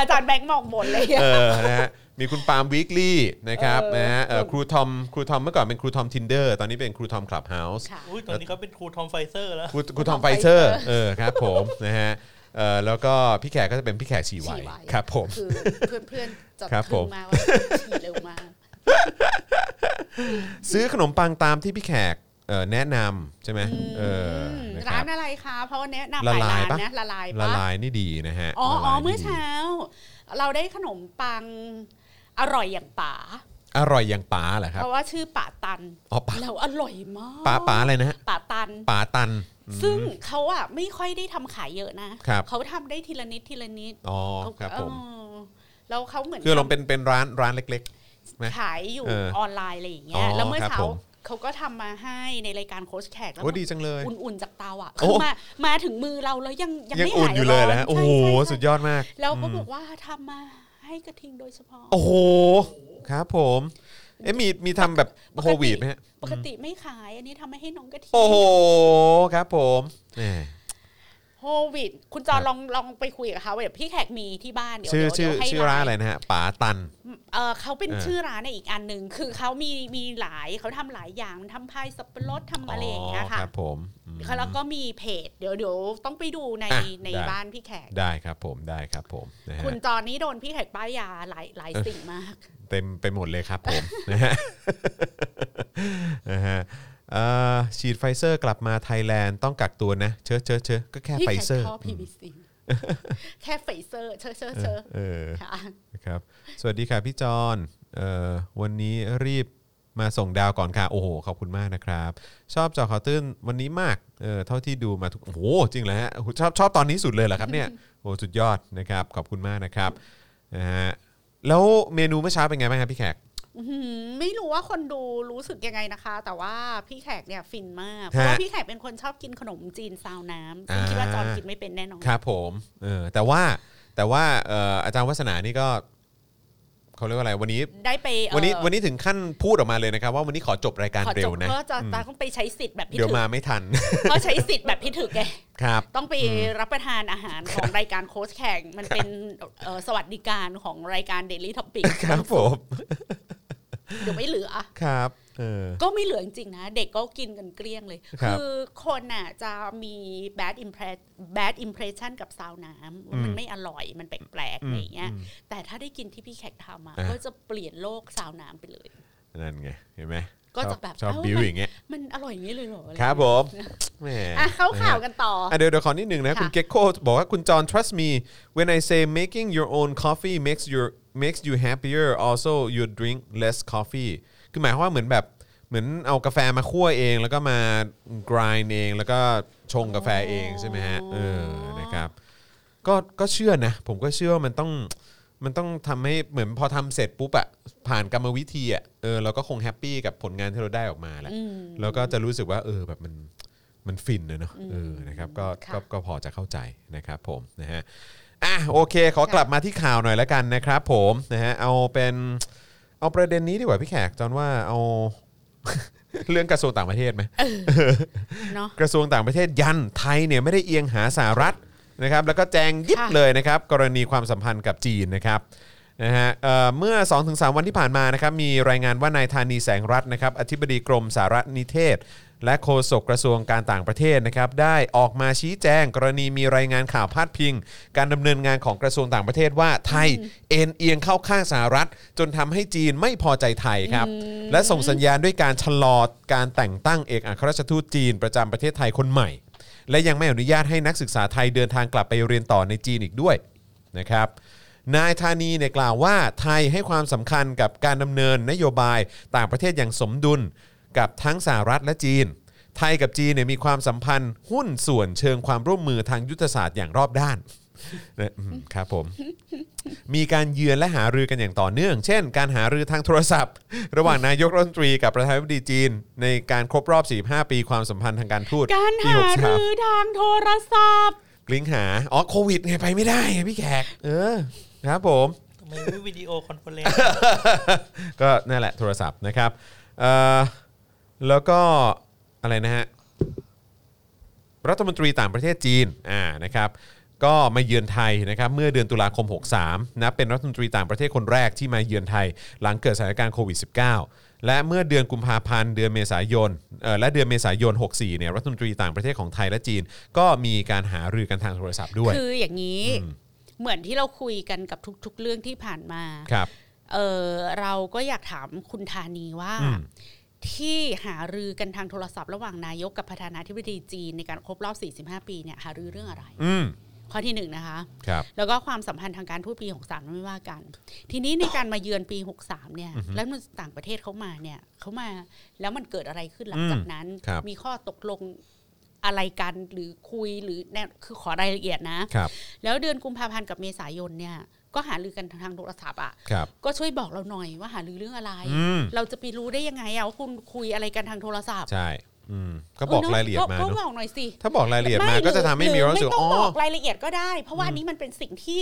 Speaker 3: อาจารย์แบงค์มองบนเลยอะ
Speaker 2: เออ นะฮะ มีคุณปาล์มวีคลี่นะครับ
Speaker 3: เออ
Speaker 2: นะฮะเอ่อครูทอม ครูทอมเมื่อก่อนเป็นครูทอมทินเดอร์ ตอนนี้เป็นครูทอมคลับเฮาส์
Speaker 3: ค่ะ
Speaker 4: อุ้ยตอนนี้เขาเป็นครูทอมไฟเซอร์แล้ว
Speaker 2: ครูครูทอม
Speaker 3: ทอม
Speaker 2: ไฟ
Speaker 3: ไฟ
Speaker 2: เซ
Speaker 3: เซ
Speaker 2: อ
Speaker 3: อร์
Speaker 2: ร์เออครับ ผม นะฮะเออแล้วก็พี่แขกก็จะเป็นพี่แขกฉี่ไว
Speaker 3: ฉี่ไว
Speaker 2: ครับผม
Speaker 3: คือเพื่อนๆจัด
Speaker 2: ครับ
Speaker 3: ขึ้
Speaker 2: ผม
Speaker 3: นมาว่าฉี่เร็วมาก
Speaker 2: ซื้อขนมปังตามที่พี่แขกเอ่อแนะนำใช่ไหมเออนะค
Speaker 3: ร้า
Speaker 2: รับ
Speaker 3: นอะไรคะ เพราะว่าแนะนำห
Speaker 2: ละ
Speaker 3: ลา
Speaker 2: ลา
Speaker 3: ย
Speaker 2: ย
Speaker 3: ร้าน
Speaker 2: ปะ
Speaker 3: นะละลาย
Speaker 2: ละ
Speaker 3: ปะ
Speaker 2: ลายนี่ดีนะฮะ
Speaker 3: อ๋อ
Speaker 2: ละ
Speaker 3: อ๋
Speaker 2: ลา
Speaker 3: อย เมื่อ
Speaker 2: นี่ดี
Speaker 3: เช้า เราได้ขนมปังอร่อยอย่างป๋า
Speaker 2: อร่อยอย่างป๋าเหรอครั
Speaker 3: เพ
Speaker 2: บ
Speaker 3: ราะว่าชื่อป๋าตัน
Speaker 2: อ๋อป๋า
Speaker 3: แล้วอร่อยมาก
Speaker 2: ป๋าป๋าอะไรนะฮะ
Speaker 3: ป๋าตัน
Speaker 2: ป๋าตัน
Speaker 3: ซึ่งเขาอ่ะไม่ค่อยได้ทำขายเยอะนะครับ เขาทำได้ทีละนิดทีละนิด
Speaker 2: อ๋อครับผม
Speaker 3: เออแล้วเขาเหมือน
Speaker 2: คือลงเป็นเป็นร้านร้านเล็ก ไหม
Speaker 3: ขายอยู่
Speaker 2: เออ
Speaker 3: ออนไลน์อะไรอย่าง
Speaker 2: อ๋
Speaker 3: เงี้ย
Speaker 2: อ
Speaker 3: แล้วเมื่อ
Speaker 2: ครับ
Speaker 3: เช้า
Speaker 2: ผม
Speaker 3: เขาก็ทำมาให้ในรายการโค้ชแขก
Speaker 2: ๆ
Speaker 3: แล้ว
Speaker 2: โอ้ดีจังเลย
Speaker 3: อุ่นๆจากเตาอ่ะ
Speaker 2: โอ้
Speaker 3: คือมามาถึงมือเราแล้วยังยัง
Speaker 2: ยัง
Speaker 3: ไม่
Speaker 2: อุ่น
Speaker 3: หาย
Speaker 2: อยู่เลย
Speaker 3: ร้
Speaker 2: นะฮะโอ้
Speaker 3: ใช่
Speaker 2: โห
Speaker 3: ใช่ใช่
Speaker 2: สุดยอดมาก
Speaker 3: แล้วก็
Speaker 2: อืม
Speaker 3: บอกว่าทำมาให้กระทิงโดยเฉพาะ
Speaker 2: โอ้โหครับผมเอ๊ะมีมีทำแบบ
Speaker 3: ปกติ
Speaker 2: โฮลวีดไหมฮะ
Speaker 3: ปกติไม่ขายอันนี้ทำมาให้น้องกระทิง
Speaker 2: โอ้โหครับผมแหม
Speaker 3: โควิด คุณจอ
Speaker 2: ครับ
Speaker 3: ลองลองไปคุยกับเขาแบบพี่แขกมีที่บ้านเดี๋ยว
Speaker 2: ชื่อ
Speaker 3: เดี๋
Speaker 2: ชื่
Speaker 3: ย
Speaker 2: อ
Speaker 3: วให้
Speaker 2: ชื่อร้านอะไรนะฮะป๋าตัน
Speaker 3: เออเขาเป็น
Speaker 2: เออ
Speaker 3: ชื่อร้านในยอีกอันหนึ่งคือเขามีมีหลายเขาทำหลายอย่างทำพายสับปะรดทำอะไรอย่างเงี้ยค่ะ
Speaker 2: ครับผมอืม
Speaker 3: แล้วก็มีเพจ เดี๋ยวเดี๋ยวต้องไปดูใน
Speaker 2: อ่ะ
Speaker 3: ใน
Speaker 2: ได้
Speaker 3: บ้านพี่แขก
Speaker 2: ได้ครับผมได้ครับผมนะฮะ
Speaker 3: คุณจอนี่โดนพี่แขกป้ายยาหลายหลายสิ่งมาก
Speaker 2: เต็มไปหมดเลยครับผม นะฮะนะฮะเอ่อฉีดไฟเซอร์กลับมาไทยแลนด์ต้องกักตัวนะ เชอะเชอะเชอะก็แค่
Speaker 3: พี่
Speaker 2: ไฟ
Speaker 3: แขก
Speaker 2: เซอร์
Speaker 3: ชอบ PVC แค่ไฟเซอร์เชอะเชอะเชอะ
Speaker 2: เออ
Speaker 3: ค่ะ
Speaker 2: นะครับสวัสดีค่ะพี่จอนเอ่อวันนี้รีบมาส่งดาวก่อนค่ะ โอ้โห ขอบคุณมากนะครับ ชอบจอขอตื้นวันนี้มากเออเท่าที่ดูมาทุกโอ้โหจริงเหรอฮะชอบชอบตอนนี้สุดเลยเหรอครับ เนี่ยโอ้โหสุดยอดนะครับ ขอบคุณมากนะครับนะฮะแล้วเมนูเมื่อเช้าเป็นไงบ้างครับพี่แขก
Speaker 3: อื้อหือไม่รู้ว่าคนดูรู้สึกยังไงนะคะ แต่ว่าพี่แขกเนี่ยฟินมาก
Speaker 2: ฮะ
Speaker 3: เพราะว่าพี่แขกเป็นคนชอบกินขนมจีนซาวน้ำซึ่ง
Speaker 2: อ่า
Speaker 3: คิดว่าจอนกินไม่เป็นแน่นอน
Speaker 2: ครับผมเออแต่ว่าแต่ว่าเอ่ออาจารย์วัฒนานี่ก็เขาเรียกว่าอะไรวันนี้
Speaker 3: ได้ไปเอ่อ
Speaker 2: วันนี้วันนี้ถึงขั้นพูดออกมาเลยนะครับ ว่าวันนี้ขอจบรายการ
Speaker 3: ขอ
Speaker 2: เร็
Speaker 3: จ
Speaker 2: ว
Speaker 3: บ
Speaker 2: นะ
Speaker 3: ก็จะ
Speaker 2: อืม
Speaker 3: ต้องไปใช้สิทธิ์แบบพี่
Speaker 2: เดี๋ยว
Speaker 3: ถึก
Speaker 2: มาไม่ทัน
Speaker 3: เพราะใช้สิทธิ์แบบพี่ถึกไง
Speaker 2: ครับ
Speaker 3: ต้องไปรับประทานอาหารของรายการโค้ชแขกมันเป็นเอ่อสวัสดิการของรายการ Daily Topic
Speaker 2: ครับผม
Speaker 3: เดี๋ยวไม่เหลือ
Speaker 2: ครับเออ
Speaker 3: ก็ไม่เหลือจริงๆนะ เด็กก็กินกันเกลี้ยงเลย
Speaker 2: ครับ
Speaker 3: คือคนน่ะจะมี bad impress bad impression กับซาวน้ำว่ามันไม่อร่อยมันแปลกๆอะไรอย่างเงี้ยแต่ถ้าได้กินที่พี่แขกทำอ่ะก็จะเปลี่ยนโลกซาวน้ำไปเลย
Speaker 2: นั่นไงเห็นไหม
Speaker 3: ก็จะแบบ
Speaker 2: ชอบ
Speaker 3: เอ้า
Speaker 2: บิว
Speaker 3: มัน
Speaker 2: อย่างเงี้ย
Speaker 3: มันอร่อยอย่างนี้เลยเหรออะไ
Speaker 2: ครับผมแหม
Speaker 3: อ่ะเข้าข่าวกันต่อ
Speaker 2: อ่ะเดี๋ยวเดี๋ยวขอนิดหนึ่งนะ
Speaker 3: ค่ะ
Speaker 2: คุณเกคโคบอกว่าคุณจอห์น trust me when I say making your own coffee makes your makes you happier also you drink less coffee คือหมายความว่าเหมือนแบบเหมือนเอากาแฟมาคั่วเองแล้วก็มา grind เองแล้วก็ชงกาแฟเองใช่ไหมฮะเออนะครับก็ก็เชื่อนะ ผมก็เชื่อว่ามันต้องมันต้องทำให้เหมือนพอทำเสร็จปุ๊บอะผ่านกรรมวิธีอะเออเราก็คงแฮปปี้กับผลงานที่เราได้ออกมาแหละแล้วก็จะรู้สึกว่าเออแบบมันมันฟินนะเนาะเออนะครับก็
Speaker 3: ค่ะ
Speaker 2: ก็ ก็พอจะเข้าใจนะครับผมนะฮะอ่ะโอเค ขอกลับมาที่ข่าวหน่อยแล้วกันนะครับผมนะฮะเอาเป็นเอาประเด็นนี้ดีกว่าพี่แขกจอนว่าเอา เรื่องกระทรวงต่างประเทศไหม
Speaker 3: เนาะ
Speaker 2: กระทรวงต่างประเทศยันไทยเนี่ยไม่ได้เอียงหาสหรัฐนะครับแล้วก็แจงยิบ
Speaker 3: ค่ะ
Speaker 2: เลยนะครับ กรณีความสัมพันธ์กับจีนนะครับนะฮะเอ่อเมื่อ 2-3 วันที่ผ่านมานะครับมีรายงานว่านายธานีแสงรัตน์นะครับอธิบดีกรมสารนิเทศ และโฆษกกระทรวงการต่างประเทศนะครับได้ออกมาชี้แจงกรณีมีรายงานข่าวพาดพิง การดำเนินงานของกระทรวงต่างประเทศว่าไทยเอ็นเอียงเข้าข้างสหรัฐ จนทำให้จีนไม่พอใจไทยครับและส่งสัญญาณด้วยการชะลอการแต่งตั้งเอกอัครราชทูตจีนประจำประเทศไทยคนใหม่ และยังไม่อนุญาตให้นักศึกษาไทยเดินทางกลับไปเรียนต่อในจีนอีกด้วยนะครับ นายธานีเนี่ยกล่าวว่าไทยให้ความสำคัญกับการดำเนินนโยบายต่างประเทศอย่างสมดุลกับทั้งสหรัฐและจีน ไทยกับจีนเนี่ยมีความสัมพันธ์หุ้นส่วนเชิงความร่วมมือทางยุทธศาสตร์อย่างรอบด้าน นะอืมครับผม มีการเยือนและหารือกันอย่างต่อเนื่อง เช่น การหารือทางโทรศัพท์ ระหว่างนายกรัฐมนตรีกับประธานาธิบดีจีน ในการครบรอบ 45 ปีความสัมพันธ์ทางการทูต
Speaker 3: การ
Speaker 2: ปี
Speaker 3: หา
Speaker 2: 63
Speaker 3: รือทางโทรศัพท์
Speaker 2: กลิงหา อ๋อโควิดไงไปไม่ได้ไงพี่แขก เออครับผม
Speaker 4: ทำไมไม่วิดีโอคอนเฟอเร นซ์
Speaker 2: ก็นั่นแหละโทรศัพท์นะครับเอ่อแล้วก็อะไรนะฮะรัฐมนตรีต่างประเทศจีนอ่านะครับก็มาเยือนไทยนะครับเมื่อเดือนตุลาคม 63นะเป็นรัฐมนตรีต่างประเทศคนแรกที่มาเยือนไทย หลังเกิดสถานการณ์โควิด -19 และเมื่อเดือนกุมภาพันธ์เดือนเมษายนเอ่อและเดือนเมษายน 64เนี่ยรัฐมนตรีต่างประเทศของไทยและจีน ก็มีการหารือกันทางโทรศัพท์ด้วย
Speaker 3: คืออย่างนี้ เหมือนที่เราคุยกันกับทุก ๆ เรื่องที่ผ่านมา
Speaker 2: ครับ
Speaker 3: เออเราก็อยากถามคุณธานีว่า
Speaker 2: อืม
Speaker 3: ที่หารือกันทางโทรศัพท์ระหว่างนายกกับประธานาธิบดีจีนในการครบรอบ 45 ปีเนี่ยหารือเรื่องอะไร
Speaker 2: อืม
Speaker 3: ข้อที่หนึ่งนะคะ
Speaker 2: ครับ
Speaker 3: แล้วก็ความสัมพันธ์ทางการทูตปี 63นั้นไม่ว่ากัน ทีนี้ในการมาเยือนปี 63 เนี่ย แล้วมันต่างประเทศเขามาเนี่ยเขามาแล้วมันเกิดอะไรขึ้นหลังจากนั้น
Speaker 2: อืมครับ
Speaker 3: มีข้อตกลงอะไรกันหรือคุยหรือแนวคือขอรายละเอียดนะ
Speaker 2: ครับ
Speaker 3: แล้วเดือนกุมภาพันธ์กับเมษายนเนี่ยก็หารือกันทางโทรศัพท์อ่ะ
Speaker 2: ครับ
Speaker 3: ก็ช่วยบอกเราหน่อยว่าหารือเรื่องอะไร
Speaker 2: อืม
Speaker 3: เราจะไปรู้ได้ยังไงอะว่าคุณคุยอะไรกันทางโทรศัพท์
Speaker 2: ใช่ อืม ก็บอกรายละเอียดมา
Speaker 3: ก็ก็
Speaker 2: เน
Speaker 3: บ
Speaker 2: อะ
Speaker 3: อกหน่อยสิ
Speaker 2: ถ้าบอกรายละเอียดมา ก็จะทำให้มีความรู้สึก
Speaker 3: ไต้
Speaker 2: อ๋
Speaker 3: อง
Speaker 2: อ
Speaker 3: บอกรายละเอียดก็ได้ เพราะว่าอันนี้มันเป็นสิ่งที่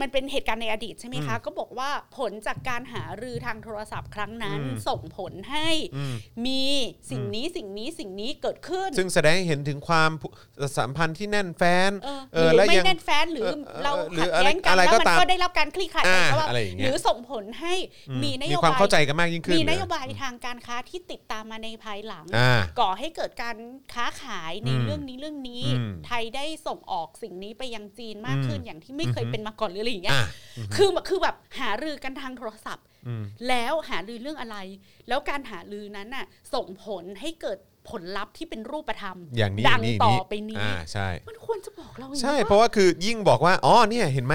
Speaker 3: มันเป็นเหตุการณ์ในอดีตใช่ไหมคะ ก็บอกว่าผลจากการหารือทางโทรศัพท์ครั้งนั้น
Speaker 2: อืม
Speaker 3: ส่งผลให้
Speaker 2: อืม
Speaker 3: มีสิ่งนี้สิ่งนี้สิ่งนี้เกิดขึ้น
Speaker 2: ซึ่งแสดงให้เห็นถึงความผูสัมพันธ์ที่แน่นแฟน
Speaker 3: เออ
Speaker 2: เอ
Speaker 3: หรืออ
Speaker 2: และ
Speaker 3: ไม่
Speaker 2: ยัง
Speaker 3: แน่นแฟนหรือ
Speaker 2: เออเออ
Speaker 3: เรา
Speaker 2: หรื
Speaker 3: ขั
Speaker 2: อ
Speaker 3: ด
Speaker 2: อะไร
Speaker 3: แย้งกัน
Speaker 2: อะไร
Speaker 3: แล้
Speaker 2: ก็
Speaker 3: วมัน
Speaker 2: ตาม
Speaker 3: ก็ได้รับการคลี่คลาย
Speaker 2: อ่า
Speaker 3: แต่ว่า
Speaker 2: อะไรอย่างเงี้
Speaker 3: ห
Speaker 2: ย
Speaker 3: รือส่งผลให้มีนโย
Speaker 2: มีความ
Speaker 3: บาย
Speaker 2: เข้าใจกันมากยิ่งขึ้น
Speaker 3: มีนโย
Speaker 2: เล
Speaker 3: บายทางการค้าที่ติดตามมาในภายหลัง
Speaker 2: อ่า
Speaker 3: ก่อให้เกิดการค้าขายใน
Speaker 2: อืม
Speaker 3: เรื่องนี้เรื่องนี้
Speaker 2: อืม
Speaker 3: ไทยได้ส่งออกสิ่งนี้ไปยังจีนมากขึ้น
Speaker 2: อืม
Speaker 3: อย่างที่ไม่เคยเป็นมาก่อนหรืออะไรอย่างเงี้ย
Speaker 2: อ่า
Speaker 3: คือแบบคือแบบหารือกันทางโทรศัพท์
Speaker 2: อืม
Speaker 3: แล้วหารือเรื่องอะไร แล้วการหารือนั้นน่ะส่งผลให้เกิดผลลัพธ์ที่เป็นรูปธรรม
Speaker 2: อย่างนี้
Speaker 3: ดัง
Speaker 2: ย่างนี้
Speaker 3: ต่อย่าง ไปนี้
Speaker 2: อ่า ใช่
Speaker 3: มันควรจะบอกเราอย่างนี้
Speaker 2: ใช่
Speaker 3: ว่า
Speaker 2: เพราะว่าคือยิ่งบอกว่า อ๋อ เนี่ย เห็นไหม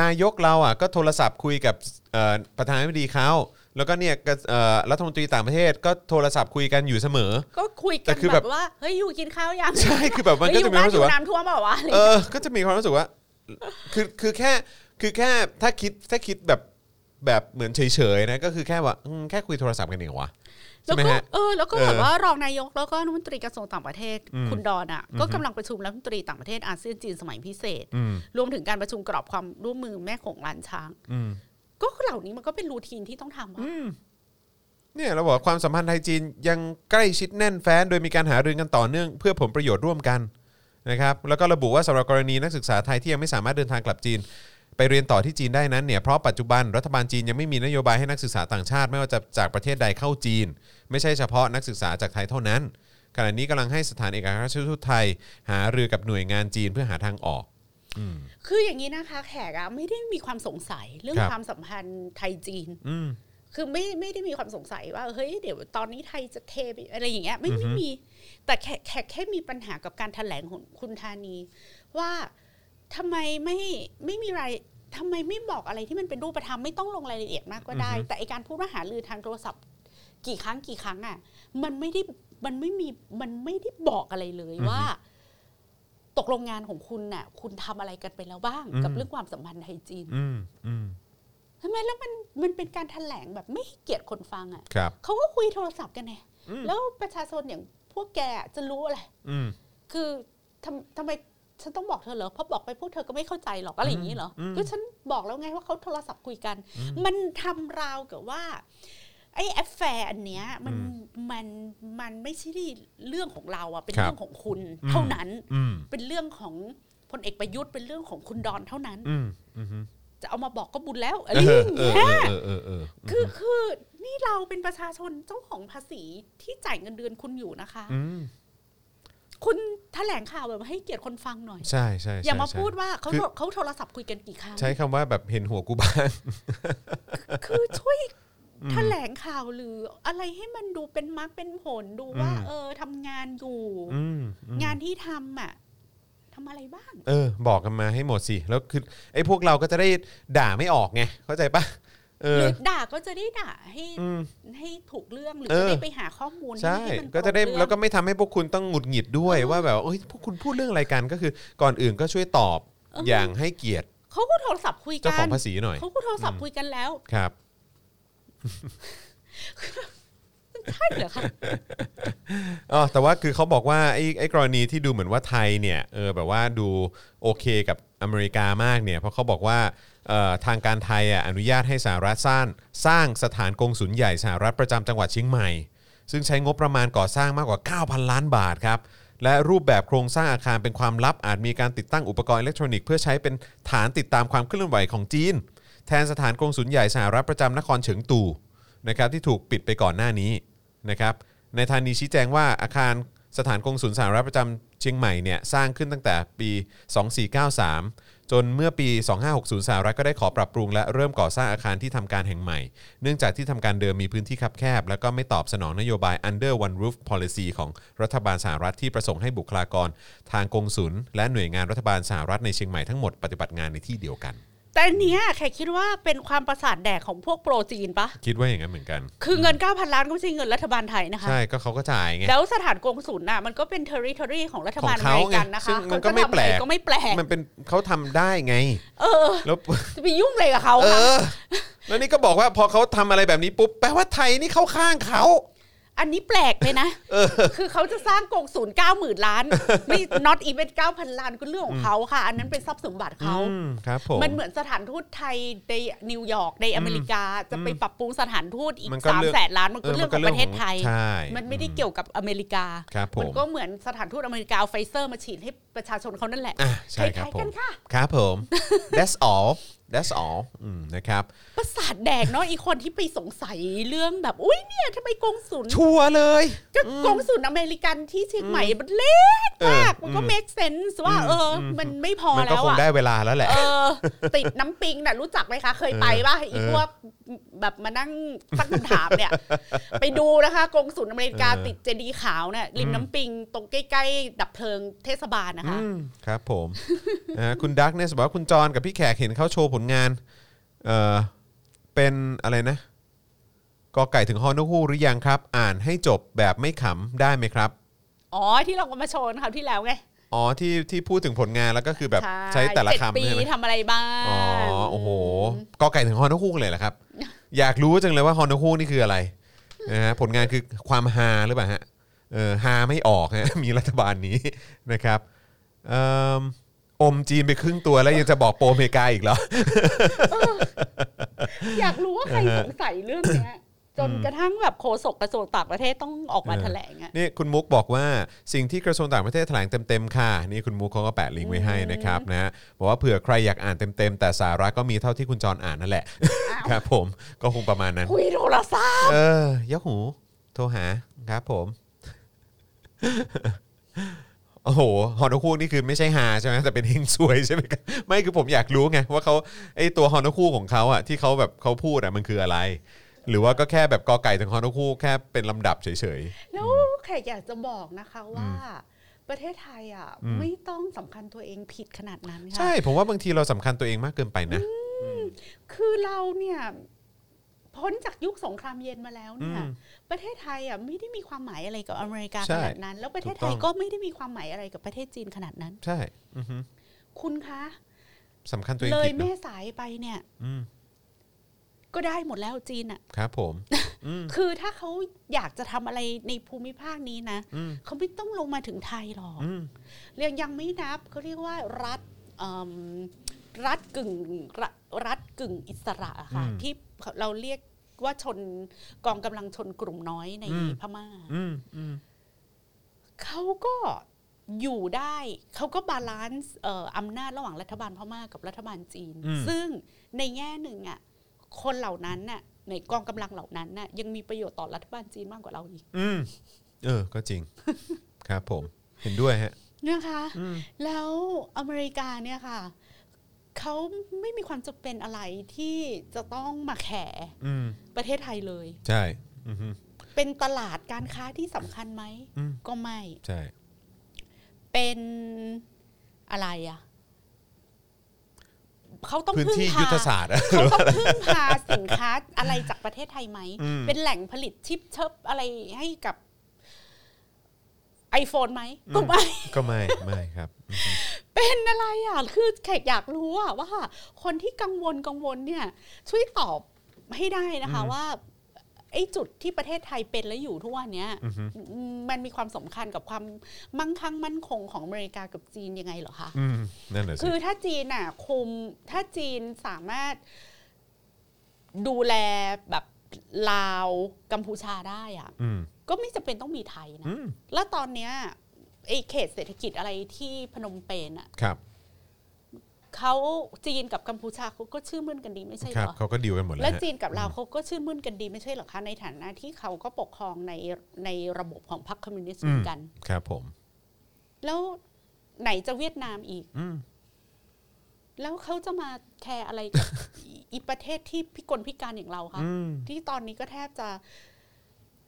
Speaker 2: นายกเราอ่ะ ก็โทรศัพท์คุยกับเอ่อประธานาธิบดีเขา แล้วก็เนี่ยก็เอ่อรัฐมนตรีต่างประเทศ ก็โทรศัพท์คุยกันอยู่เสมอ
Speaker 3: ก็คุย
Speaker 2: แต่
Speaker 3: กัน
Speaker 2: คือแบ
Speaker 3: แบบ บว่าเฮ้ยอยู่กินข้าวยัง
Speaker 2: ใช่ คือแบบมัน
Speaker 3: เฮ้
Speaker 2: ก็
Speaker 3: ย
Speaker 2: จะ
Speaker 3: อยู่
Speaker 2: มีคาน มรู้
Speaker 3: บ้าวอ
Speaker 2: สึก
Speaker 3: ยู่
Speaker 2: ว่า
Speaker 3: น้ำท่วมเปล่าวะอะไรอย่าง
Speaker 2: เอ
Speaker 3: เงี้ย
Speaker 2: อ ก็จะมีความรู้สึกว่า คือ คือแค่ คือแค่ ถ้าคิด ถ้าคิดแบบ แบบเหมือนเฉยๆนะ ก็คือแค่ว่าอืมแค่คุยโทรศัพท์กันเองวะ ใช่
Speaker 3: แล้ว
Speaker 2: ไหม
Speaker 3: ก็
Speaker 2: ฮะ
Speaker 3: เออแล้วก็
Speaker 2: เออ
Speaker 3: แบบว่ารองนายกแล้วก็รัฐมนตรีกระทรวงต่างประเทศ
Speaker 2: อืม
Speaker 3: คุณดอนอ่ะ
Speaker 2: อือฮึ
Speaker 3: ก็กำลังประชุมรัฐมนตรีต่างประเทศอาเซียนจีนสมัยพิเศษ
Speaker 2: อืม
Speaker 3: รวมถึงการประชุมกรอบความร่วมมือแม่โของลานช้าง
Speaker 2: อืม
Speaker 3: ก็เหล่านี้มันก็เป็นรูทีนที่ต้องทำว่า
Speaker 2: เนี่ยเราบอกความสัมพันธ์ไทยจีนยังใกล้ชิดแน่นแฟ้นโดยมีการหารือกันต่อเนื่อง เพื่อผลประโยชน์ร่วมกันนะครับแล้วก็ระบุว่าสำหรับกรณีนักศึกษาไทยที่ยังไม่สามารถเดินทางกลับจีน ไปเรียนต่อที่จีนได้นั้นเนี่ยเพราะปัจจุบันรัฐบาลจีนยังไม่มีนโยบายให้นักศึกษาต่างชาติ ไม่ว่าจะจากประเทศใดเข้าจีน ไม่ใช่เฉพาะนักศึกษาจากไทยเท่านั้น ขณะนี้กำลังให้สถานเอกอัครราชทูตไทย หารือกับหน่วยงานจีนเพื่อหาทางออก
Speaker 3: คืออย่างนี้นะคะ แขกอ่ะไม่ได้มีความสงสัยเรื่อง
Speaker 2: ครับ
Speaker 3: ความสัมพันธ์ไทยจีน
Speaker 2: อืม
Speaker 3: คือไม่ไม่ได้มีความสงสัยว่าเฮ้ยเดี๋ยวตอนนี้ไทยจะเทไปอะไรอย่างเงี้ยไม่ไม่มี แต่แขกแขกแค่มีปัญหากับการแถลงของคุณธานี ว่าทำไมไม่ไม่มีรายทำไมไม่บอกอะไรที่มันเป็นรูปธรรมไม่ต้องลงรายละเอียดมากก็ได้
Speaker 2: อือฮึ
Speaker 3: แต่ไอการพูดว่าหารือทางโทรศัพท์ กี่ครั้งกี่ครั้งอ่ะ มันไม่ได้มันไม่มีมันไม่ได้บอกอะไรเลยว่า ตกลงงานของคุณน่ะ คุณทำอะไรกันไปแล้วบ้าง กับเรื่องความสัมพันธ์ไทยจีน
Speaker 2: อืมอืม
Speaker 3: ทำไมแล้วมันมันเป็นการแถลงแบบไม่ให้เกียรติคนฟังอ่ะ
Speaker 2: ครับ
Speaker 3: เขาก็คุยโทรศัพท์กันไง
Speaker 2: อืม
Speaker 3: แล้วประชาชนอย่างพวกแกอะจะรู้อะไร
Speaker 2: อืม
Speaker 3: คือทำทำไมฉันต้องบอกเธอเหรอ เพราะบอกไปพวกเธอก็ไม่เข้าใจหรอกอะไรอย่างนี้เหรอ
Speaker 2: อืม
Speaker 3: ก็ฉันบอกแล้วไงว่าเขาโทรศัพท์คุยกัน มันทำราวกับว่า ไอ้แอฟแฟร์อันเนี้ยมันมันมันไม่ใช่เรื่องของเราอะเป็นเรื่องของคุณเท่านั้น
Speaker 2: อืม
Speaker 3: เป็นเรื่องของพลเอกประยุทธ์เป็นเรื่องของคุณดอนเท่านั้น
Speaker 2: อืมอืมอืม
Speaker 3: จะเอามาบอกก็บุญแล้วอะ
Speaker 2: เอ
Speaker 3: ไรอ
Speaker 2: อย่าง เอ
Speaker 3: เงี้
Speaker 2: อย เออเออเออ
Speaker 3: คือคือนี่เราเป็นประชาชนเจ้าของภาษีที่จ่ายเงินเดือนคุณอยู่นะคะ
Speaker 2: อืม
Speaker 3: คุณแถลงข่าวแบบให้เกียรติคนฟังหน่อย
Speaker 2: ใช่ใช่ใช่
Speaker 3: อย่ามา
Speaker 2: ใช่
Speaker 3: พูดว่าเขา
Speaker 2: คือ
Speaker 3: เขาโทรศัพท์คุยกันกี่ครั้ง
Speaker 2: ใช้คำว่าแบบเห็นหัวกูบ้าง
Speaker 3: คือช่วยแถลงข่าวหรืออะไรให้มันดูเป็นมรรคเป็นผลดูว่า
Speaker 2: อืม
Speaker 3: เออทำงานอยู่
Speaker 2: อืมอืม
Speaker 3: งานที่ทำอ่ะทำอะไรบ้าง
Speaker 2: เออ บอกกันมาให้หมดสิ แล้วคือไอ้พวกเราก็จะได้ด่าไม่ออกไง เข้าใจปะ เออ
Speaker 3: หรือด่าก็จะได้ด่าให้
Speaker 2: อืม
Speaker 3: ให้ถูกเรื่องหรือ
Speaker 2: เออ
Speaker 3: จะได้ไปหาข้อมูล
Speaker 2: ใช่
Speaker 3: ห้มันตรง
Speaker 2: ก็จะได้
Speaker 3: เรื่อง
Speaker 2: แล้วก็ไม่ทำให้พวกคุณต้องหงุดหงิดด้วย
Speaker 3: เออ
Speaker 2: ว่าแบบเอ้ยพวกคุณพูดเรื่องอะไรกันก็คือก่อนอื่นก็ช่วยตอบ
Speaker 3: เ
Speaker 2: อย่างให้เกียรติ
Speaker 3: เขาก็โทรศัพท์คุย
Speaker 2: เจ้า
Speaker 3: กั
Speaker 2: ขอน งภาษีหน่อย
Speaker 3: เขาก็โทรศัพท์คุยกันแล้ว
Speaker 2: ครับ
Speaker 3: ใช่เหรอคะ
Speaker 2: อ๋อแต่ว่าคือเขาบอกว่าไอ้ไอ้กรณีที่ดูเหมือนว่าไทยเนี่ยเออแบบว่าดูโอเคกับอเมริกามากเนี่ยเพราะเขาบอกว่าเอ่อทางการไทยอ่ะอนุญาตให้สหรัฐสร้างสร้างสถานกงสุลใหญ่สหรัฐประจำจังหวัดเชียงใหม่ ซึ่งใช้งบประมาณก่อสร้างมากกว่า 9,000 ล้านบาทครับ และรูปแบบโครงสร้างอาคารเป็นความลับอาจมีการติดตั้งอุปกรณ์อิเล็กทรอนิกส์เพื่อใช้เป็นฐานติดตามความเคลื่อนไหวของจีน แทนสถานกงสุลใหญ่สหรัฐประจำนครเฉิงตูนะครับที่ถูกปิดไปก่อนหน้านี้นะครับในายธานีชี้แจงว่าอาคารสถานกงสุลสหรัฐประจำเชียงใหม่เนี่ยสร้างขึ้นตั้งแต่ปี 2493 จนเมื่อปี 2560 สหรัฐก็ได้ขอปรับปรุงและเริ่มก่อสร้างอาคารที่ทำการแห่งใหม่ เนื่องจากที่ทำการเดิมมีพื้นที่คับแคบ และก็ไม่ตอบสนองนโยบาย Under One Roof Policy ของรัฐบาลสหรัฐที่ประสงค์ให้บุคลากร ทางกงสุลและหน่วยงานรัฐบาลสหรัฐในเชียงใหม่ทั้งหมดปฏิบัติงานในที่เดียวกัน
Speaker 3: แต่อันเนี้ยแขกคิดว่าเป็นความประสาทแดกของพวกโปรจีนปะ
Speaker 2: คิดว่าอย่างนั้นเหมือนกัน
Speaker 3: คือเงิน 9,000 ล้านก็ไม่ใช่เงินรัฐบาลไทยนะคะ
Speaker 2: ใช่ก็เขาก็จ่ายไง
Speaker 3: แล้วสถานกงศูนย์น่ะมันก็เป็น territory ของรัฐบาล
Speaker 2: ของ
Speaker 3: อ
Speaker 2: เขา
Speaker 3: เมริกัน
Speaker 2: ไง
Speaker 3: นะ
Speaker 2: ซึ่
Speaker 3: คะ
Speaker 2: งมันก็ไม่แปลก
Speaker 3: เขาทำอะรก็ไม่แปลก
Speaker 2: มันเป็นเขาทำได้ไง
Speaker 3: เออ
Speaker 2: แล้ว
Speaker 3: จะไปยุ่งอะไรกับเขา
Speaker 2: เอ
Speaker 3: คะ
Speaker 2: อ แล้วนี่ก็บอกว่าพอเขาทำอะไรแบบนี้ปุ๊บแปลว่าไทยนี่เข้าข้างเขา
Speaker 3: อันนี้แปลกเลยนะคือเขาจะสร้างกงศูนย์เก้าหมื่นล้าน ไม่ not even เก้าพันล้านก็เรื่องของเขาค่ะ อันนั้นเป็นทรัพย์สมบัติเขา
Speaker 2: อืมครับผม
Speaker 3: มันเหมือนสถานทูตไทยในนิวยอร์กในอเมริกาจะไปปรับปรุงสถานทูตอีก
Speaker 2: มันก็
Speaker 3: สาม
Speaker 2: เรื่อง
Speaker 3: แสนล้านมันก็เรื่องของประเทศไทย
Speaker 2: ใช่
Speaker 3: มันไม่ได้เกี่ยวกับอเมริกา
Speaker 2: ครับผ
Speaker 3: มัน
Speaker 2: ม
Speaker 3: ก็เหมือนสถานทูตอเมริกาเอาไฟเซอร์มาฉีดให้ประชาชนเขานั่นแหละ
Speaker 2: อ่ะใช่ครับ
Speaker 3: ล้าย
Speaker 2: ผ
Speaker 3: ๆกั
Speaker 2: ม
Speaker 3: นค่ะ
Speaker 2: ครับผม that's all that's all อืมนะครับ
Speaker 3: ประสาทแดกเนาะอีกคนที่ไปสงสัยเรื่องแบบ อุ้ยเนี่ยทำไมกงสุล
Speaker 2: ชัวร์เลย
Speaker 3: ก็กงสุลอเมริกันที่เชียงใหม่มันเล็กมาก มันก็ make sense ว่าเอออ มันไม่พอ
Speaker 2: มันก็
Speaker 3: แล้ว
Speaker 2: คง
Speaker 3: อะ
Speaker 2: ได้เวลาแล้วแหละ
Speaker 3: เออ ติดน้ำปิงน่ะรู้จักไหมคะ เคยไปป่ะไอีพวกแบบมานั่งตั้งคำถามเนี่ย ไปดูนะคะกงสุลอเมริกา
Speaker 2: เออ
Speaker 3: ติดเจดีย์ขาวเนี่ยริมน้ำปิงตรงใกล้ ๆ ดับเพลิงเทศบาลนะคะ
Speaker 2: อืมครับผม นะฮะคุณดักเนี่ยบอกว่าคุณจรกับพี่แขกเห็นเขาโชว์ผลงานเอ่อเป็นอะไรนะกอไก่ถึงฮอนกฮูกหรือยังครับ อ่านให้จบแบบไม่ขำได้ไหมครับ
Speaker 3: อ๋อ ที่เราก็มาโชว์คราวที่แล้วไง
Speaker 2: อ๋อที่ที่พูดถึงผลงานแล้วก็คือแบบใช้แต่ละ
Speaker 3: เจ็ด
Speaker 2: คำ
Speaker 3: ปี
Speaker 2: ใช่ไหม
Speaker 3: ทำอะไรบ้าง
Speaker 2: อ๋อโอ้โหกอไก่ถึงฮอนกฮูกเลยเหรอครับ อยากรู้จังเลยว่าฮอนกฮูกนี่คืออะไรนะฮะผลงานคือความฮาหรือเปล่าฮะเออฮาไม่ออกฮะ มีรัฐบาลนี้นะครับเอิ่มอมจีนไปครึ่งตัวแล้วยังจะบอกโปรอเมริกาอีกเห รอ
Speaker 3: อยากรู้ว่าใครสงสัยเรื่องเนี้ย จนกระทั่งแบบโฆษกกระทรวงต่างประเทศต้องออกมา
Speaker 2: เออ
Speaker 3: แถลงอะ
Speaker 2: นี่คุณมุกบอกว่าสิ่งที่กระทรวงต่างประเทศแถลงเต็มๆค่ะ นี่คุณมุกเขาก็แปะลิงก์ไว้ให้นะครับนะฮะบอกว่าเผื่อใครอยากอ่านเต็มๆ แต่สาระก็มีเท่าที่คุณจรอ่านนั่นแหละ ครับผมก็คงประมาณนั้น
Speaker 3: คุยโทรศัพท์
Speaker 2: เออยกหู โทรหาครับผม โอ้โหฮอนอคูนี่คือไม่ใช่หาใช่ไหมแต่เป็นเฮงซวยใช่ไหมครับ ไม่คือผมอยากรู้ไงว่าเขาไอตัวฮอนอคูของเขาอ่ะที่เขาแบบเขาพูดอ่ะมันคืออะไร หรือว่าก็แค่แบบกอไก่ถึงฮอนอคูแค่เป็นลำดับเฉย
Speaker 3: แล้วแขกอยากจะบอกนะคะว่า ประเทศไทยอ่ะ
Speaker 2: อืม
Speaker 3: ไม่ต้องสำคัญตัวเองผิดขนาดนั้น
Speaker 2: ๆ
Speaker 3: ค่ะ
Speaker 2: ใช่ ผมว่าบางทีเราสำคัญตัวเองมากเกินไปนะ
Speaker 3: คือเราเนี่ยพ้นจากยุคสงครามเย็นมาแล้วเนี่ย
Speaker 2: อืม
Speaker 3: ประเทศไทยอ่ะไม่ได้มีความหมายอะไรกับอเมริกา
Speaker 2: ใช่
Speaker 3: ขนาดนั้น แล้วประเทศไท
Speaker 2: ถูก
Speaker 3: ย
Speaker 2: ต้อง
Speaker 3: ก็ไม่ได้มีความหมายอะไรกับประเทศจีนขนาดนั้น
Speaker 2: ใช่ อือฮึ
Speaker 3: คุณคะ
Speaker 2: สำคัญตัวเอง
Speaker 3: เลย
Speaker 2: ผิด
Speaker 3: แม่
Speaker 2: นะ
Speaker 3: สายไปเนี่ย
Speaker 2: อืม
Speaker 3: ก็ได้หมดแล้วจีนอ่ะ
Speaker 2: ครับผม อืม
Speaker 3: คือถ้าเขาอยากจะทำอะไรในภูมิภาคนี้นะ
Speaker 2: อืม
Speaker 3: เขาไม่ต้องลงมาถึงไทยหรอก
Speaker 2: อืม
Speaker 3: เรียงยังไม่นับเขาเรียกว่ารัฐเอิ่มรัฐกึ่งรัฐรัฐกึ่งอิสระอะค่ะ ที่เราเรียกว่าชนกองกำลังชนกลุ่มน้อยในพม่า
Speaker 2: อืมอืม
Speaker 3: เขาก็อยู่ได้ เขาก็บาลานซ์เอ่ออำนาจระหว่างรัฐบาลพม่ากับรัฐบาลจีน
Speaker 2: อืม
Speaker 3: ซึ่งในแง่หนึ่งอ่ะคนเหล่านั้นน่ะในกองกำลังเหล่านั้นน่ะยังมีประโยชน์ต่อรัฐบาลจีนมากกว่าเราอีก
Speaker 2: อืมเออ ก็จริง ครับผม เห็นด้วยฮะ
Speaker 3: นะคะ
Speaker 2: อืม
Speaker 3: แล้วอเมริกาเนี่ยค่ะเขาไม่มีความจำเป็นอะไรที่จะต้องมาแข่
Speaker 2: อืม
Speaker 3: ประเทศไทยเลย
Speaker 2: ใช่ อือฮึ
Speaker 3: เป็นตลาดการค้าที่สำคัญไหม
Speaker 2: อืม
Speaker 3: ก็ไม่
Speaker 2: ใช่
Speaker 3: เป็นอะไรอะ เขาต้อง
Speaker 2: พื้น
Speaker 3: พึ่ง
Speaker 2: ที่
Speaker 3: พา
Speaker 2: ยุทธศาสตร์อะ
Speaker 3: เขาต้องพึ่งพาสินค้าอะไรจากประเทศไทยไหม
Speaker 2: อืม
Speaker 3: เป็นแหล่งผลิตชิปเชิปอะไรให้กับ iPhone ไหม
Speaker 2: อืม
Speaker 3: ก็ไม่
Speaker 2: ก็ไม่ไม่ครับ
Speaker 3: เป็นอะไรอ่ะ คือแขกอยากรู้อ่ะว่า คนที่กังวลกังวลเนี่ย ช่วยตอบให้ได้นะคะ
Speaker 2: อืม
Speaker 3: ว่า ไอ้จุดที่ประเทศไทยเป็นและอยู่ทุกวันเนี้ย
Speaker 2: อือฮึ
Speaker 3: มันมีความสำคัญกับความมั่งคั่งมั่นคงของอเมริกากับจีนยังไงเหรอคะ
Speaker 2: อืมนั่นแหละสิ
Speaker 3: คือถ้าจีนอ่ะคุมถ้าจีนสามารถดูแลแบบลาวกัมพูชาได้อ่ะ
Speaker 2: อืม
Speaker 3: ก็ไม่จำเป็นต้องมีไทยนะ
Speaker 2: อืม
Speaker 3: แล้วตอนเนี้ยไอ้เขตเศรษฐกิจอะไรที่พนมเปญอ่ะ
Speaker 2: ครับ
Speaker 3: เขาจีนกับกัมพูชาเขาก็ชื่อมื่นกันดีไม่ใช่
Speaker 2: ค
Speaker 3: เห
Speaker 2: รับ
Speaker 3: รอ
Speaker 2: เขาก็ดีลกันหมดแล้ว
Speaker 3: แล้ว
Speaker 2: ฮะ
Speaker 3: จีนกับลาว
Speaker 2: อืม
Speaker 3: เขาก็ชื่นมื่นกันดีไม่ใช่เหรอคะในฐานะที่เขาก็ปกครองในในระบบของพรรคคอมมิวนิสต์เหมือนกัน
Speaker 2: ครับผม
Speaker 3: แล้วไหนจะเวียดนามอีก
Speaker 2: อืม
Speaker 3: แล้วเขาจะมาแคร์อะไรกับ อีอีประเทศที่พิกลพิการอย่างเราคะ
Speaker 2: อืม
Speaker 3: ที่ตอนนี้ก็แทบจะ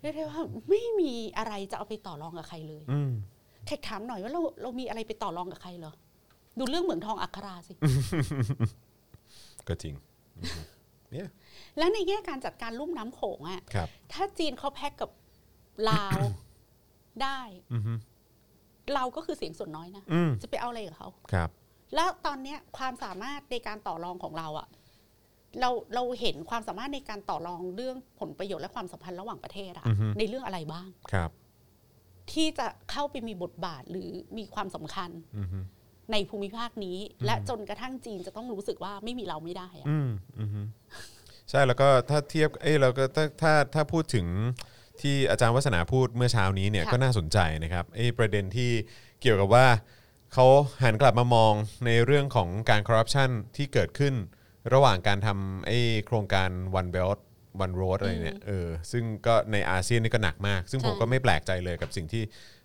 Speaker 3: เรียกได้ว่าไม่มีอะไรจะเอาไปต่อรองกับใครเลย
Speaker 2: อืม
Speaker 3: แขกถามหน่อยว่าเราเรามีอะไรไปต่อรองกับใครเหรอดูเรื่องเหมืองทองอัคราสิ
Speaker 2: ก็จริงอือฮึเนี่ย
Speaker 3: แล้วในแง่การจัดการลุ่มน้ำโขงอะ
Speaker 2: ครับ
Speaker 3: ถ้าจีนเขาแพ็กกับลาว ได้
Speaker 2: อือฮึ
Speaker 3: เราก็คือเสียงส่วนน้อยนะ
Speaker 2: อืม
Speaker 3: จะไปเอาอะไรกับเขา
Speaker 2: ครับ
Speaker 3: แล้วตอนเนี้ยความสามารถในการต่อรองของเราอะเราเราเห็นความสามารถในการต่อรองเรื่องผลประโยชน์และความสัมพันธ์ระหว่างประเทศอะ
Speaker 2: อือฮึ
Speaker 3: ในเรื่องอะไรบ้าง
Speaker 2: ครับ
Speaker 3: ที่จะเข้าไปมีบทบาทหรือมีความสำคัญ
Speaker 2: อือฮึ
Speaker 3: ในภูมิภาคนี้
Speaker 2: อืม
Speaker 3: และจนกระทั่งจีนจะต้องรู้สึกว่าไม่มีเราไม่ได้อะ
Speaker 2: อืมอืมฮึใช่แล้วก็ถ้าเทียบเอ้ยเราก็ถ้าถ้าถ้าพูดถึงที่อาจารย์วัฒนาพูดเมื่อเช้านี้เนี่ยก็น่าสนใจนะครับไอ้ประเด็นที่เกี่ยวกับว่าเขาหันกลับมามองในเรื่องของการคอร์รัปชันที่เกิดขึ้น ระหว่างการทำไอ้โครงการ One Belt One Road อะไรเนี่ยเออซึ่งก็ในอาเซียนนี่ก็หนักมาก ซึ่งผมก็ไม่แปลกใจเลยกับสิ่งที่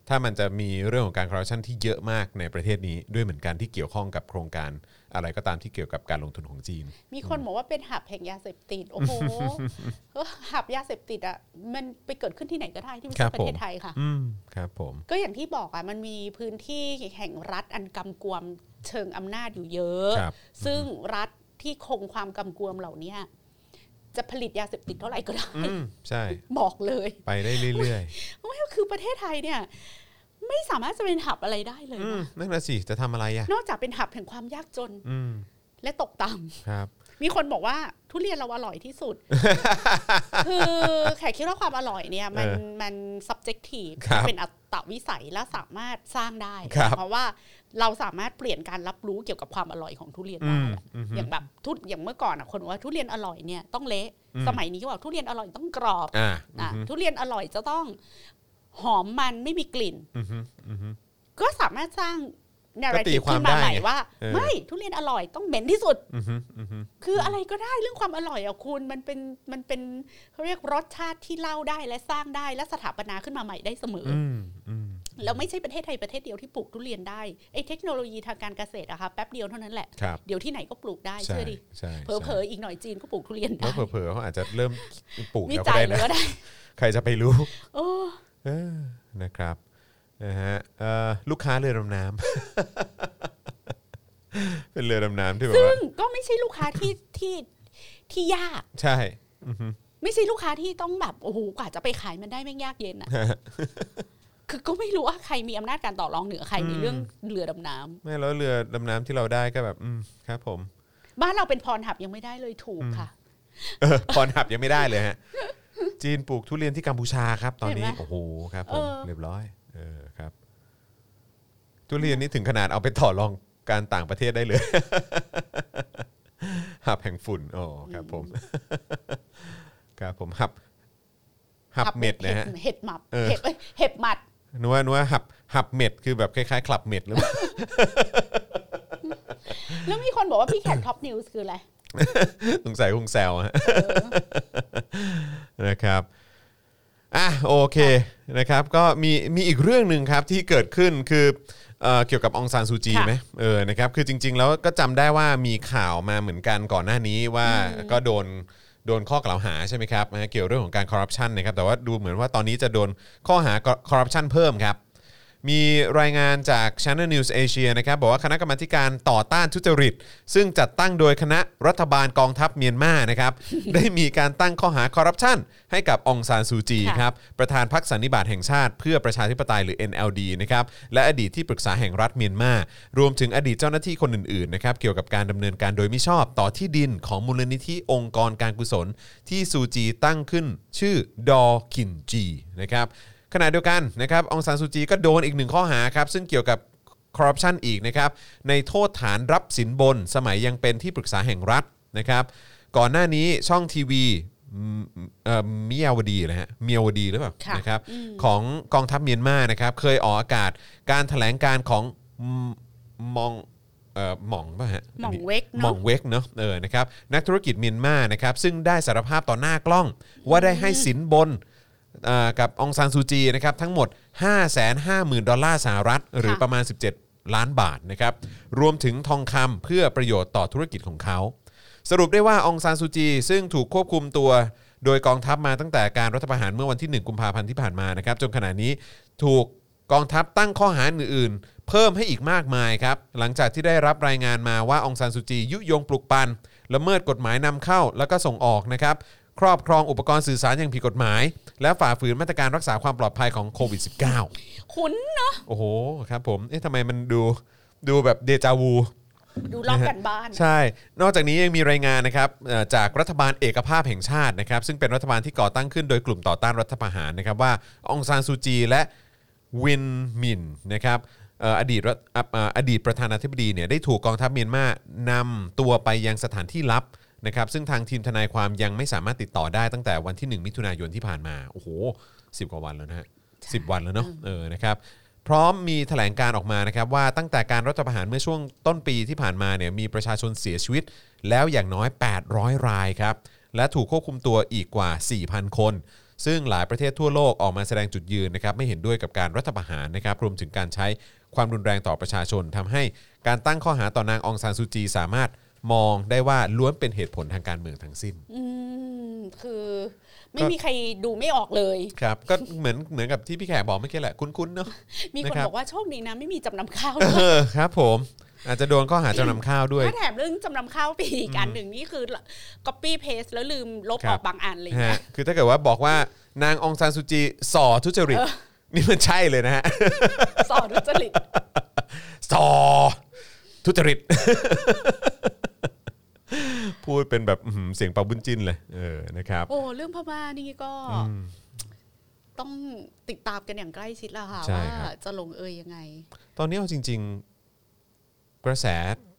Speaker 2: ถ้ามันจะมีเรื่องของการคอร์รัปชันที่เยอะมากในประเทศนี้ด้วยเหมือนกันที่เกี่ยวข้องกับโครงการอะไรก็ตามที่เกี่ยวกับการลงทุนของจีน
Speaker 3: มีคนบอกว่าเป็นหับแห่งยาเสพติดโอ้ โห หับยาเสพติดอะมันไปเกิดขึ้นที่ไหนก็ได้ที่ไม่
Speaker 2: ครั
Speaker 3: ใช่
Speaker 2: บ
Speaker 3: ประเท
Speaker 2: ผ
Speaker 3: ศ
Speaker 2: ม
Speaker 3: ไทยค่ะ
Speaker 2: อืมครับผม
Speaker 3: ก็อย่างที่บอกอะมันมีพื้นที่แห่งรัฐอันกำกวมเชิงอำนาจอยู่เยอะ
Speaker 2: ครับ
Speaker 3: ซึ่งรัฐที่คงความกำกวมเหล่านี้จะผลิตยาเสพติดเท่าไหร่ก็ได้
Speaker 2: อืมใช่
Speaker 3: บอกเลย
Speaker 2: ไปได้เรื่อย
Speaker 3: ว่าคือประเทศไทยเนี่ย ไม่สามารถจะเป็นหับอะไรได้เล
Speaker 2: ๆ
Speaker 3: ย
Speaker 2: อืม
Speaker 3: นะ
Speaker 2: นั่นน่ะสิจะทำอะไรอ่ะ
Speaker 3: นอกจากเป็นหับแห่งความยากจน
Speaker 2: อืม
Speaker 3: และตกต่
Speaker 2: ครับ
Speaker 3: ำมีคนบอกว่าทุเรียนเราอร่อยที่ สุด คือแขกคิดว่าความอร่อยเนี่ยมัน
Speaker 2: เออ
Speaker 3: มัน subjective
Speaker 2: ครับ
Speaker 3: เป็นอัตตวิสัยและสามารถสร้างได้
Speaker 2: ครับ
Speaker 3: เพราะว่าเราสามารถเปลี่ยนการรับรู้เกี่ยวกับความอร่อยของทุเรียน
Speaker 2: อื
Speaker 3: ได้
Speaker 2: ม
Speaker 3: อะ
Speaker 2: อืม
Speaker 3: อย่างแบบทุอย่างเมื่อก่อนอะคนบอกว่าทุเรียนอร่อยเนี่ยต้องเละ
Speaker 2: อืม
Speaker 3: สมัยนี้ก็บอกทุเรียนอร่อยต้องกรอบ
Speaker 2: อ่า
Speaker 3: อ่ะทุเรียนอร่อยจะต้องหอมมันไม่มีกลิ่น
Speaker 2: อืมฮึอืมฮึ
Speaker 3: ก็สามารถสร้างนา
Speaker 2: ก็
Speaker 3: รา
Speaker 2: ตี
Speaker 3: ทีฟ
Speaker 2: ความ
Speaker 3: ขึ้นมา
Speaker 2: ได้
Speaker 3: ใหม่
Speaker 2: ไง
Speaker 3: ว่า
Speaker 2: เออ
Speaker 3: ไม่ทุเรียนอร่อยต้องเหม็นที่สุด
Speaker 2: อืมฮึอืมฮึ
Speaker 3: คืออะไรก็ได้เรื่องความอร่อยอะคุณมันเป็นมันเป็นเขาเรียกรสชาติที่เล่าได้และสร้างได้และสถาปนาขึ้นมาใหม่ได้เสมอ
Speaker 2: อื
Speaker 3: อ
Speaker 2: มอืม
Speaker 3: แล้วไม่ใช่ประเทศไทยประเทศเดียวที่ปลูกทุเรียนได้ไอ้เทคโนโลยีทางการเกษตรอะค่ะแป๊บเดียวเท่านั้นแหละ
Speaker 2: ครับ
Speaker 3: เดี๋ยวที่ไหนก็ปลูกได้
Speaker 2: ใช่
Speaker 3: เชื่อดิ
Speaker 2: ใช่
Speaker 3: เผลอๆอีกหน่อยจีนก็ปลูกทุเรียน
Speaker 2: แล้
Speaker 3: ได้
Speaker 2: วเผลอๆเขาอาจจะเริ่มปลูก
Speaker 3: วิ
Speaker 2: แล้วก็
Speaker 3: จัย
Speaker 2: ได้
Speaker 3: เล
Speaker 2: นะ
Speaker 3: ยก็ได้
Speaker 2: ใครจะไปรู้
Speaker 3: โอ้
Speaker 2: เออนะครับนะฮะเอ่อลูกค้าเรือดำน้ำ เป็นเรือดำน้ำที่แบบ
Speaker 3: ซึ่
Speaker 2: ว่าง
Speaker 3: ก็ไม่ใช่ลูกค้า ที่ที่ที่ยาก
Speaker 2: ใช่อือฮึ
Speaker 3: ไม่ใช่ลูกค้าที่ต้องแบบโอ้โหกว่าจะไปขายมันได้แม่งยากเย็น อะคือก็ไม่รู้ว่าใครมีอำนาจการต่อรองเหนือใครในเรื่องเรือดำน้
Speaker 2: ไม่แล้วเรือดำน้ำที่เราได้ก็แบบอืมครับผม
Speaker 3: ำบ้านเราเป็นพรหับยังไม่ได้เลยถูกค่ะ
Speaker 2: เออ พรหับยังไม่ได้เลย ฮะ จีนปลูกทุเรียนที่กัมพูชาครับ ตอนนี้
Speaker 3: เห็นไหม
Speaker 2: โอ้โหครับผม
Speaker 3: เออ
Speaker 2: เรียบร้อยเออครับ ทุเรียนนี่ถึงขนาดเอาไปต่อรองการต่างประเทศได้เลย หับแห่งฝุ่นโอ้ครับผม ครับผมหับหับเม็ดนะฮะ
Speaker 3: เห็ดหมับ
Speaker 2: เออ
Speaker 3: เห็ดเอ้ยเห็ดหมัด
Speaker 2: นึกว่านึกว่าหับหับเม็ดคือแบบคล้ายๆคลับเม็ดหรือเปล่า
Speaker 3: แล้วมีคนบอกว่าพี่แขก ท็อปนิวส์คืออะไร
Speaker 2: สงสัยคงแซวอะฮะ นะครับอ่ะโอเคนะครับ ก็มีมีอีกเรื่องหนึ่งครับที่เกิดขึ้นคือเอ่อเกี่ยวกับองซานซูจีไหมเออนะครับคือจริง ๆ แล้วก็จำได้ว่ามีข่าวมาเหมือนกันก่อนหน้านี้ว่าก็โดนโดนข้อกล่าวหาใช่ไหมครับนะเกี่ยวเรื่องของการคอร์รัปชันนะครับแต่ว่าดูเหมือนว่าตอนนี้จะโดนข้อหาคอร์รัปชันเพิ่มครับ มีรายงานจาก Channel News Asia นะครับ บอกว่าคณะกรรมาธิการต่อต้านทุจริต ซึ่งจัดตั้งโดยคณะรัฐบาลกองทัพเมียนมา นะครับ ได้มีการตั้งข้อหาคอร์รัปชันให้กับองซานซูจี
Speaker 3: ค่ะ
Speaker 2: ครับ ประธานพรรคสันนิบาตแห่งชาติเพื่อประชาธิปไตยหรือ NLD นะครับ และอดีตที่ปรึกษาแห่งรัฐเมียนมา รวมถึงอดีตเจ้าหน้าที่คนอื่นๆนะครับเกี่ยวกับการดำเนินการโดยมิชอบต่อที่ดินของมูลนิธิองค์กรการกุศล ที่ซูจีตั้งขึ้นชื่อดอคินจีนะครับขณะเดียวกันนะครับองซานซูจีก็โดนอีกหนึ่งข้อหาครับซึ่งเกี่ยวกับคอร์รัปชันอีกนะครับในโทษฐานรับสินบนสมัยยังเป็นที่ปรึกษาแห่งรัฐนะครับ ก่อนหน้านี้ช่องทีวีอืมเอ่อมิยาวดีนะฮะมิยาวดีหรือเปล่า
Speaker 3: ค่ะ
Speaker 2: นะครับของกองทัพเมียนมานะครับ เคยออกอากาศการแถลงการของมมองเอ่อหม่องป่ะฮะ
Speaker 3: หม่องเวกเนอะ
Speaker 2: หม่องเวกเนาะเออนะครับนักธุรกิจเมียนมานะครับ ซึ่งได้สารภาพต่อหน้ากล้อง ว่าได้ให้สินบนเอ่อกับองซานซูจีนะครับทั้งหมด 550,000 ดอลลาร์สหรัฐ หรือประมาณ 17 ล้านบาทนะครับรวมถึงทองคำเพื่อประโยชน์ต่อธุรกิจของเขา สรุปได้ว่าองซานซูจี ซึ่งถูกควบคุมตัวโดยกองทัพมาตั้งแต่การรัฐประหารเมื่อวันที่ 1 กุมภาพันธ์ที่ผ่านมานะครับจนขณะนี้ถูกกองทัพตั้งข้อหาอื่นๆ เพิ่มให้อีกมากมายครับหลังจากที่ได้รับรายงานมาว่าองซานซูจี ยุยงปลุกปันละเมิดกฎหมายนำเข้าแล้วก็ส่งออกนะครับครอบครองอุปกรณ์สื่อสารอย่างผิดกฎหมาย และฝ่าฝืนมาตรการรักษาความปลอดภัยของโควิด -19
Speaker 3: คุ้นเนาะ
Speaker 2: โอ้โหครับผมเอ๊ะทำไมมันดูดูแบบเดจาวู
Speaker 3: ดูรอบกันบ้าน
Speaker 2: ใช่ นอกจากนี้ยังมีรายงานนะครับเอ่อจากรัฐบาลเอกภาพแห่งชาตินะครับ ซึ่งเป็นรัฐบาลที่ก่อตั้งขึ้นโดยกลุ่มต่อต้านรัฐประหารนะครับว่าองซานซูจีและวินมินนะครับเอ่ออดีตรัฐอ่ะอ่ะอดีตประธานาธิบดีเนี่ยได้ถูกกองทัพเมียนมานำตัวไปยังสถานที่ลับนะครับซึ่งทางทีมทนายความยังไม่สามารถติดต่อได้ตั้งแต่วันที่ 1 มิถุนายนที่ผ่านมาโอ้โหสิบกว่าวันแล้วนะฮะสิบวันแล้วเนาะเออนะครับ พร้อมมีแถลงการออกมานะครับว่าตั้งแต่การรัฐประหารเมื่อช่วงต้นปีที่ผ่านมาเนี่ยมีประชาชนเสียชีวิต แล้วอย่างน้อย 800 รายครับ และถูกควบคุมตัวอีกกว่า 4,000 คน ซึ่งหลายประเทศทั่วโลกออกมาแสดงจุดยืนนะครับไม่เห็นด้วยกับการรัฐประหารนะครับรวมถึงการใช้ความรุนแรงต่อประชาชนทำให้การตั้งข้อหาต่อนางองซานซูจี สามารถมองได้ว่าล้วนเป็นเหตุผลทางการเมืองทั้งสิ้น
Speaker 3: อืมคือไม่มีใครดูไม่ออกเลย
Speaker 2: ครับก็เหมือนเหมือนกับที่พี่แขกบอกเมื่อกี้แหละคุ้นๆเนาะ
Speaker 3: มีคน
Speaker 2: นะครับ
Speaker 3: บอกว่าโชคดีนะ ไม่มีจำนำข้าว
Speaker 2: เออครับผมอาจจะโดนข้อหาจำนำข้าวด้วย
Speaker 3: ถ้าแถมเรื่องจำนำข้าวไปอีกอันหนึ่งนี่คือ copy paste แล้วลืมลบ
Speaker 2: ครั
Speaker 3: อบ อกบางอันเลย
Speaker 2: ฮะ
Speaker 3: นะ
Speaker 2: คือถ้าเกิดว่าบอกว่านางองซานซูจีส่อทุจริต
Speaker 3: เออ
Speaker 2: นี่มันใช่เลยนะฮะ
Speaker 3: สอนทุจริต
Speaker 2: ส่อทุจริต พูดเป็นแบบอื้อหือเสียงปลาบุญจินเลยเออนะครับ
Speaker 3: โอ้ เรื่องพม่านี่ก็ ต้องติดตามกันอย่างใกล้ชิดแล้วค่ะ
Speaker 2: ใช่
Speaker 3: ว่า
Speaker 2: ครับ
Speaker 3: จะลงเอยยังไง
Speaker 2: ตอนนี้เอาจริง ๆ กระแส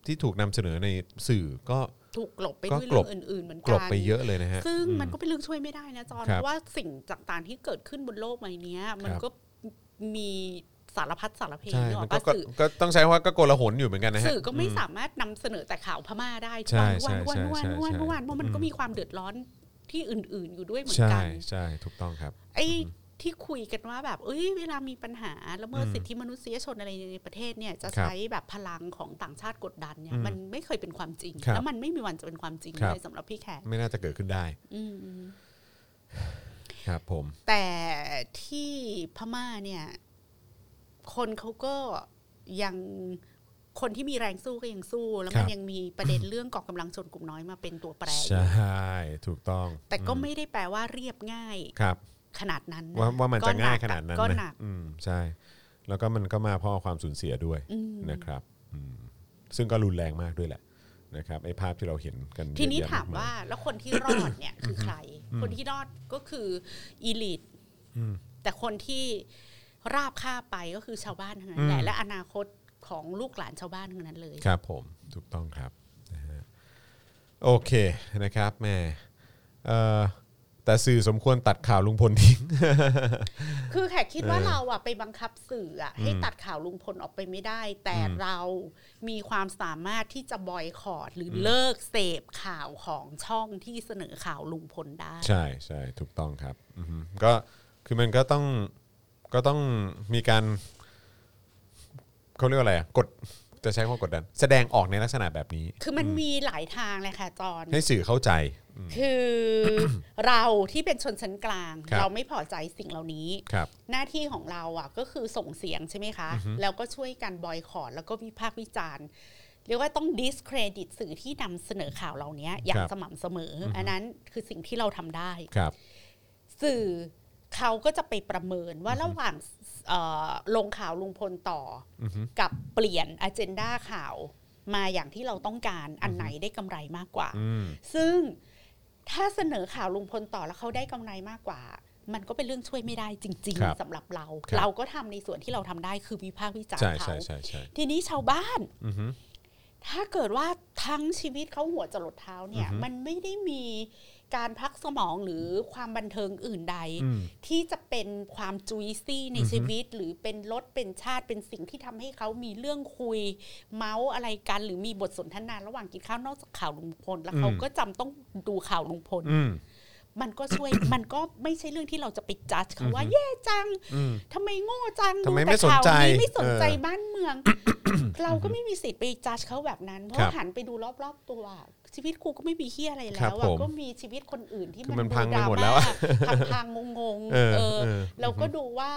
Speaker 2: ที่ถูกนำเสนอในสื่อก็
Speaker 3: ถูกกลบไป
Speaker 2: ก็ก
Speaker 3: ด้วย
Speaker 2: ล
Speaker 3: เรื่อบ งอื่นๆเหมือน
Speaker 2: ก
Speaker 3: กั
Speaker 2: ลบไปเยอะเลยนะฮะ
Speaker 3: ซึ่งมันก็เป็นเรื่องช่วยไม่ได้นะจอน
Speaker 2: ครั
Speaker 3: เพ
Speaker 2: บ
Speaker 3: ราะว่าสิ่งต่างๆที่เกิดขึ้นบนโลกใบเนี้ย มัน
Speaker 2: ครับ
Speaker 3: ก็มีสารพัดสารเพ
Speaker 2: ใช่
Speaker 3: เนกอ
Speaker 2: มั
Speaker 3: อน ก
Speaker 2: ก็
Speaker 3: ปะ
Speaker 2: ก็
Speaker 3: สื่อ
Speaker 2: ก็ต้องใช้ว่าก็โกลาหลอยู่เหมือนกันนะฮะ
Speaker 3: สื่อก็ไม่สามารถนำเสนอแต่ข่าวพม่าได้ทุ
Speaker 2: ใช่
Speaker 3: กวันทุกวันทุก
Speaker 2: ใช่
Speaker 3: วันทุกวัน
Speaker 2: ใช่ใช่
Speaker 3: ทุกวันทุกวันเพราะมัน
Speaker 2: อืม
Speaker 3: ก็มีความเดือดร้อนที่อื่น ๆ อยู่ด้วยเหมือน
Speaker 2: ใช่
Speaker 3: กัน
Speaker 2: ใช่ถูกต้องครับ
Speaker 3: ไอ้ที่คุยกันว่าแบบ เอ้ยเวลามีปัญหาละเมิด
Speaker 2: อืม
Speaker 3: สิทธิมนุษยชนอะไรในประเทศเนี่ยจะ
Speaker 2: ครับ
Speaker 3: ใช้แบบพลังของต่างชาติกดดันเนี่ย
Speaker 2: อืม
Speaker 3: มันไม่เคยเป็นความจริง
Speaker 2: ครับ
Speaker 3: แล้วมันไม่มีวันจะเป็นความจริง
Speaker 2: ครับ
Speaker 3: เลยสำหรับพี่แขก
Speaker 2: ไม่น่าจะเกิดขึ้นได้
Speaker 3: อืม
Speaker 2: ครับผม
Speaker 3: แต่ที่พม่าเนี่ย คนเขาก็ยังคนที่มีแรงสู้ก็ยังสู้ แล้ว
Speaker 2: คน
Speaker 3: มั
Speaker 2: รับ
Speaker 3: ยังมีประเด็นเรื่องก่อกำลังชนกลุ่มน้อยมาเป็นตัวแปรอ
Speaker 2: ใช
Speaker 3: ยู่
Speaker 2: ่ถูกต้อง
Speaker 3: แต่ก็
Speaker 2: อื
Speaker 3: ไม่ได้แปลว่าเรียบง่าย
Speaker 2: ครับ
Speaker 3: ขนาดนั้น
Speaker 2: ว่าว่ามันจะ
Speaker 3: ก็ห
Speaker 2: ง่าย
Speaker 3: ก
Speaker 2: ขนาดนั้น
Speaker 3: ก็
Speaker 2: นะ
Speaker 3: หนัก
Speaker 2: อืมใช่ แล้วก็มันก็มาเพราะความสูญเสียด้วย
Speaker 3: อืม
Speaker 2: นะครับอืมซึ่งก็รุนแรงมากด้วยแหละนะครับไอ้ภาพที่เราเห็นกัน
Speaker 3: ทีนี้
Speaker 2: เยอะแยะ
Speaker 3: ถาม
Speaker 2: กย
Speaker 3: ว่าแล้วคนที่รอดเนี่ยคือใคร คนที่รอดก็คืออีลิท
Speaker 2: อืม
Speaker 3: แต่คนที่ราบคาบไปก็คือชาวบ้านทั้งนั้นแห
Speaker 2: อื
Speaker 3: ละ
Speaker 2: ม
Speaker 3: และอนาคตของลูกหลานชาวบ้านทั้งนั้นเลย
Speaker 2: ครับผมถูกต้องครับนะฮะโอเคนะครับแม่เอ่อแต่สื่อสมควรตัดข่าวลุงพลทิ้ง
Speaker 3: คือแขกคิดว่าเราอะไปบังคับสื่ออะให้ตัดข่าวลุงพลออกไปไม่ได้ แต่เรามีความสามารถที่จะบอยคอรดหรืออเลิกเสพข่าวของช่องที่เสนอข่าวลุงพลได้
Speaker 2: ใช่ใช่ถูกต้องครับอือฮึก็คือมันก็ต้องก็ต้องมีการเขาเรียกว่าอะไรอะกดจะใช้คำว่ากดดัน แสดงออกในลักษณะแบบนี้
Speaker 3: คือมันมีหลายทางเลยค่ะจอน
Speaker 2: ให้สื่อเข้าใจ
Speaker 3: คือเราที่เป็นชนชั้นกลาง
Speaker 2: ครับ
Speaker 3: เราไม่พอใจสิ่งเหล่านี้
Speaker 2: ครับ
Speaker 3: หน้าที่ของเราอ่ะก็คือส่งเสียงใช่ไหมคะ แล้วก็ช่วยกันบอยคอรตแล้วก็วิพากษ์วิจารณ์ เรียกว่าต้อง discredit สื่อที่นำเสนอข่าวเหล่านี้อย่า
Speaker 2: ค
Speaker 3: ง
Speaker 2: รับ
Speaker 3: สม่ำเสมอออันนั้นคือสิ่งที่เราทำได้
Speaker 2: ครับ
Speaker 3: สื่อเขาก็จะไปประเมินว่าระหว่างเอ่อลงข่าวลุงพลต่ออ
Speaker 2: อฮึ
Speaker 3: กับเปลี่ยนอเจนดาข่าวมาอย่างที่เราต้องการอันไหนได้กำไรมากกว่า
Speaker 2: อืม
Speaker 3: ซึ่งถ้าเสนอข่าวลุงพลต่อแล้วเขาได้กำไรมากกว่า มันก็เป็นเรื่องช่วยไม่ได้จริง
Speaker 2: ครับ
Speaker 3: ๆสำหรับเรา
Speaker 2: ครับ
Speaker 3: เราก็ทำในส่วนที่เราทำได้คือวิพากษ์วิจาร
Speaker 2: ใช่
Speaker 3: ณ์เขา
Speaker 2: ใช่ใช่ใช่
Speaker 3: ทีนี้ชาวบ้าน
Speaker 2: อือฮึ
Speaker 3: ถ้าเกิดว่าทั้งชีวิตเขาหัวจรดเท้าเนี่ย
Speaker 2: อือฮึ
Speaker 3: มันไม่ได้มีการพักสมองหรือความบันเทิงอื่นใด
Speaker 2: อืม
Speaker 3: ที่จะเป็นความจุยซี่ใน
Speaker 2: อือฮึ
Speaker 3: ชีวิต หรือเป็นรถเป็นชาติเป็นสิ่งที่ทำให้เขามีเรื่องคุย เมาส์อะไรกัน หรือมีบทสนทนาระหว่างกินข้าวนอกจากข่าวลุงพล แล้ว
Speaker 2: อืม
Speaker 3: เขาก็จำต้องดูข่าวลุงพล
Speaker 2: อืม
Speaker 3: มันก็ช่วย มันก็ไม่ใช่เรื่องที่เราจะไปจัดเขาว่า
Speaker 2: อือฮึ
Speaker 3: แย่จัง
Speaker 2: อืม
Speaker 3: ทำไมโง่จัง
Speaker 2: ทำไม
Speaker 3: ดู
Speaker 2: ไม่
Speaker 3: แต่ข่าว
Speaker 2: สนใจ
Speaker 3: ไม่สนใจ
Speaker 2: เออ
Speaker 3: บ้านเมือง เราก็ไม่มีสิทธิ์ไปจัดเขาแบบนั้นเพ
Speaker 2: ครั
Speaker 3: ราะ
Speaker 2: บ
Speaker 3: หันไปดูรอบๆตัวอะชีวิตกูก็ไม่มีเฮียอะไร
Speaker 2: ครั
Speaker 3: แล้
Speaker 2: บ
Speaker 3: ว
Speaker 2: ผ
Speaker 3: อะ
Speaker 2: ม
Speaker 3: ก็มีชีวิตคนอื่นที่
Speaker 2: คือ
Speaker 3: มั
Speaker 2: มัน นพังไปห
Speaker 3: ดูดรา
Speaker 2: มดแล้วอะ
Speaker 3: ม่าพังๆงงๆ
Speaker 2: เออ
Speaker 3: เออ
Speaker 2: เออ
Speaker 3: เราก็ดูว่า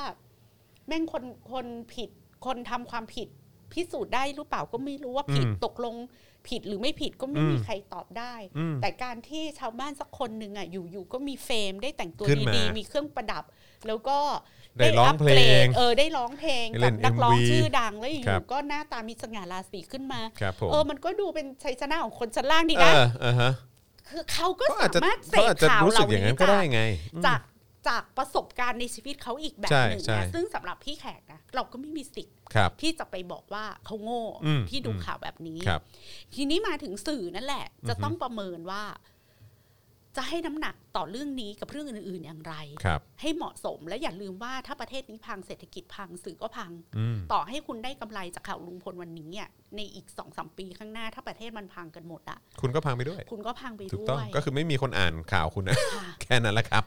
Speaker 3: แม่งคนคนผิดคนทำความผิดพิสูจน์ได้หรือเปล่าก็ไม่รู้ว่าผิด
Speaker 2: อืม
Speaker 3: ตกลงผิดหรือไม่ผิดก็ไม่
Speaker 2: อืม
Speaker 3: มีใครตอบได้
Speaker 2: อืม
Speaker 3: แต่การที่ชาวบ้านสักคนหนึ่งอ่ะอยู่ๆก็มีเฟมได้แต่งตัว
Speaker 2: ขึ้นมา
Speaker 3: ดีๆ มีเครื่องประดับ แล้วก็
Speaker 2: ได้ร้องเพลง
Speaker 3: ปกรดเออได้ร้องเพลง
Speaker 2: ได้เล่
Speaker 3: กัน บนักร้อง
Speaker 2: MV
Speaker 3: ชื่อดังแล้วอ
Speaker 2: ครั
Speaker 3: ยู่
Speaker 2: บ
Speaker 3: ๆก็หน้าตามีสง่าราศีขึ้นมา
Speaker 2: ครับผม
Speaker 3: เออมันก็ดูเป็นชัยชนะของคนชั้นล่างดี
Speaker 2: เอ
Speaker 3: นะ
Speaker 2: อเออฮะ
Speaker 3: คือเขาก็
Speaker 2: เขาอาจจะ
Speaker 3: สามารถเส
Speaker 2: เขา
Speaker 3: ก
Speaker 2: อาจจะ
Speaker 3: ข่าว
Speaker 2: รู้
Speaker 3: เห
Speaker 2: สึก
Speaker 3: ล่า
Speaker 2: อย่าง
Speaker 3: นี้
Speaker 2: นั้นก็ได้
Speaker 3: จาก
Speaker 2: ไง
Speaker 3: จากจากประสบการณ์ในชีวิตเขาอีกแบบ
Speaker 2: ใช่
Speaker 3: หนึ่ง
Speaker 2: ใช่
Speaker 3: นะซึ่งสำหรับพี่แขกนะเราก็ไม่มีสิทธิ์
Speaker 2: ครับ
Speaker 3: ที่จะไปบอกว่าเขาโง่
Speaker 2: อืม
Speaker 3: ที่ดู
Speaker 2: อืม
Speaker 3: ข่าวแบบนี้
Speaker 2: ครับ
Speaker 3: ทีนี้มาถึงสื่อนั่นแหละ จะ
Speaker 2: อือฮึ
Speaker 3: ต้องประเมินว่า จะให้น้ำหนักต่อเรื่องนี้กับเรื่องอื่น ๆอย่างไร
Speaker 2: ครับ
Speaker 3: ให้เหมาะสมและอย่าลืมว่าถ้าประเทศนี้พังเศรษฐกิจพังสื่อก็พัง
Speaker 2: อืม
Speaker 3: ต่อให้คุณได้กำไรจากข่าวลุงพลวันนี้อะในอีกสองสามปีข้างหน้า ถ้าประเทศมันพังกันหมดอะ
Speaker 2: คุณก็พังไปด้วย
Speaker 3: คุณก็พังไป
Speaker 2: ถูก
Speaker 3: ด้
Speaker 2: ต้อง
Speaker 3: วย
Speaker 2: ก็คือไม่มีคนอ่านข่าวคุณนะ
Speaker 3: ค่ะ
Speaker 2: แค่นั้นแหละครับ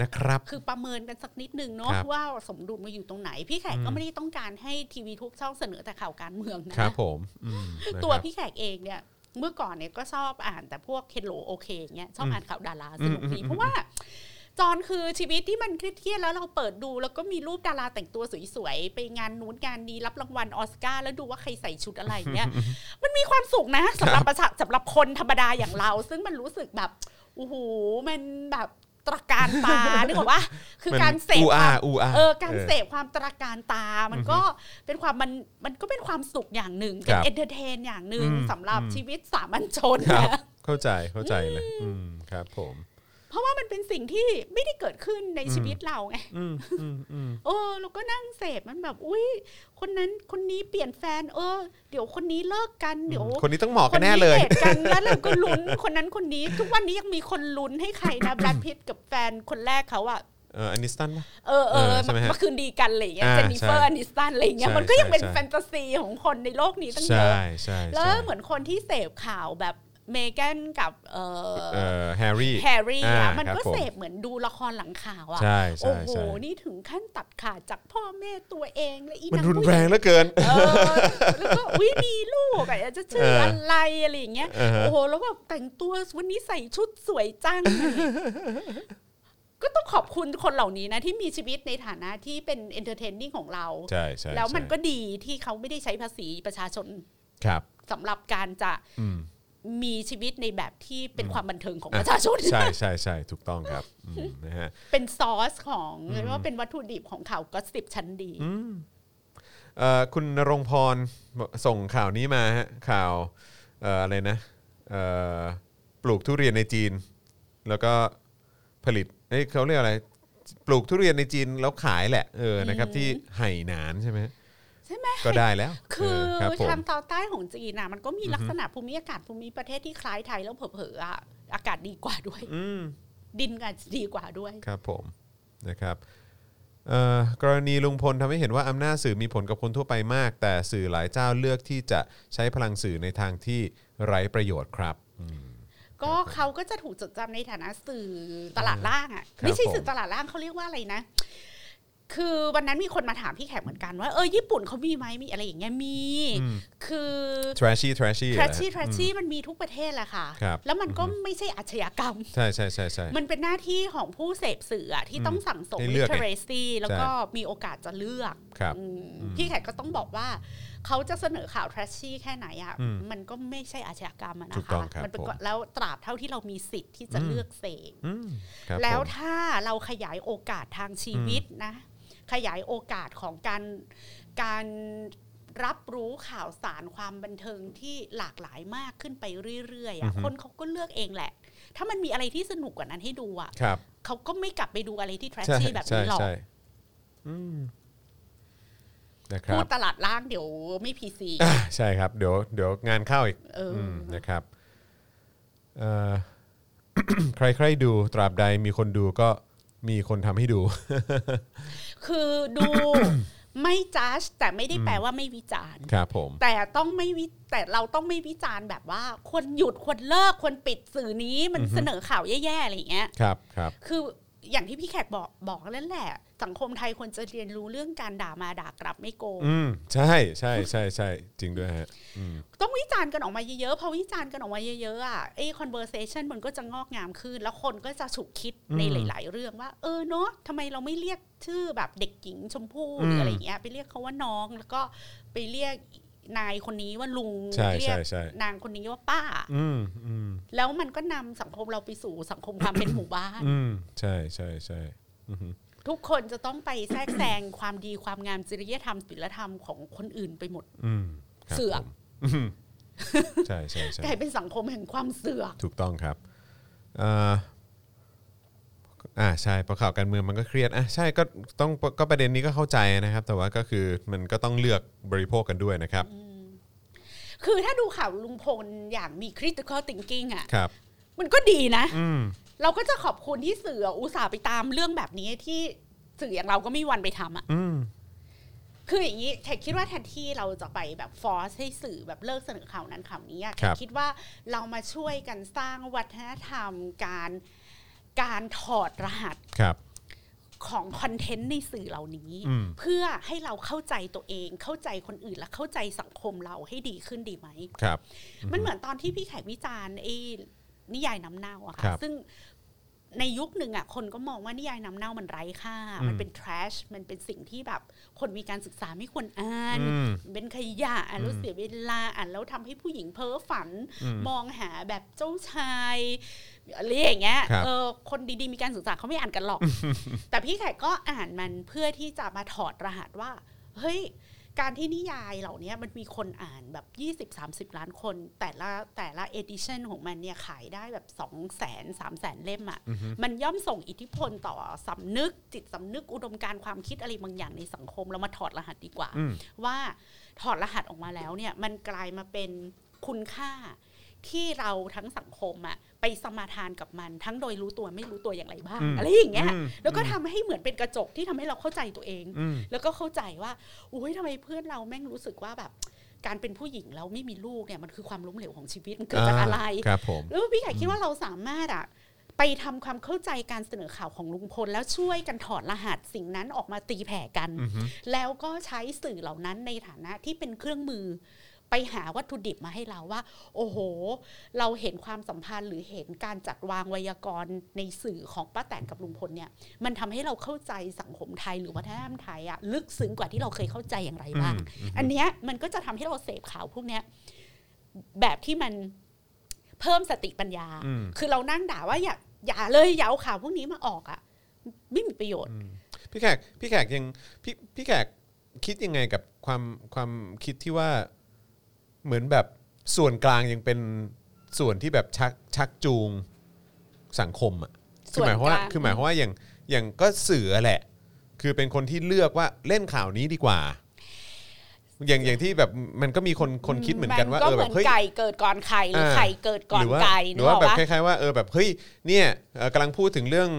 Speaker 2: นะครับ
Speaker 3: คือประเมินกันสักนิดหนึ่งเนาะ
Speaker 2: ครับ
Speaker 3: ว่าสมดุลมาอยู่ตรงไหน พี่แขก
Speaker 2: อื
Speaker 3: ก็
Speaker 2: ม
Speaker 3: ไม่ได้ต้องการให้ทีวีทุกช่องเสนอแต่ข่าวการเมืองนะครับ
Speaker 2: ผมอืมนะครับ
Speaker 3: ตัวพี่แขกเองเนี่ยเมื่อก่อนเนี่ยก็ชอบอ่านแต่พวกเคโลโอเคเงี้ยชอบ
Speaker 2: อืม
Speaker 3: อ่านข่าวดารา
Speaker 2: อื
Speaker 3: ส
Speaker 2: ม
Speaker 3: นุกดี
Speaker 2: อืม
Speaker 3: เพราะว่า จอนคือชีวิตที่มันเครียดๆแล้วเราเปิดดู แล้วก็มีรูปดาราแต่งตัวสวยๆไปงานนู้นงานนี้รับรางวัลออสการ์แล้วดูว่าใครใส่ชุดอะไรเงี้ย มันมีความสุขนะสำหรับประชาสำหรับคนธรรมดาอย่างเรา ซึ่งมันรู้สึกแบบโอ้โหมันแบบตระการตา นึกออกว่าคือ
Speaker 2: มัน
Speaker 3: การเสพ
Speaker 2: อู
Speaker 3: ค
Speaker 2: อาว
Speaker 3: าม
Speaker 2: อูอา
Speaker 3: เออการเสพความตระการตา มันก็เป็นความมันมันก็เป็นความสุขอย่างหนึ่ง
Speaker 2: ค
Speaker 3: เป็
Speaker 2: รับ
Speaker 3: นเอนเตอร์เทนอย่างหนึ่ง
Speaker 2: อืม
Speaker 3: สำหรับ
Speaker 2: อืม
Speaker 3: ชีวิตสามัญชน
Speaker 2: ครับ
Speaker 3: นะ
Speaker 2: เข้าใจเข้าใจเลย อืมครับผม
Speaker 3: เพราะว่ามันเป็นสิ่งที่ไม่ได้เกิดขึ้นในชีวิตเราไง
Speaker 2: อืมอืมอืม
Speaker 3: เออเราก็นั่งเสพมันแบบ อุ้ยคนนั้นคนนี้เปลี่ยนแฟน เออ เดี๋ยวคนนี้เลิกกันเดี๋ยว
Speaker 2: คนนี้ต้องเหมาะกันแน่เลย
Speaker 3: คดท กันแล้วเราก็ลุ้น คนนั้นคนนี้ ทุกวันนี้ยังมีคนลุ้นให้ใครนะแบรดพิตกับแฟนคนแรกเขาอะ
Speaker 2: เอออันนิสตันปะ
Speaker 3: เออเออ
Speaker 2: เออใช่ไหมฮะ
Speaker 3: เมื่อคืนดีกันอะไรอย่างเงี้ย
Speaker 2: อ่า
Speaker 3: เจนนิเฟอ
Speaker 2: ใช่
Speaker 3: ร์อนิสตันอะไรอย่างเงี้ย
Speaker 2: ใช่
Speaker 3: มันก็ยังเป็น
Speaker 2: ใช่
Speaker 3: แฟนตาซีของคนในโลกนี้ตั้งเย
Speaker 2: ใช่
Speaker 3: อะ
Speaker 2: ใช่
Speaker 3: แล้ว
Speaker 2: ใช่
Speaker 3: เหมือนคนที่เสพข่าวแบบเมแกนกับเอ
Speaker 2: เอ่
Speaker 3: อ
Speaker 2: อแฮร์รี่
Speaker 3: แฮร์รี่
Speaker 2: อ่า
Speaker 3: อะมัน
Speaker 2: ค
Speaker 3: ก็
Speaker 2: รับผม
Speaker 3: เสพเหมือนดูละครหลังข่าวอะ
Speaker 2: ใช่
Speaker 3: โอ้
Speaker 2: ใช่
Speaker 3: โห
Speaker 2: ใช่
Speaker 3: นี่ถึงขั้นตัดขาดจากพ่อแม่ตัวเองและอี
Speaker 2: มัน
Speaker 3: นาง
Speaker 2: รุน
Speaker 3: ผู้ห
Speaker 2: แร
Speaker 3: ญิ
Speaker 2: ง
Speaker 3: ง
Speaker 2: เหลือเกิน
Speaker 3: เออแล้วก็อุ้ยมีลูกอะอยากจะชื่ออะไรอะไรอย่างเงี้ย
Speaker 2: เออฮะ
Speaker 3: โอ้โหแล้วแบบแต่งตัววันนี้ใส่ชุดสวยจัง ก็ต้องขอบคุณคนเหล่านี้นะที่มีชีวิตในฐานะที่เป็นเอนเตอร์เทนนิ่งของเรา
Speaker 2: ใช่ใช่
Speaker 3: แล้วมันก็
Speaker 2: ใช่
Speaker 3: ดีที่เขาไม่ได้ใช้ภาษีประชาชน
Speaker 2: ครับ
Speaker 3: สำหรับการจะ
Speaker 2: อืม
Speaker 3: มีชีวิตในแบบที่เป็นความบันเทิงของประชาชน
Speaker 2: ใช่ใช่ใช่ถูกต้องครับอืมนะฮะ
Speaker 3: เป็นซอสของเรียกว่าเป็นวัตถุดิบของข่าวก็สิบชั้นดี
Speaker 2: เอ่อคุณนรงพรส่งข่าวนี้มาฮะข่าวเอ่ออะไรนะเอ่อปลูกทุเรียนในจีน แล้วก็ผลิตเอ้ยเขาเรียกอะไร ปลูกทุเรียนในจีนแล้วขายแหละเออนะครับที่ไหหนานใช่ไหม
Speaker 3: ใช่ไหม
Speaker 2: ก็ได้ แล้ว
Speaker 3: คื
Speaker 2: เ
Speaker 3: อ
Speaker 2: ครับผม
Speaker 3: ทางตอนใต้ของจีนนะมันก็มีลักษณะภูมิอากาศภูมิประเทศที่คล้ายไทยแล้วเผลอๆอะอากาศดีกว่าด้วย
Speaker 2: อืม
Speaker 3: ดินก็ดีกว่าด้วย
Speaker 2: ครับผมนะครับเอ่อกรณีลุงพลทำให้เห็นว่าอำนาจสื่อมีผลกับคนทั่วไปมาก แต่สื่อหลายเจ้าเลือกที่จะใช้พลังสื่อในทางที่ไร้ประโยชน์ครับ
Speaker 3: ก็เขาก็จะถูกจดจำในฐานะสื่อตลาดล่างอ่ะ
Speaker 2: ครับ
Speaker 3: ไม่ใช่สื่
Speaker 2: ผ
Speaker 3: อ
Speaker 2: ม
Speaker 3: ตลาดล่างเขาเรียกว่าอะไรนะ คือวันนั้นมีคนมาถามพี่แขกเหมือนกันว่าเออญี่ปุ่นเขามีไหมมีอะไรอย่างเงี้ยมี คือ
Speaker 2: trashy trashy
Speaker 3: ทร a ชี่
Speaker 2: เห
Speaker 3: ท
Speaker 2: รอ
Speaker 3: ร
Speaker 2: ฮะ
Speaker 3: ชี่มันมีทุกประเทศแหละค่ะ
Speaker 2: ครับ
Speaker 3: แล้วมันก็ไม่ใช่อาชญากรรม
Speaker 2: ใช่ใช่ใช่ใช่
Speaker 3: มันเป็นหน้าที่ของผู้เสพสื่ออะที่ต้องสั่งสม
Speaker 2: ให้เลือกไง
Speaker 3: literacy แล้วก็มีโอกาสจะเลือก
Speaker 2: ครับ
Speaker 3: อืมพี่แขกก็ต้องบอกว่า เขาจะเสนอข่าวทร a ชชี่แค่ไหนอ่ะ
Speaker 2: อืม
Speaker 3: มันก็ไม่ใช่อาชญากรรมอะ
Speaker 2: ถู
Speaker 3: นะ
Speaker 2: กต้
Speaker 3: คะ
Speaker 2: องครับ
Speaker 3: มันเป็น
Speaker 2: ผม
Speaker 3: ก็แล้วตราบเท่าที่เรามีสิทธิ์ที่จะ
Speaker 2: อืม
Speaker 3: เลือกเสพ
Speaker 2: อืมครับ
Speaker 3: แล้ว
Speaker 2: ผม
Speaker 3: ถ้าเราขยายโอกาสทางชีวิตนะ ขยายโอกาสของการการรับรู้ข่าวสารความบันเทิงที่หลากหลายมากขึ้นไปเรื่อยๆ
Speaker 2: อื
Speaker 3: อะ
Speaker 2: อฮึ
Speaker 3: คนเขาก็เลือกเองแหละ ถ้ามันมีอะไรที่สนุกกว่านั้นให้ดูอ่ะ
Speaker 2: ครับ
Speaker 3: เขาก็ไม่กลับไปดูอะไรที่ t r a ช
Speaker 2: ใช่
Speaker 3: ชี่แบบ
Speaker 2: ใช่
Speaker 3: นี้หรอก
Speaker 2: ใช่อืมนะค
Speaker 3: พู
Speaker 2: รั
Speaker 3: ด
Speaker 2: บ
Speaker 3: ตลาดล่างเดี๋ยวไม่พีซี
Speaker 2: อ่ะใช่ครับ เดี๋ยวเดี๋ยวงานเข้าอีก
Speaker 3: เออ
Speaker 2: อืม
Speaker 3: อ
Speaker 2: นะครับเอ่ อ ใครๆดูตราบใดมีคนดูก็มีคนทำให้ดู
Speaker 3: คือดู ไม่จ้าแต่ไม่ได้แปลว่าไม่วิจารณ์
Speaker 2: ครับผม
Speaker 3: แต่ต้องไม่วิแต่เราต้องไม่วิจารณ์แบบว่าควรหยุดควรเลิกควรปิดสื่อนี้มัน
Speaker 2: อือฮึ
Speaker 3: เสนอข่าวแย่ๆอะไรอย่างเงี้ย
Speaker 2: ครับครับ
Speaker 3: คืออย่างที่พี่แขกบอกบอกนั่นแหละ สังคมไทยควรจะเรียนรู้เรื่องการด่ามาด่ากลับไม่โกง
Speaker 2: อืมใช่ใช่ใช่ใช่จริงด้วยฮะ อืม
Speaker 3: ต้องวิจารณ์กันออกมาเยอะๆพอวิจารณ์กันออกมาเยอะๆอ่ะไอ้ conversation มันก็จะงอกงามขึ้น แล้วคนก็จะฉุกคิดใน
Speaker 2: อืม
Speaker 3: หลาย ๆ เรื่องว่า เออเนาะทำไมเราไม่เรียกชื่อแบบเด็กหญิงชมพู่หรืออะไรอย่างเงี้ยไปเรียกเขาว่าน้องแล้วก็ไปเรียกนายคนนี้ว่าลุง
Speaker 2: ใช่
Speaker 3: เรีก
Speaker 2: ใช่ใช่
Speaker 3: นางคนนี้ว่าป้า
Speaker 2: อืมอืม
Speaker 3: แล้วมันก็นำสังคมเราไปสู่สังคมความ เป็นหมู่บ้าน
Speaker 2: อืมใช่ใช่ใช่อือฮึ
Speaker 3: ทุกคนจะต้องไปแทรกแซง ความดีความงามจริยธรรมศีลธรรมของคนอื่นไปหมด
Speaker 2: อืมครับ
Speaker 3: เสือก
Speaker 2: ผม อืมใช่ใช่ใช่
Speaker 3: กลายเป็นสังคมแห่งความเสือก
Speaker 2: ถูกต้องครับเอ่ออ่าใช่เพราะข่าวการเมืองมันก็เครียดอ่ะใช่ก็ต้องก็ประเด็นนี้ก็เข้าใจนะครับ แต่ว่าก็คือมันก็ต้องเลือกบริโภคกันด้วยนะครับ
Speaker 3: คือถ้าดูข่าวลุงพลอย่างมี critical thinking อ่ะ
Speaker 2: ครับ
Speaker 3: มันก็ดีนะ
Speaker 2: อืม
Speaker 3: เราก็จะขอบคุณที่สื่ออุตส่าห์ไปตามเรื่องแบบนี้ที่สื่ออย่างเราก็ไม่มีวันไปทำอ่ะ
Speaker 2: อืม
Speaker 3: คืออย่างนี้แขกคิดว่าแทนที่เราจะไปแบบฟอร์สให้สื่อแบบเลิกเสนอข่าวนั้นข่าวนี้อะ
Speaker 2: ครับ
Speaker 3: แขกคิดว่าเรามาช่วยกันสร้างวัฒนธรรมการการถอดรหัส
Speaker 2: ครับ
Speaker 3: ของคอนเทนต์ในสื่อเหล่านี้
Speaker 2: อืม
Speaker 3: เพื่อให้เราเข้าใจตัวเอง เข้าใจคนอื่นและเข้าใจสังคมเราให้ดีขึ้นดีไหม
Speaker 2: ครับ
Speaker 3: มันเหมือนตอนที่พี่แขกวิจารณ์ไอ้นิยายน้ำเน่าอะ
Speaker 2: ครั
Speaker 3: ค่ะ
Speaker 2: บ
Speaker 3: ซึ่งในยุคหนึ่งอะคนก็มองว่านิยายน้ำเน่ามันไร้ค่า
Speaker 2: อืม
Speaker 3: มันเป็น trash มันเป็นสิ่งที่แบบ คนมีการศึกษาไม่ควรอ่าน
Speaker 2: อืม
Speaker 3: เป็นขยะอ่านแล้วเสียเวลาอ่านแล้วทำให้ผู้หญิงเพ้อฝัน
Speaker 2: อืม
Speaker 3: มองหาแบบเจ้าชายอะไรอย่างเงี้ย
Speaker 2: ครับ
Speaker 3: เออคนดีๆมีการศึกษาเขาไม่อ่านกัน หรอก แต่พี่แขกก็อ่านมันเพื่อที่จะมาถอดรหัสว่า เฮ้ย การที่นิยายเหล่านี้มันมีคนอ่านแบบ 20-30 ล้านคน แต่ละแต่ละเอดิชันของมันเนี่ยขายได้แบบ 2 0 0 0 0 0 3 0 0 0 0 เล่มอะ่ะ มันย่อมส่งอิทธิพลต่อสำนึกจิตสำนึกอุดมการณ์ความคิดอะไรบางอย่างในสังคม เรามาถอดรหัสดีกว่า
Speaker 2: อืม
Speaker 3: ว่าถอดรหัสออกมาแล้วเนี่ยมันกลายมาเป็นคุณค่าที่เราทั้งสังคมอะไปสมาทานกับมัน ทั้งโดยรู้ตัวไม่รู้ตัวอย่างไรบ้าง
Speaker 2: อืม
Speaker 3: อะไรอย่างเงี้ย
Speaker 2: อืม
Speaker 3: แล้วก็ทำให้เหมือนเป็นกระจกที่ทำให้เราเข้าใจตัวเอง
Speaker 2: อืม
Speaker 3: แล้วก็เข้าใจว่า อุ้ยทำไมเพื่อนเราแม่งรู้สึกว่าแบบ การเป็นผู้หญิงแล้วไม่มีลูกเนี่ยมันคือความล้มเหลวของชีวิตมันเกิดจากอะไร
Speaker 2: ครับผม
Speaker 3: แล้วพี่ไก่คิดว่าเราสามารถอะไปทำความเข้าใจการเสนอข่าวของลุงพล แล้วช่วยกันถอดรหัสสิ่งนั้นออกมาตีแผ่กัน
Speaker 2: อือฮึ
Speaker 3: แล้วก็ใช้สื่อเหล่านั้นในฐานะที่เป็นเครื่องมือ ไปหาวัตถุดิบมาให้เราว่า โอ้โห เราเห็นความสัมพันธ์หรือเห็นการจัดวางไวยากรณ์ในสื่อของป้าแตนกับลุงพลเนี่ย มันทำให้เราเข้าใจสังคมไทยหรือวัฒนธรรมไทยอะลึกซึ้งกว่าที่เราเคยเข้าใจอย่างไรบ้าง อันเนี้ยมันก็จะทำให้เราเสพข่าวพวกเนี้ยแบบที่มันเพิ่มสติปัญญา
Speaker 2: อืม
Speaker 3: คือเรานั่งด่าว่าอย่าอย่าเลยอย่าเอาข่าวพวกนี้มาออกอะไม่มีประโยชน์
Speaker 2: พี่แขก พี่แขกยัง พี่ พี่แขกคิดยังไงกับความ ความคิดที่ว่า เหมือนแบบส่วนกลางยังเป็นส่วนที่แบบชัก ชักจูงสังคมอ่ะ คือหมายความว่า
Speaker 3: ส่วนกลาง
Speaker 2: คือหมายความว่าอย่าง อย่างก็เสือแหละ คือเป็นคนที่เลือกว่าเล่นข่าวนี้ดีกว่า อย่างอย่างที่แบบมันก็มีคนคนคิดเหมือนกันว่า
Speaker 3: ก็
Speaker 2: เออ
Speaker 3: เห
Speaker 2: แบ
Speaker 3: มือบ น
Speaker 2: เฮ้ย
Speaker 3: ไก่เกิดก่อนไข่หรืออา ไข่เกิดก่อ
Speaker 2: ห
Speaker 3: น
Speaker 2: รือว่า
Speaker 3: ไก่
Speaker 2: หรือว่าแบบ
Speaker 3: นึกก
Speaker 2: ค
Speaker 3: ปะ
Speaker 2: ล้ายๆว่าเออแบบเฮ้ยเนี่ยเอ่อกำลังพูดถึงเรื่อง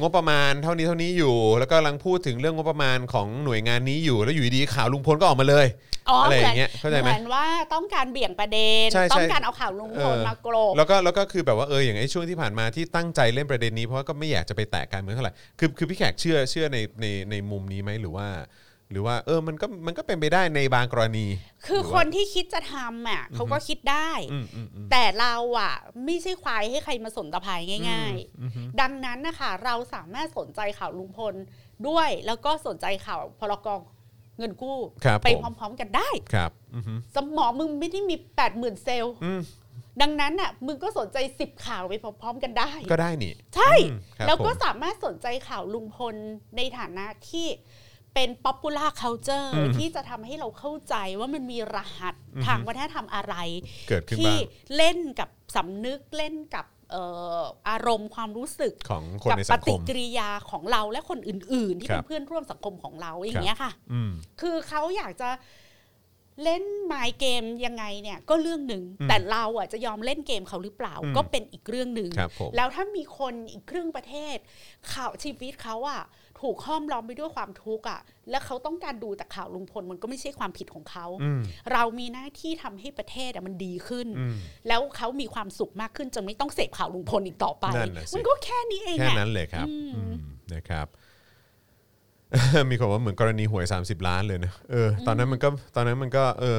Speaker 2: งบประมาณเท่านี้เท่านี้อยู่ แล้วก็กำลังพูดถึงเรื่องงบประมาณของหน่วยงานนี้อยู่แล้วอยู่ดีๆข่าวลุงพลก็ออกมาเลย อะไรอย่างเงี้ยเข้าใจไหม
Speaker 3: เหมือนว่าต้องการเบี่ยงประเด็น
Speaker 2: ใช่ใช่
Speaker 3: ต้องการเอาข่าวลุงพล
Speaker 2: เออ
Speaker 3: มากรบ
Speaker 2: แล้วก็แล้วก็คือแบบว่าเอออย่างไอ้ช่วงที่ผ่านมาที่ตั้งใจเล่นประเด็นนี้เพราะว่าก็ไม่อยากจะไปแตะการเมืองเท่าไหร่คือคือพี่แขกเชื่อเชื่อในในในมุมนี้ไหมหรือว่า หรือว่าเออมันก็มันก็เป็นไปได้ในบางกรณี
Speaker 3: คือ
Speaker 2: หรือว่า
Speaker 3: คนที่คิดจะทำอ่ะเขาก็คิดได้
Speaker 2: อืมอืมอืม
Speaker 3: แต่เราอ่ะ ไม่ใช่ควายให้ใครมาสนตะภายง่าย
Speaker 2: อืมอือฮึ
Speaker 3: ๆ ดังนั้นนะคะเราสามารถสนใจข่าวลุงพลด้วย แล้วก็สนใจข่าวพลกองเงินกู้
Speaker 2: ครับ
Speaker 3: ไป
Speaker 2: ผม
Speaker 3: พร้อม ๆ กันได้
Speaker 2: ครับอือฮึ
Speaker 3: สมองมึงไม่ได้มี 80,000 เซลล์
Speaker 2: อืม
Speaker 3: ดังนั้นอ่ะมึงก็สนใจ 10 ข่าวไปพร้อม ๆ กันได้
Speaker 2: ก็ได้นี่
Speaker 3: ใช่
Speaker 2: อืมครับ
Speaker 3: แล้วก็
Speaker 2: ผม
Speaker 3: สามารถสนใจข่าวลุงพลในฐานะที่เป็น popular culture
Speaker 2: อืม
Speaker 3: ที่จะทำให้เราเข้าใจว่ามันมีรหัส
Speaker 2: อือฮึ
Speaker 3: ทางวัฒนธรรมอะไร
Speaker 2: เกิดขึ้น
Speaker 3: ที่
Speaker 2: บ้าง
Speaker 3: เล่นกับสำนึกเล่นกับเอ่ออารมณ์ความรู้สึก
Speaker 2: ของคน
Speaker 3: กั
Speaker 2: ใน
Speaker 3: ป
Speaker 2: สังค
Speaker 3: ฏิ
Speaker 2: ม
Speaker 3: กิริยาของเราและคนอื่น ๆ ที่
Speaker 2: ครั
Speaker 3: เป็
Speaker 2: บ
Speaker 3: นเพื่อนร่วมสังคมของเราอย่างเงี้ยค่ะ
Speaker 2: อืม
Speaker 3: คือเขาอยากจะเล่นไมายเกมยังไงเนี่ยก็เรื่องหนึ่ง
Speaker 2: อืม
Speaker 3: แต่เราอ่ะจะยอมเล่นเกมเขาหรือเปล่า
Speaker 2: อืม
Speaker 3: ก็เป็นอีกเรื่องหนึ่ง
Speaker 2: ครับผม
Speaker 3: แล้วถ้ามีคนอีกครึ่งประเทศข่าวชีวิตเขาอะถูกห้อมล้อมไปด้วยความทุกข์อะแล้วเขาต้องการดูแต่ข่าวลุงพลมันก็ไม่ใช่ความผิดของเขา
Speaker 2: อืม
Speaker 3: เรามีหน้าที่ทำให้ประเทศอะมันดีขึ้น
Speaker 2: อืม
Speaker 3: แล้วเขามีความสุขมากขึ้นจนไม่ต้องเสพข่าวลุงพลอีกต่อไป
Speaker 2: นั่นน่ะสิ
Speaker 3: มันก็แค่นี้เอง
Speaker 2: แค่
Speaker 3: อะ
Speaker 2: นั้นเลยครับ
Speaker 3: อืม
Speaker 2: อืมนะครับ มีคนว่าเหมือนกรณีหวย 30 ล้านเลยนะเออตอนนั้นมันก็ตอนนั้นมันก็เออ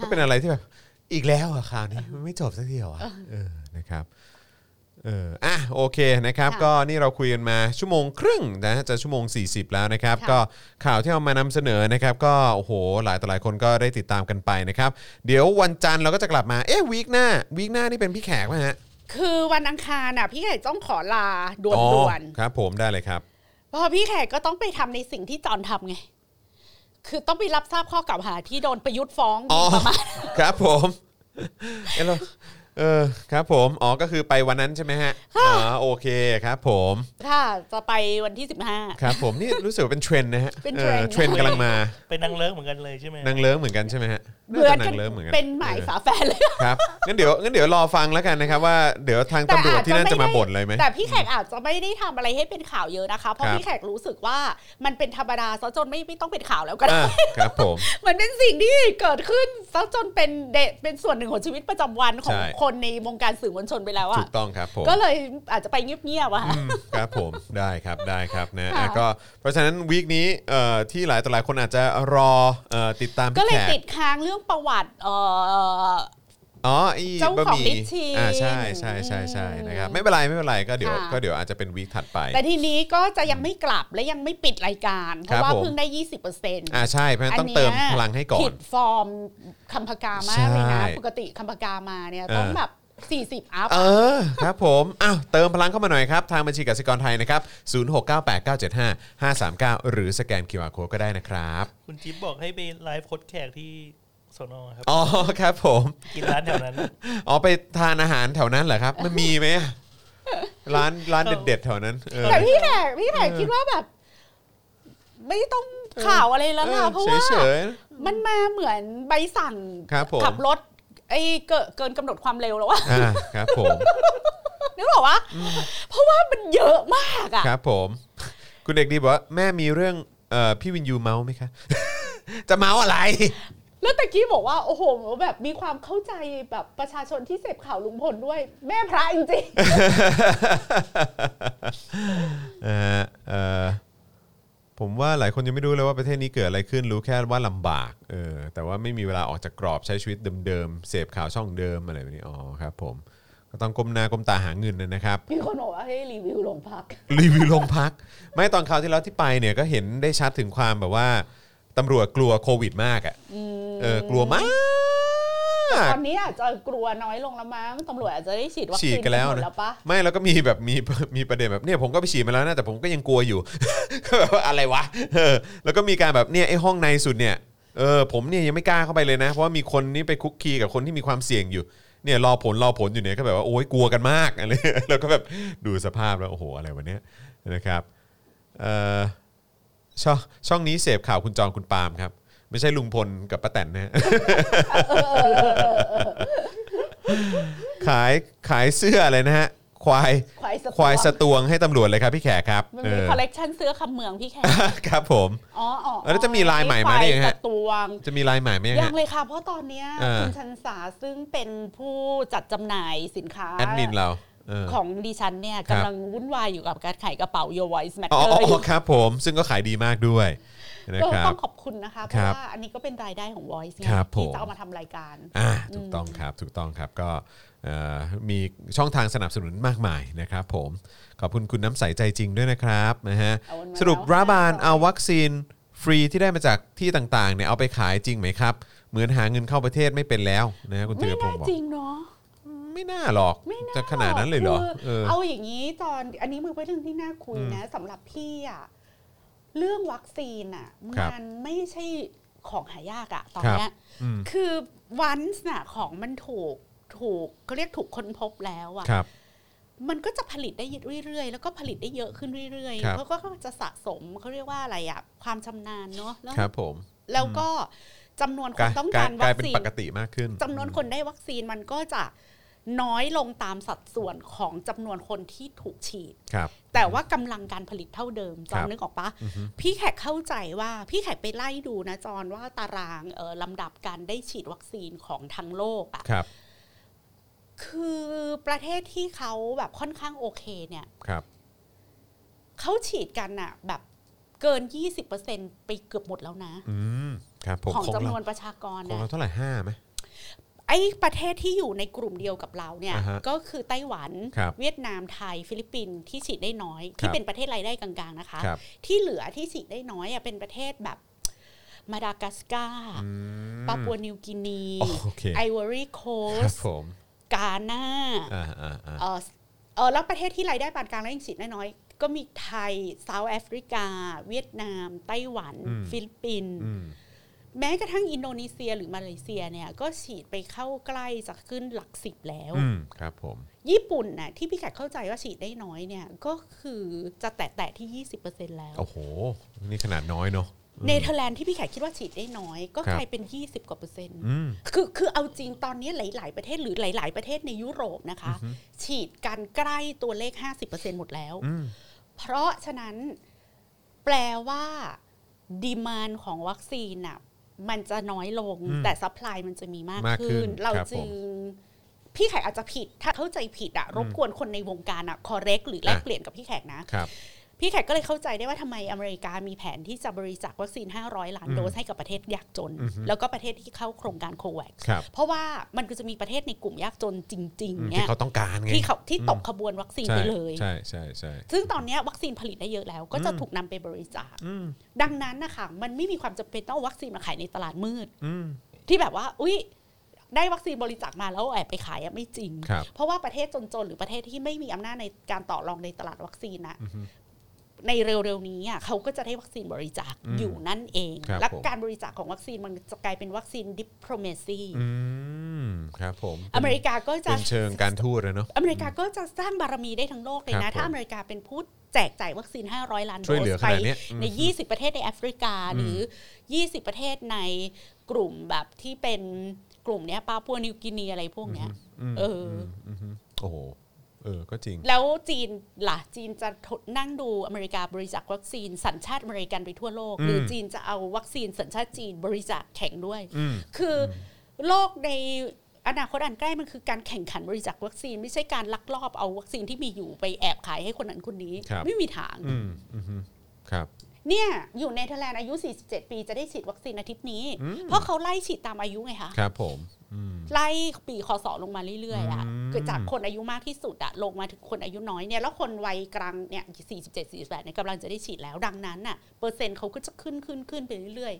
Speaker 2: ก็เป็นอะไรที่แบบ อีกแล้วอะข่าวนี้มันไม่จบสักทีเหรอวะเออนะครับ เอออ่ะโอเคนะครับ
Speaker 3: ค่ะ
Speaker 2: ก็นี่เราคุยกันมาชั่วโมงครึ่งนะจะชั่วโมง 40 แล้วนะครับ
Speaker 3: ค่ะ
Speaker 2: ก็ข่าวที่เอามานำเสนอนะครับ ก็โอ้โหหลายต่อหลายคนก็ได้ติดตามกันไปนะครับ เดี๋ยววันจันทร์เราก็จะกลับมาเอ๊ะวีคหน้าวีคหน้านี่เป็นพี่แขกไหมฮะ
Speaker 3: คือวันอังคารอะพี่แขกต้องขอลาด
Speaker 2: อ๋อ่
Speaker 3: วน
Speaker 2: ครับ ผมได้เลยครับ
Speaker 3: ๆเพราะพี่แขกก็ต้องไปทำในสิ่งที่จอนทำไง คือต้องไปรับทราบข้อกล่าวหาที่โดนประยุทธ์ฟ้อง
Speaker 2: อ๋อ
Speaker 3: ประมาณ
Speaker 2: ครับผมเอ้ยเราเออครับผม อ๋อ ก็คือไปวันนั้นใช่ไหมฮะ อ๋อ โอเคครับผม
Speaker 3: ค่ะจะไปวันที่สิบห้า
Speaker 2: ครับผม นี่รู้สึกว่าเป็นเทรนด์นะฮะ
Speaker 3: เป็นเทรนด์
Speaker 2: ออเทรนด์กำลังมา
Speaker 4: เป็นนางเลิกเหมือนกันเลยใช่ไหม
Speaker 2: นางเลิ้งเหมือนกันใช่ไหมฮะ
Speaker 3: เหมือน
Speaker 2: นา
Speaker 3: กั
Speaker 2: จะ
Speaker 3: น
Speaker 2: งเลิ้งเหมือนกัน
Speaker 3: เป็นหมายฝาแฝดเลย
Speaker 2: ครับ งั้นเดี๋ยว งั้นเดี๋ยวรอฟังแล้วกันนะครับว่าเดี๋ยวทาง
Speaker 3: แต่
Speaker 2: ตำรวจที่นั่น
Speaker 3: อาจ
Speaker 2: จะ
Speaker 3: จะไม่
Speaker 2: มา
Speaker 3: ได้
Speaker 2: บ่นเลยไหม
Speaker 3: แต่พี่แขกอาจจะไม่ได้ทำอะไรให้เป็นข่าวเยอะนะคะ เพราะ
Speaker 2: ครับ
Speaker 3: พี่แขกรู้สึกว่ามันเป็นธรรมดาซะจนไม่ไม่ต้องเป็นข่าวแล้วก็ได้
Speaker 2: อ่ะครับผม
Speaker 3: มันเป็นสิ่งที่เกิดขึ้นซะจนเป็นเดเป็นส่วนหนึ่งของชีวิตประจำวันของ
Speaker 2: ใช่
Speaker 3: คนในวงการสื่อมวลชนไปแล้ว
Speaker 2: ถู
Speaker 3: อะ
Speaker 2: กต้องครับผม
Speaker 3: ก็เลยอาจจะไปเงียบๆอะค่ะ
Speaker 2: อืมครับผม ได้ครับได้ครับนะ
Speaker 3: ค่ะ
Speaker 2: อ่ะก็เพราะฉะนั้นวีคนี้เอ่อที่หลายต่อหลายคนอาจจะรอเอ่อติดตาม
Speaker 3: ก็
Speaker 2: พี่
Speaker 3: เล
Speaker 2: แขก
Speaker 3: ยติดค้างเรื่องประวัติเอ่อ
Speaker 2: อ๋ออี
Speaker 3: เจ้า
Speaker 2: บะ
Speaker 3: ขอ
Speaker 2: ห
Speaker 3: ง
Speaker 2: มี่
Speaker 3: ลิชชิน
Speaker 2: อ่าใช่ใช่ใช่ใช่
Speaker 3: อืม
Speaker 2: นะครับไม่เป็นไรไม่เป็นไรก็เดี๋ยว
Speaker 3: ค่ะ
Speaker 2: ก็เดี๋ยวอาจจะเป็นวีคถัดไป
Speaker 3: แต่ทีนี้ก็จะยังไม่กลับและยังไม่ปิดรายการ เพ
Speaker 2: ครับ
Speaker 3: ราะว่า
Speaker 2: ผม
Speaker 3: เพิ่งได้ยี่สิบเปอร์เซ็นต์
Speaker 2: อ่าใช่เพราะฉะนั้นต้องเติม
Speaker 3: ย
Speaker 2: พลังให้ก่อ
Speaker 3: ผิ
Speaker 2: น
Speaker 3: ดฟอร์มคำพกามากเลยนะ
Speaker 2: ใช่
Speaker 3: ปกติคำพกามาเนี่ย
Speaker 2: เออ
Speaker 3: ต้องแบบ 40 อัพ
Speaker 2: เออครับผมอ้าวเติมพลังเข้ามาหน่อยครับ ทางบัญชีกสิกรไทยนะครับ 0698975539 หรือสแกน QR Code ก็ได้นะครับ
Speaker 4: คุณจิ๊บบอกให้ไปไลฟ์โพสแขกที่สนอครับ
Speaker 2: อ๋อครับผม
Speaker 4: กินร้านแถวนั้น
Speaker 2: อ๋อไปทานอาหารแถวนั้นเหรอครับ มันมีไหมอะร้านร้านเด็ดๆแถวนั้นเออ
Speaker 3: แต่พี่แขกพี่แขก
Speaker 2: เออ
Speaker 3: คิดว่าแบบ ไม่ต้องข่าวอะไรแล้วล่ะเพราะว่า
Speaker 2: เฉย
Speaker 3: มันมาเหมือนใบสั่ง
Speaker 2: ครับผม
Speaker 3: ขับรถไอ้เกินเกินกำหนดความเร็วแล้วอะ
Speaker 2: ๆอ่าครับผม
Speaker 3: นึกออกวะเพราะว่ามันเยอะมากอะ
Speaker 2: ครับผม คุณเด็กดีบอกว่าแม่มีเรื่องเอ่อพี่วินยูเมาไหมคะ จะเมาอะไร
Speaker 3: แล้วตะกี้บอกว่าโอ้โหแบบมีความเข้าใจแบบประชาชนที่เสพข่าวลุงพลด้วย แม่พระจริง
Speaker 2: เอ่อเอ่อผมว่าหลายคนยังไม่รู้เลยว่าประเทศนี้เกิดอะไรขึ้นรู้แค่ว่าลำบากเออแต่ว่าไม่มีเวลาออกจากกรอบใช้ชีวิตเดิมๆเสพข่าวช่องเดิมอะไรแบบนี้อ๋อครับผมก็ต้องก้มหน้าก้มตาหาเงินนะครับ
Speaker 3: ๆมีคนบอกว่าให้รีวิวโรงพัก
Speaker 2: รีวิวโรงพัก ไม่ตอนคราวที่แล้วที่ไปเนี่ยก็เห็นได้ชัดถึงความแบบว่าตำรวจกลัวโควิดมากอะ่ะเออกลัวมาก
Speaker 3: ตอนนี้อาจจะกลัวน้อยลงแล้วมั้งตำรวจอาจจะได้ฉีดวัค
Speaker 2: ฉี
Speaker 3: ซี
Speaker 2: ด
Speaker 3: น
Speaker 2: กันแล้ว
Speaker 3: หมด
Speaker 2: นะ
Speaker 3: แล้วปะ
Speaker 2: ไม่แล้วก็มีแบบมีมีประเด็นแบบเนี่ยผมก็ไปฉีดมาแล้วนะแต่ผมก็ยังกลัวอยู่ ก็แบบว่าอะไรวะเออแล้วก็มีการแบบเนี่ยไอ้ห้องในสุดเนี่ยเออผมเนี่ยยังไม่กล้าเข้าไปเลยนะ เพราะว่ามีคนนี่ไปคุกคีกับคนที่มีความเสี่ยงอยู่เนี่ยรอผลรอผลอยู่เนี่ยก็แบบว่าโอ้ยกลัวกันมากอะไร แล้วก็แบบดูสภาพแล้วโอ้โหอะไรวะเนี่ยนะครับเออช่องช่องนี้เสพข่าวคุณจองคุณปาล์มครับ ไม่ใช่ลุงพลกับป้าแตนนะ ฮะ ขายขายเสื้ออะไรนะฮะควาย
Speaker 3: ควายส
Speaker 2: ควายสตวงให้ตำรวจเลยครับพี่แขกครับ
Speaker 3: มัน
Speaker 2: เอ
Speaker 3: มี
Speaker 2: อ
Speaker 3: คอลเลกชันเสื้อคำเมืองพี่แขก
Speaker 2: ครับผม
Speaker 3: อ๋ออ๋อ
Speaker 2: แล้วจะมีลายใหม่มาได้ยังไง
Speaker 3: คว
Speaker 2: ฮะ
Speaker 3: สตวง
Speaker 2: จะมีลายใหม่ไหม
Speaker 3: ยั
Speaker 2: ฮะ
Speaker 3: งเลยค่ะ เพราะตอนเนี้ย
Speaker 2: เออ
Speaker 3: คุณชันสาซึ่งเป็นผู้จัดจำหน่ายสินค้า
Speaker 2: แอดมินเราเออ
Speaker 3: ของดิฉันเนี่ย
Speaker 2: ครับ
Speaker 3: กำลังวุ่นวายอยู่กับการขายกระเป๋า Your Voice
Speaker 2: อ๋อ
Speaker 3: Matter อ
Speaker 2: อ๋อยู่ ครับผมซึ่งก็ขายดีมากด้วยนะ
Speaker 3: ก็
Speaker 2: ครับ
Speaker 3: ต้องขอบคุณนะคะ เพ
Speaker 2: ครับ
Speaker 3: ราะว่าอันนี้ก็เป็นรายได้ของ Voice ไง
Speaker 2: ครับผม
Speaker 3: ที่จะเอามาทำรายการ
Speaker 2: อ่าถูกต้องครับถูกต้องครับก็เอ่อมีช่องทางสนับสนุนมากมายนะครับผม ขอบคุณคุณน้ำใสใจจริงด้วยนะครับนะฮะ
Speaker 3: เอามา
Speaker 2: สรุป
Speaker 3: แล้ว
Speaker 2: รัฐบาล
Speaker 3: ค่ะ
Speaker 2: เอาวัคซีนฟรีที่ได้มาจากที่ต่างๆเนี่ยเอาไปขายจริงไหมครับ เหมือนหาเงินเข้าประเทศไม่เป็นแล้วนะฮะคุณธี
Speaker 3: ไม่
Speaker 2: รพง
Speaker 3: น่า
Speaker 2: ศ์บอก
Speaker 3: จริงเนาะ
Speaker 2: ไม่น่าหรอก
Speaker 3: ไม่น่า
Speaker 2: จะขนาดนั้นเลยเหรอ
Speaker 3: คือ
Speaker 2: เออ
Speaker 3: เอาอย่างนี้ตอนอันนี้มือเป็นเรื่องที่น่าคุยนะสำหรับพี่อะเรื่องวัคซีนอะ
Speaker 2: ครับ
Speaker 3: มันไม่ใช่ของหายากอะตอน
Speaker 2: ครับ
Speaker 3: เนี้ย
Speaker 2: อืม
Speaker 3: คือวันส์น่ะของมันถูกถูกเขาเรียกถูกค้นพบแล้วอะ
Speaker 2: ครับ
Speaker 3: มันก็จะผลิตได้เรื่อยๆ แล้วก็ผลิตได้เยอะขึ้นเรื่อย
Speaker 2: ครับ
Speaker 3: ๆแล้วก็จะสะสมเขาเรียกว่าอะไรอะความชำนาญเนาะแล้ว
Speaker 2: ครับผม
Speaker 3: แล้วก็จำนวนค
Speaker 2: กลาน ย
Speaker 3: ต้อง
Speaker 2: กลาก
Speaker 3: าย ร
Speaker 2: ก
Speaker 3: วั
Speaker 2: ลาย
Speaker 3: ค
Speaker 2: เป็น
Speaker 3: ซีน
Speaker 2: ปกติมากขึ้น
Speaker 3: จำนวนคนได้วัคซีนมันก็จะน้อยลงตามสัดส่วนของจำนวนคนที่ถูกฉีด
Speaker 2: ครับ
Speaker 3: แต่ว่ากำลังการผลิตเท่าเดิมจ
Speaker 2: ค
Speaker 3: อ
Speaker 2: รั
Speaker 3: น
Speaker 2: บ
Speaker 3: นึกออกปะพี่แขกเข้าใจว่าพี่แขกไปไล่ดูนะจอนว่าตารางเออลำดับการได้ฉีดวัคซีนของทั้งโลกอะ
Speaker 2: ครับ
Speaker 3: คือประเทศที่เขาแบบค่อนข้างโอเคเนี่ย
Speaker 2: ครับ
Speaker 3: เขาฉีดกันอะแบบเกิน 20%ไปเกือบหมดแล้วนะ
Speaker 2: อืม ครับผม
Speaker 3: ของ
Speaker 2: ของ
Speaker 3: จำน
Speaker 2: เรา
Speaker 3: วนประชากร
Speaker 2: ของ
Speaker 3: นะ
Speaker 2: เราเท่าไหร่ห้าไหม
Speaker 3: ไอ้ประเทศที่อยู่ในกลุ่มเดียวกับเราเนี่ย
Speaker 2: อ่าฮะ
Speaker 3: ก็คือไต้หวัน
Speaker 2: ครับ
Speaker 3: เวียดนามไทย ฟิลิปปินส์ที่ฉีดได้น้อย
Speaker 2: ค
Speaker 3: ที่
Speaker 2: รับ
Speaker 3: เป็นประเทศรายได้กลางๆนะคะ
Speaker 2: ครับ
Speaker 3: ที่เหลือที่ฉีดได้น้อยอะเป็นประเทศแบบมาดากัสการ์
Speaker 2: อืม
Speaker 3: ปาปัวนิวกินี
Speaker 2: อ๋อโอเค
Speaker 3: ไอวอรี่โค
Speaker 2: ค
Speaker 3: ส
Speaker 2: รับผม
Speaker 3: กาหน้า
Speaker 2: อ่าอ่าอ่า
Speaker 3: เออเออแล้วประเทศที่รายได้ปานกลางและยังฉีดน้อยๆก็มีไทยเซาท์แอฟริกา เวียดนาม ไต้หวัน ฟิลิปปินส์
Speaker 2: อืม
Speaker 3: แม้กระทั่งอินโดนีเซียหรือมาเลเซียเนี่ย ก็ฉีดไปเข้าใกล้จะขึ้นหลักสิบแล้ว
Speaker 2: อืม ครับผม
Speaker 3: ญี่ปุ่นน่ะที่พี่แขกเข้าใจว่าฉีดได้น้อยเนี่ย ก็คือจะแตะแตะๆที่ 20%แล้ว
Speaker 2: โอ้โห นี่ขนาดน้อยเนอะอืม
Speaker 3: เนเธอร์แลนด์ที่พี่แขกคิดว่าฉีดได้น้อย ก็
Speaker 2: ครับ
Speaker 3: กลายเป็น 20 กว่าเปอร์เซ็นต์
Speaker 2: อืม
Speaker 3: คือคือเอาจริงตอนนี้หลาย ๆ ประเทศหรือหลาย ๆ ประเทศในยุโรปนะคะ ฉีดกันใกล้ตัวเลข 50%หมดแล้ว
Speaker 2: อืม
Speaker 3: เพราะฉะนั้นแปลว่าดีมานของวัคซีนน่ะมันจะน้อยลง
Speaker 2: อืม
Speaker 3: แต่ซัพพลายมันจะมีมาก
Speaker 2: มากขึ้
Speaker 3: ขึ้
Speaker 2: น
Speaker 3: น เรา
Speaker 2: ครับ
Speaker 3: จึ
Speaker 2: ผม
Speaker 3: ง พี่แขกอาจจะผิด ถ้าเข้าใจผิดอะรบกวนคนในวงการอะคอเรกหรือแลก
Speaker 2: อ่ะ
Speaker 3: เปลี่ยนกับพี่แขกนะ
Speaker 2: ครับ
Speaker 3: พี่แขกก็เลยเข้าใจได้ว่าทำไมอเมริกามีแผนที่จะบริจาควัคซีน 500 ล้านโดสให้กับประเทศยากจน แล้วก็ประเทศที่เข้าโครงการโควัค
Speaker 2: ครับ
Speaker 3: เพราะว่ามันก็จะมีประเทศในกลุ่มยากจนจริง ๆ
Speaker 2: ที่
Speaker 3: เนี่ย
Speaker 2: เขาต้องการไง
Speaker 3: ที่เขาที่ตกขบวนวัคซีน
Speaker 2: ใช่
Speaker 3: ไปเลย
Speaker 2: ใช่ใช่ใช่
Speaker 3: ซึ่งตอนเนี้ยวัคซีนผลิตได้เยอะแล้ว ก็จะถูกนำไปบริจาคดังนั้นนะคะมันไม่มีความจำเป็นต้องเอาวัคซีนมาขายในตลาดมืด
Speaker 2: อืม
Speaker 3: ที่แบบว่าอุ้ยได้วัคซีนบริจาคมาแล้วแอบไปขายอะไม่จริง
Speaker 2: ครับ
Speaker 3: เพราะว่าประเทศจนๆหรือประเทศที่ไม่มีอำนาจในการต่อรองในตลาดวัคซีนนะในเร็วๆนี้อะเขาก็จะได้วัคซีนบริจาคอยู่นั่นเอง
Speaker 2: ครับ
Speaker 3: และ
Speaker 2: ผม
Speaker 3: การบริจาคของวัคซีนมันจะกลายเป็นวัคซีนดิปโรเมซี
Speaker 2: อืม ครับผม
Speaker 3: อเมริกาก็จะ
Speaker 2: เป็นเชิงการทูตเลยเนาะ
Speaker 3: อเมริกาก็จะสร้างบารมีได้ทั้งโลกเลย
Speaker 2: ครั
Speaker 3: นะ
Speaker 2: บผม
Speaker 3: ถ้าอเมริกาเป็นผู้แจกจ่ายวัคซีน 500 ล้านโด
Speaker 2: ช่วยเหลือข
Speaker 3: สไป
Speaker 2: นาดเนี้ย
Speaker 3: ใน
Speaker 2: อืม
Speaker 3: 20 ประเทศในแอฟริกา หรือ 20 ประเทศในกลุ่มแบบที่เป็นกลุ่มเนี้ยปาปัวนิวกินีอะไรพวกเนี้ย
Speaker 2: อืม
Speaker 3: เอออ
Speaker 2: อืมโอ้โห เออ ก็จริง
Speaker 3: แล้วจีนล่ะ จีนจะทดนั่งดูอเมริกาบริจาควัคซีนสัญชาติอเมริกันไปทั่วโลก หรืออ
Speaker 2: ม
Speaker 3: จีนจะเอาวัคซีนสัญชาติจีนบริจาคแข่งด้วย
Speaker 2: อืม
Speaker 3: คืออโลกในอนาคตอันใกล้มันคือการแข่งขันบริจาควัคซีน ไม่ใช่การลักลอบเอาวัคซีนที่มีอยู่ไปแอบขายให้คนนั้นคนนี้
Speaker 2: ครับ
Speaker 3: ไม่มีทาง
Speaker 2: อืมอืมครับ
Speaker 3: เนี่ยอยู่ในเนเธอร์แลนด์อายุ 47 ปีจะได้ฉีดวัคซีนอาทิตย์นี้ เพราะเขาไล่ฉีดตามอายุไงคะ
Speaker 2: ครับผม อืม
Speaker 3: ไล่ปีคอสอลงมาเรื่อยๆอะ
Speaker 2: อืม
Speaker 3: เกิดจากคนอายุมากที่สุดอะลงมาถึงคนอายุน้อยเนี่ยแล้วคนวัยกลางเนี่ย47 48เนี่ยกำลังจะได้ฉีดแล้วดังนั้นน่ะเปอร์เซ็นต์เขาก็จะขึ้นขึ้นขึ้นไปเรื่อย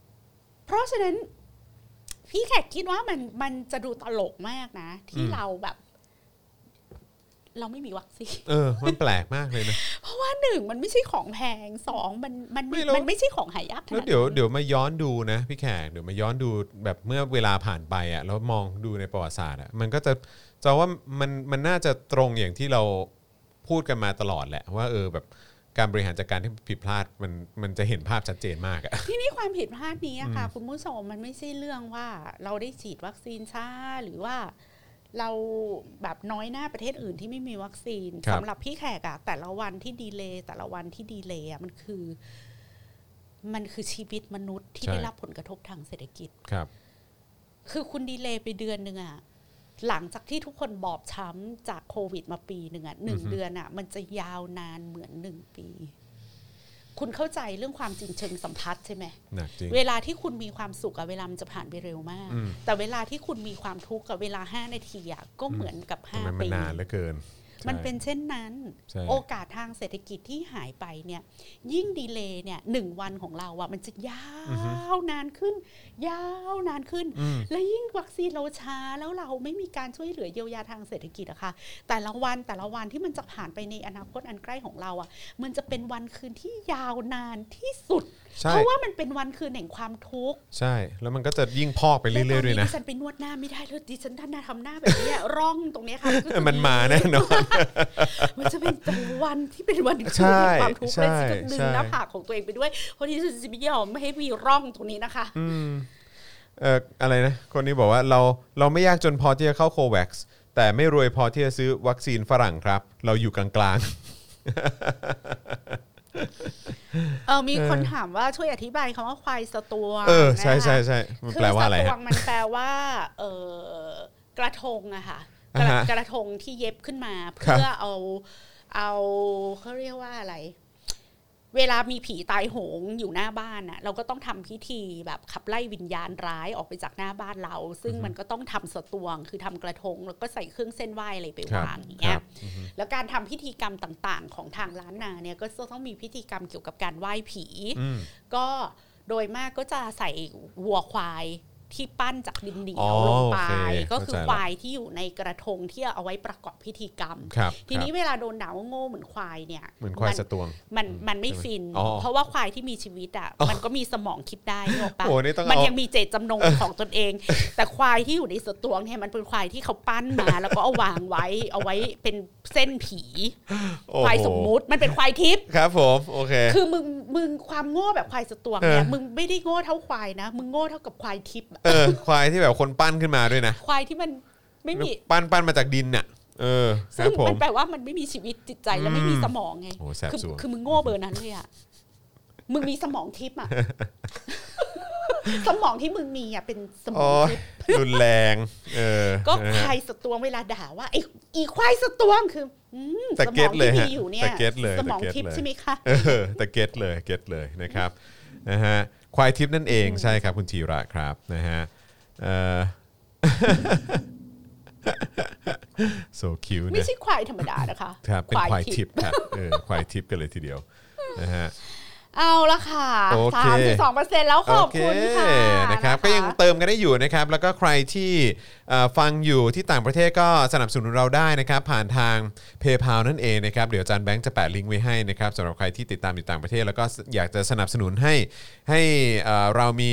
Speaker 3: ๆ เพราะฉะนั้น พี่แขกคิดว่ามันมันจะดูตลกมากนะ ที่เราแบบ เราไม่มีวัคซีน
Speaker 2: เออ มันแปลกมากเลยนะ
Speaker 3: เพราะว่าหนึ่งมันไม่ใช่ของแพงสองมันมัน
Speaker 2: ไม่แล้ว
Speaker 3: มันไม่ใช่ของหายากข
Speaker 2: แล้
Speaker 3: นาว ด
Speaker 2: เดี๋ยว
Speaker 3: นั้น
Speaker 2: เดี๋ยวมาย้อนดูนะพี่แขกเดี๋ยวมาย้อนดูแบบเมื่อเวลาผ่านไปอ่ะแล้วมองดูในประวัติศาสตร์อ่ะมันก็จะจะว่ามันมันน่าจะตรงอย่างที่เราพูดกันมาตลอดแหละว่าเออแบบ การบริหารจัดการที่ผิดพลาดมันมันจะเห็นภาพชัดเจนมากอะ
Speaker 3: ที่นี่ความผิดพลาดนี้อะค่ะ คุณผู้ชมมันไม่ใช่เรื่องว่าเราได้ฉีดวัคซีนช้าหรือว่าเราแบบน้อยหน้าประเทศอื่นที่ไม่มีวัคซีน
Speaker 2: ครับ
Speaker 3: สำหรับพี่แขกอะแต่ละวันที่ดีเลย์แต่ละวันที่ดีเลย์อะมันคือ มันคือชีวิตมนุษย์ที่ได้รับผลกระทบทางเศรษฐกิจ
Speaker 2: ครับ
Speaker 3: คือคุณดีเลย์ไปเดือนหนึ่งอะหลังจากที่ทุกคนบอบช้ำจากโควิดมาปีหนึ่งอะหนึ่ง
Speaker 2: อือฮึ
Speaker 3: เดือนอะมันจะยาวนานเหมือนหนึ่งปี คุณเข้าใจเรื่องความจริงเชิงสัมพัทธ์ใช่ไหม
Speaker 2: หนักจริง
Speaker 3: เวลาที่คุณมีความสุขอะเวลามันจะผ่านไปเร็วมาก
Speaker 2: อืม
Speaker 3: แต่เวลาที่คุณมีความทุกข์กับเวลาห้านาทีอะก็เหมือนกับ
Speaker 2: ทำไม
Speaker 3: ห้า
Speaker 2: มัน
Speaker 3: ปี
Speaker 2: นานเหลือเกินใช่
Speaker 3: มันเป็นเช่นนั้น
Speaker 2: ใช่
Speaker 3: โอกาสทางเศรษฐกิจที่หายไปเนี่ย ยิ่งดีเลย์เนี่ยหนึ่งวันของเราอะมันจะยาวนานขึ้น ยาวนานขึ้น
Speaker 2: อืม
Speaker 3: และยิ่งวัคซีนเราช้าแล้วเราไม่มีการช่วยเหลือเยียวยาทางเศรษฐกิจอะค่ะ แต่ละวันแต่ละวันที่มันจะผ่านไปในอนาคตอันใกล้ของเราอะมันจะเป็นวันคืนที่ยาวนานที่สุด
Speaker 2: ใช่
Speaker 3: เพราะว่ามันเป็นวันคืนแห่งความทุกข์
Speaker 2: ใช่ แล้วมันก็จะยิ่งพอกไปเรื่อยๆด้วยนะ
Speaker 3: แลตอดิฉันไปนวดหน้าไม่ได้เลยดิฉันท่านนาทำหน้าแบบเนี้ย ร่องตรงเนี้ยค่ะก็คือ
Speaker 2: มันมาแน่นอน
Speaker 3: มันจะเป็นแต่ละวันที่เป็นวันคืน
Speaker 2: ใช่
Speaker 3: แห่งความทุกข์
Speaker 2: ใช่
Speaker 3: และฉันจะดึ
Speaker 2: ใช่
Speaker 3: งหน้าผากของตัวเองไปด้วยเพราะที่ฉันจะไม่ยอมไม่ให้มีร่องตรงนี้นะคะ
Speaker 2: เอ่ออะไรนะ คนนี้บอกว่าเราเราไม่ยากจนพอที่จะเข้าโควัคซ์แต่ไม่รวยพอที่จะซื้อวัคซีนฝรั่งครับ เราอยู่กลาง
Speaker 3: เออมีคนถามว่าช่วยอธิบายคำว่าควายสตวง
Speaker 2: ๆ เออ ใช่
Speaker 3: นะคะ
Speaker 2: ใช่ใช่มัน
Speaker 3: คือ
Speaker 2: แปลว่าอะไร
Speaker 3: สต
Speaker 2: ฮะ
Speaker 3: วงมันแปลว่าเออกระทงอะค่ะก
Speaker 2: อ่า
Speaker 3: ระ
Speaker 2: ฮะ
Speaker 3: กระทงที่เย็บขึ้นมา
Speaker 2: ครับ
Speaker 3: เพื่อเอาเอาเขาเรียกว่าอะไร เวลามีผีตายโหงอยู่หน้าบ้านอะเราก็ต้องทำพิธีแบบขับไล่วิญญาณร้ายออกไปจากหน้าบ้านเรา ซึ่งมันก็ต้องทำสตวง คือทำกระทง แล้วก็ใส่เครื่องเส้นไหว้อะไรไป
Speaker 2: ครับ
Speaker 3: วางอย่าง
Speaker 2: ค
Speaker 3: เงี้
Speaker 2: รั
Speaker 3: ย
Speaker 2: บอือฮึ
Speaker 3: แล้วการทำพิธีกรรมต่าง ๆ ของทางล้านนาเนี่ยก็จะต้องมีพิธีกรรมเกี่ยวกับการไหว้ผี
Speaker 2: อืม
Speaker 3: ก็โดยมากก็จะใส่วัวควายที่ปั้นจากดินเหนีย
Speaker 2: อ๋
Speaker 3: ว
Speaker 2: อ
Speaker 3: ลงไป
Speaker 2: โอเค
Speaker 3: ก็คือ
Speaker 2: เข้าใจละ
Speaker 3: ควายที่อยู่ในกระทงที่เอาไว้ประกอบพิธีกรรม
Speaker 2: ครับ
Speaker 3: ทีนี้
Speaker 2: ครับ
Speaker 3: เวลาโดนหนาวาโง่เหมือนควายเนี่ย
Speaker 2: เหมือนควายส
Speaker 3: มัน
Speaker 2: ตวง
Speaker 3: มันมันไม่ฟิน
Speaker 2: อ๋อ
Speaker 3: เพราะว่าควายที่มีชีวิตอ่ะมันก็มีสมองคิดได้หรอกปะ
Speaker 2: โอ้โหนี่ต้องเอามั
Speaker 3: มันยังมีเจตจำนงของตนเอง แต่ควายที่อยู่ในสตวงเนี่ยมันเป็นควายที่เขาปั้นมา แล้วก็เอาวางไว้เอาไว้เป็นเส้นผี
Speaker 2: โอ้โห
Speaker 3: ควายสมมุติมันเป็นควายทิพย
Speaker 2: ครับผมโอเค
Speaker 3: คือมึงมึงความโง่แบบควายสตวงเนี่ย
Speaker 2: เออ
Speaker 3: มึงไม่ได้โง่เท่าควายนะ มึงโง่เท่ากับควายทิพย์อะ
Speaker 2: เออ ควายที่แบบคนปั้นขึ้นมาด้วยนะ
Speaker 3: ควายที่มันไม่มี
Speaker 2: ปั้นปั้นมาจากดินน่ะ เออค
Speaker 3: ซึ่
Speaker 2: รั
Speaker 3: ง
Speaker 2: บผม
Speaker 3: มันแปลว่ามันไม่มีชีวิตจิตใจและ
Speaker 2: อืม
Speaker 3: ไม่มีสมองไง
Speaker 2: โอ้แสบ
Speaker 3: คือ
Speaker 2: สวง
Speaker 3: คือมึงโง่เบอร์นั้นเลยอ่ะมึงมีสมองทิพย์อ่ะ สมองที่มึงมีอ่ะเป็นสมอ
Speaker 2: โอ้ย
Speaker 3: งทิพย์
Speaker 2: รุนแรงเออ
Speaker 3: ก็
Speaker 2: นะ
Speaker 3: ค
Speaker 2: ฮะ
Speaker 3: วายสตวงเวลาด่าว่าไอ้อีควายสตวงคืออืม
Speaker 2: แต่
Speaker 3: สม
Speaker 2: เก็
Speaker 3: อ
Speaker 2: ต
Speaker 3: ง
Speaker 2: เลย
Speaker 3: ที่
Speaker 2: ฮะ
Speaker 3: มีอยู่เนี่ย
Speaker 2: แต่เก็ตเลย
Speaker 3: สมอง
Speaker 2: แต่เก็ต
Speaker 3: ทิพ
Speaker 2: เลย
Speaker 3: ย์ใช่ไหมคะ
Speaker 2: เออแต่เก็ตเลยเก็ตเลยนะครับนะฮะควายทิพย์นั่นเองใช่ครับคุณธีระครับนะฮะเออ โซคิว
Speaker 3: ไม่
Speaker 2: นะ
Speaker 3: ใช่ควายธรรมดานะคะ
Speaker 2: ครับเป็นควาย
Speaker 3: พย์
Speaker 2: ทิพย์ครับเออควายทิพย์กันเลยทีเดียวนะฮะ
Speaker 3: เอาละค่ะ
Speaker 2: โอเค
Speaker 3: สามสิบสองเปอร์เซ็นต์แล้วขอบคุณค่ะ
Speaker 2: โอเนะครับ ก็ยังเติมกันได้อยู่นะครับ แล้วก็ใครที่เอ่อฟังอยู่ที่ต่างประเทศก็สนับสนุนเราได้นะครับ ผ่านทาง PayPal นั่นเองนะครับ เดี๋ยวอาจารย์แบงค์จะแปะลิงก์ไว้ให้นะครับสำหรับใครที่ติดตามอยู่ต่างประเทศ แล้วก็อยากจะสนับสนุนให้ให้เอ่อเรามี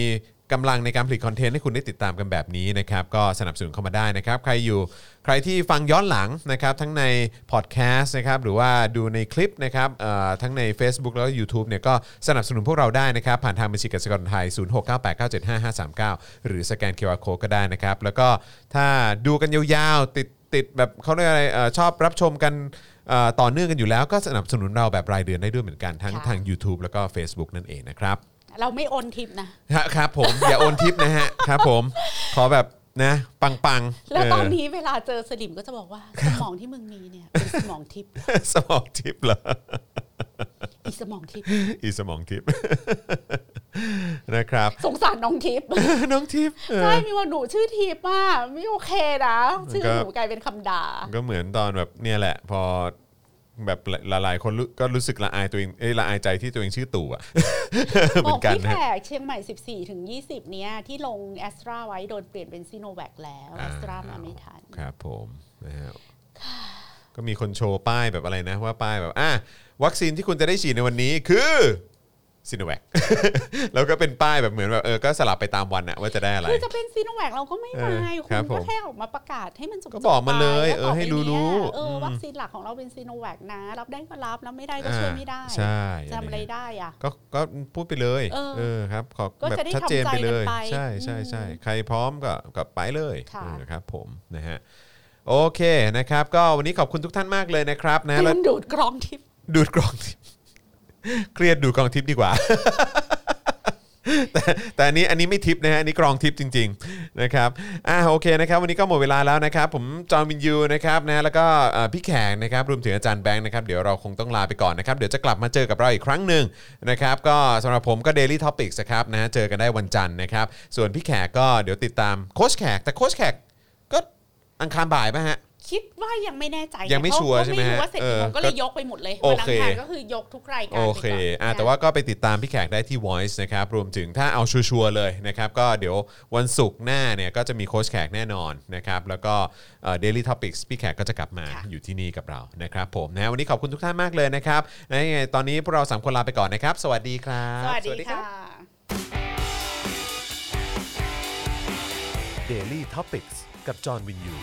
Speaker 2: กำลังในการผลิตคอนเทนต์ให้คุณได้ติดตามกันแบบนี้นะครับ ก็สนับสนุนเข้ามาได้นะครับ ใครอยู่ใครที่ฟังย้อนหลังนะครับทั้งในพอดแคสต์นะครับหรือว่าดูในคลิปนะครับเอ่อทั้งใน Facebook แล้วก็ YouTube เนี่ยก็สนับสนุนพวกเราได้นะครับ ผ่านทางบัญชีกสิกรไทย 0698975539 หรือสแกน QR Code ก็ได้นะครับ แล้วก็ถ้าดูกันยาวๆ ติดติดแบบเขาเรียกอะไรเอ่อชอบรับชมกันเอ่อต่อเนื่องกันอยู่แล้วก็สนับสนุนเราแบบรายเดือนได้ด้วยเหมือนกันทั้งทาง YouTube แล้วก็ Facebook นั่นเองนะครับ
Speaker 3: เราไม่โอนทิปนะ
Speaker 2: ฮะครับผมอย่าโอนทิปนะฮะ ครับผมขอแบบนะ ปังปังๆ
Speaker 3: แล้วตอน
Speaker 2: เ
Speaker 3: นี้เวลาเจอสลิมก็จะบอกว่า สมองที่มึงมีเนี่ยเป็นสมองทิพย์
Speaker 2: อ อสมองทิปเหรอ
Speaker 3: อีสมองทิพย์
Speaker 2: อีสมองทิป นะครับ
Speaker 3: สงสารน้องทิพย์
Speaker 2: น้องทิปเออ
Speaker 3: ใช่มีว่าหนูชื่อทิพย์อ่ะไม่โอเคนะชื่อ
Speaker 2: มันก็
Speaker 3: หนูกลายเป็นคำด่า
Speaker 2: ก็เหมือนตอนแบบเนี่ยแหละ พอแบบหลายๆคนรู้ก็รู้สึกละอายตัวเองเอ้ยละอายใจที่ตัวเองชื่อตู่อะ เห
Speaker 3: บ
Speaker 2: มื
Speaker 3: อ
Speaker 2: อก นกัน
Speaker 3: พี่แข
Speaker 2: นะ
Speaker 3: กเชียงใหม่ 14ถึง20 เนี่ย ที่ลงแอสตราไว้โดนเปลี่ยนเป็นซีโนแวคแล้วแอ
Speaker 2: อ้าว
Speaker 3: สตรามาไม่ทัน
Speaker 2: ครับผมนะ ฮะก็มีคนโชว์ป้ายแบบอะไรนะว่าป้ายแบบอ่ะวัคซีนที่คุณจะได้ฉีดในวันนี้คือ ซินแวค แล้วก็เป็นป้ายแบบเหมือนแบบเออก็สลับไปตามวันอะว่าจะได้อะไร
Speaker 3: คือจะเป็นซีโนแวคเราก็ไม่
Speaker 2: เอ
Speaker 3: มา
Speaker 2: อย ครับ
Speaker 3: คุณก็
Speaker 2: ผม
Speaker 3: แค่ออกมาประกาศให้มันจบ
Speaker 2: ก็บอกมา
Speaker 3: ๆไป
Speaker 2: เลย
Speaker 3: แล้ว
Speaker 2: เออให้รู้
Speaker 3: ต่ไป
Speaker 2: รู้
Speaker 3: เนี้ยเอออ
Speaker 2: ม
Speaker 3: วัคซีนหลักของเราเป็นซีโนแวคนะ รับได้ก็รับรับไม่ได้ก็ช่วยไม่ได้
Speaker 2: อ่าใช่
Speaker 3: จะทำอะไรได้อ่ะ
Speaker 2: ก็ก็พูดไปเลย
Speaker 3: เออ
Speaker 2: ครับขอ
Speaker 3: ก็
Speaker 2: แบบ
Speaker 3: จะได้
Speaker 2: ชัดเจนไปเลย
Speaker 3: ทำใจกันไป
Speaker 2: ใช่ใช่ใช่ใครพร้อมก็ก็ไปเลย
Speaker 3: ค่ะ
Speaker 2: เออครับผมนะฮะโอเคนะครับ ก็วันนี้ขอบคุณทุกท่านมากเลยนะครับนะ
Speaker 3: ที่
Speaker 2: แล้ว
Speaker 3: มันดูดกรองทิพย์
Speaker 2: ดูดกรองทิพย์ เครียดดูดกรองทิพย์ดีกว่า แต่แต่อันนี้อันนี้ไม่ทิปนะฮะอันนี้กรองทิปจริง ๆ นะครับอ่าโอเคนะครับ วันนี้ก็หมดเวลาแล้วนะครับ ผมจอห์นวินยูนะครับนะแล้วก็เอ่อพี่แขกนะครับรวมถึงอาจารย์แบงค์นะครับเดี๋ยวเราคงต้องลาไปก่อนนะครับ เดี๋ยวจะกลับมาเจอกับเราอีกครั้งหนึ่งนะครับ ก็สำหรับผมก็ Daily Topics นะครับนะฮะเจอกันได้วันจันทร์นะครับ ส่วนพี่แขกก็เดี๋ยวติดตามโค้ชแขก แต่โค้ชแขกก็อังคารบ่ายไหมฮะ
Speaker 3: คิดว่ายังไม่แน่ใจ
Speaker 2: ยังไม่ชัวร์ใช่ไหม
Speaker 3: เพาะ
Speaker 2: ฮะ
Speaker 3: ว่าเสร็จกี่โมง
Speaker 2: เออ
Speaker 3: ก็เลยยกไปหมดเลย
Speaker 2: โอ
Speaker 3: วันอั
Speaker 2: เค
Speaker 3: งคารก็คือยกทุกรายการ
Speaker 2: โอ
Speaker 3: ไปก่น
Speaker 2: เคอ่ะแต่ว่าก็ไปติดตามพี่แขกได้ที่ Voice นะครับ รวมถึงถ้าเอาชัวร์ๆเลยนะครับ ก็เดี๋ยววันศุกร์หน้าเนี่ยก็จะมีโค้ชแขกแน่นอนนะครับ แล้วก็เอ่อ Daily Topics พี่แขกก็จะกลับมาอยู่ที่นี่กับเรานะครับผมนะวันนี้ขอบคุณทุกท่านมากเลยนะครับและยังไงตอนนี้พวกเราสามคนลาไปก่อนนะครับ สวัสดีครับ
Speaker 3: สวัสดีค่ะ
Speaker 1: Daily t o p i c กกับจอห์นวินยู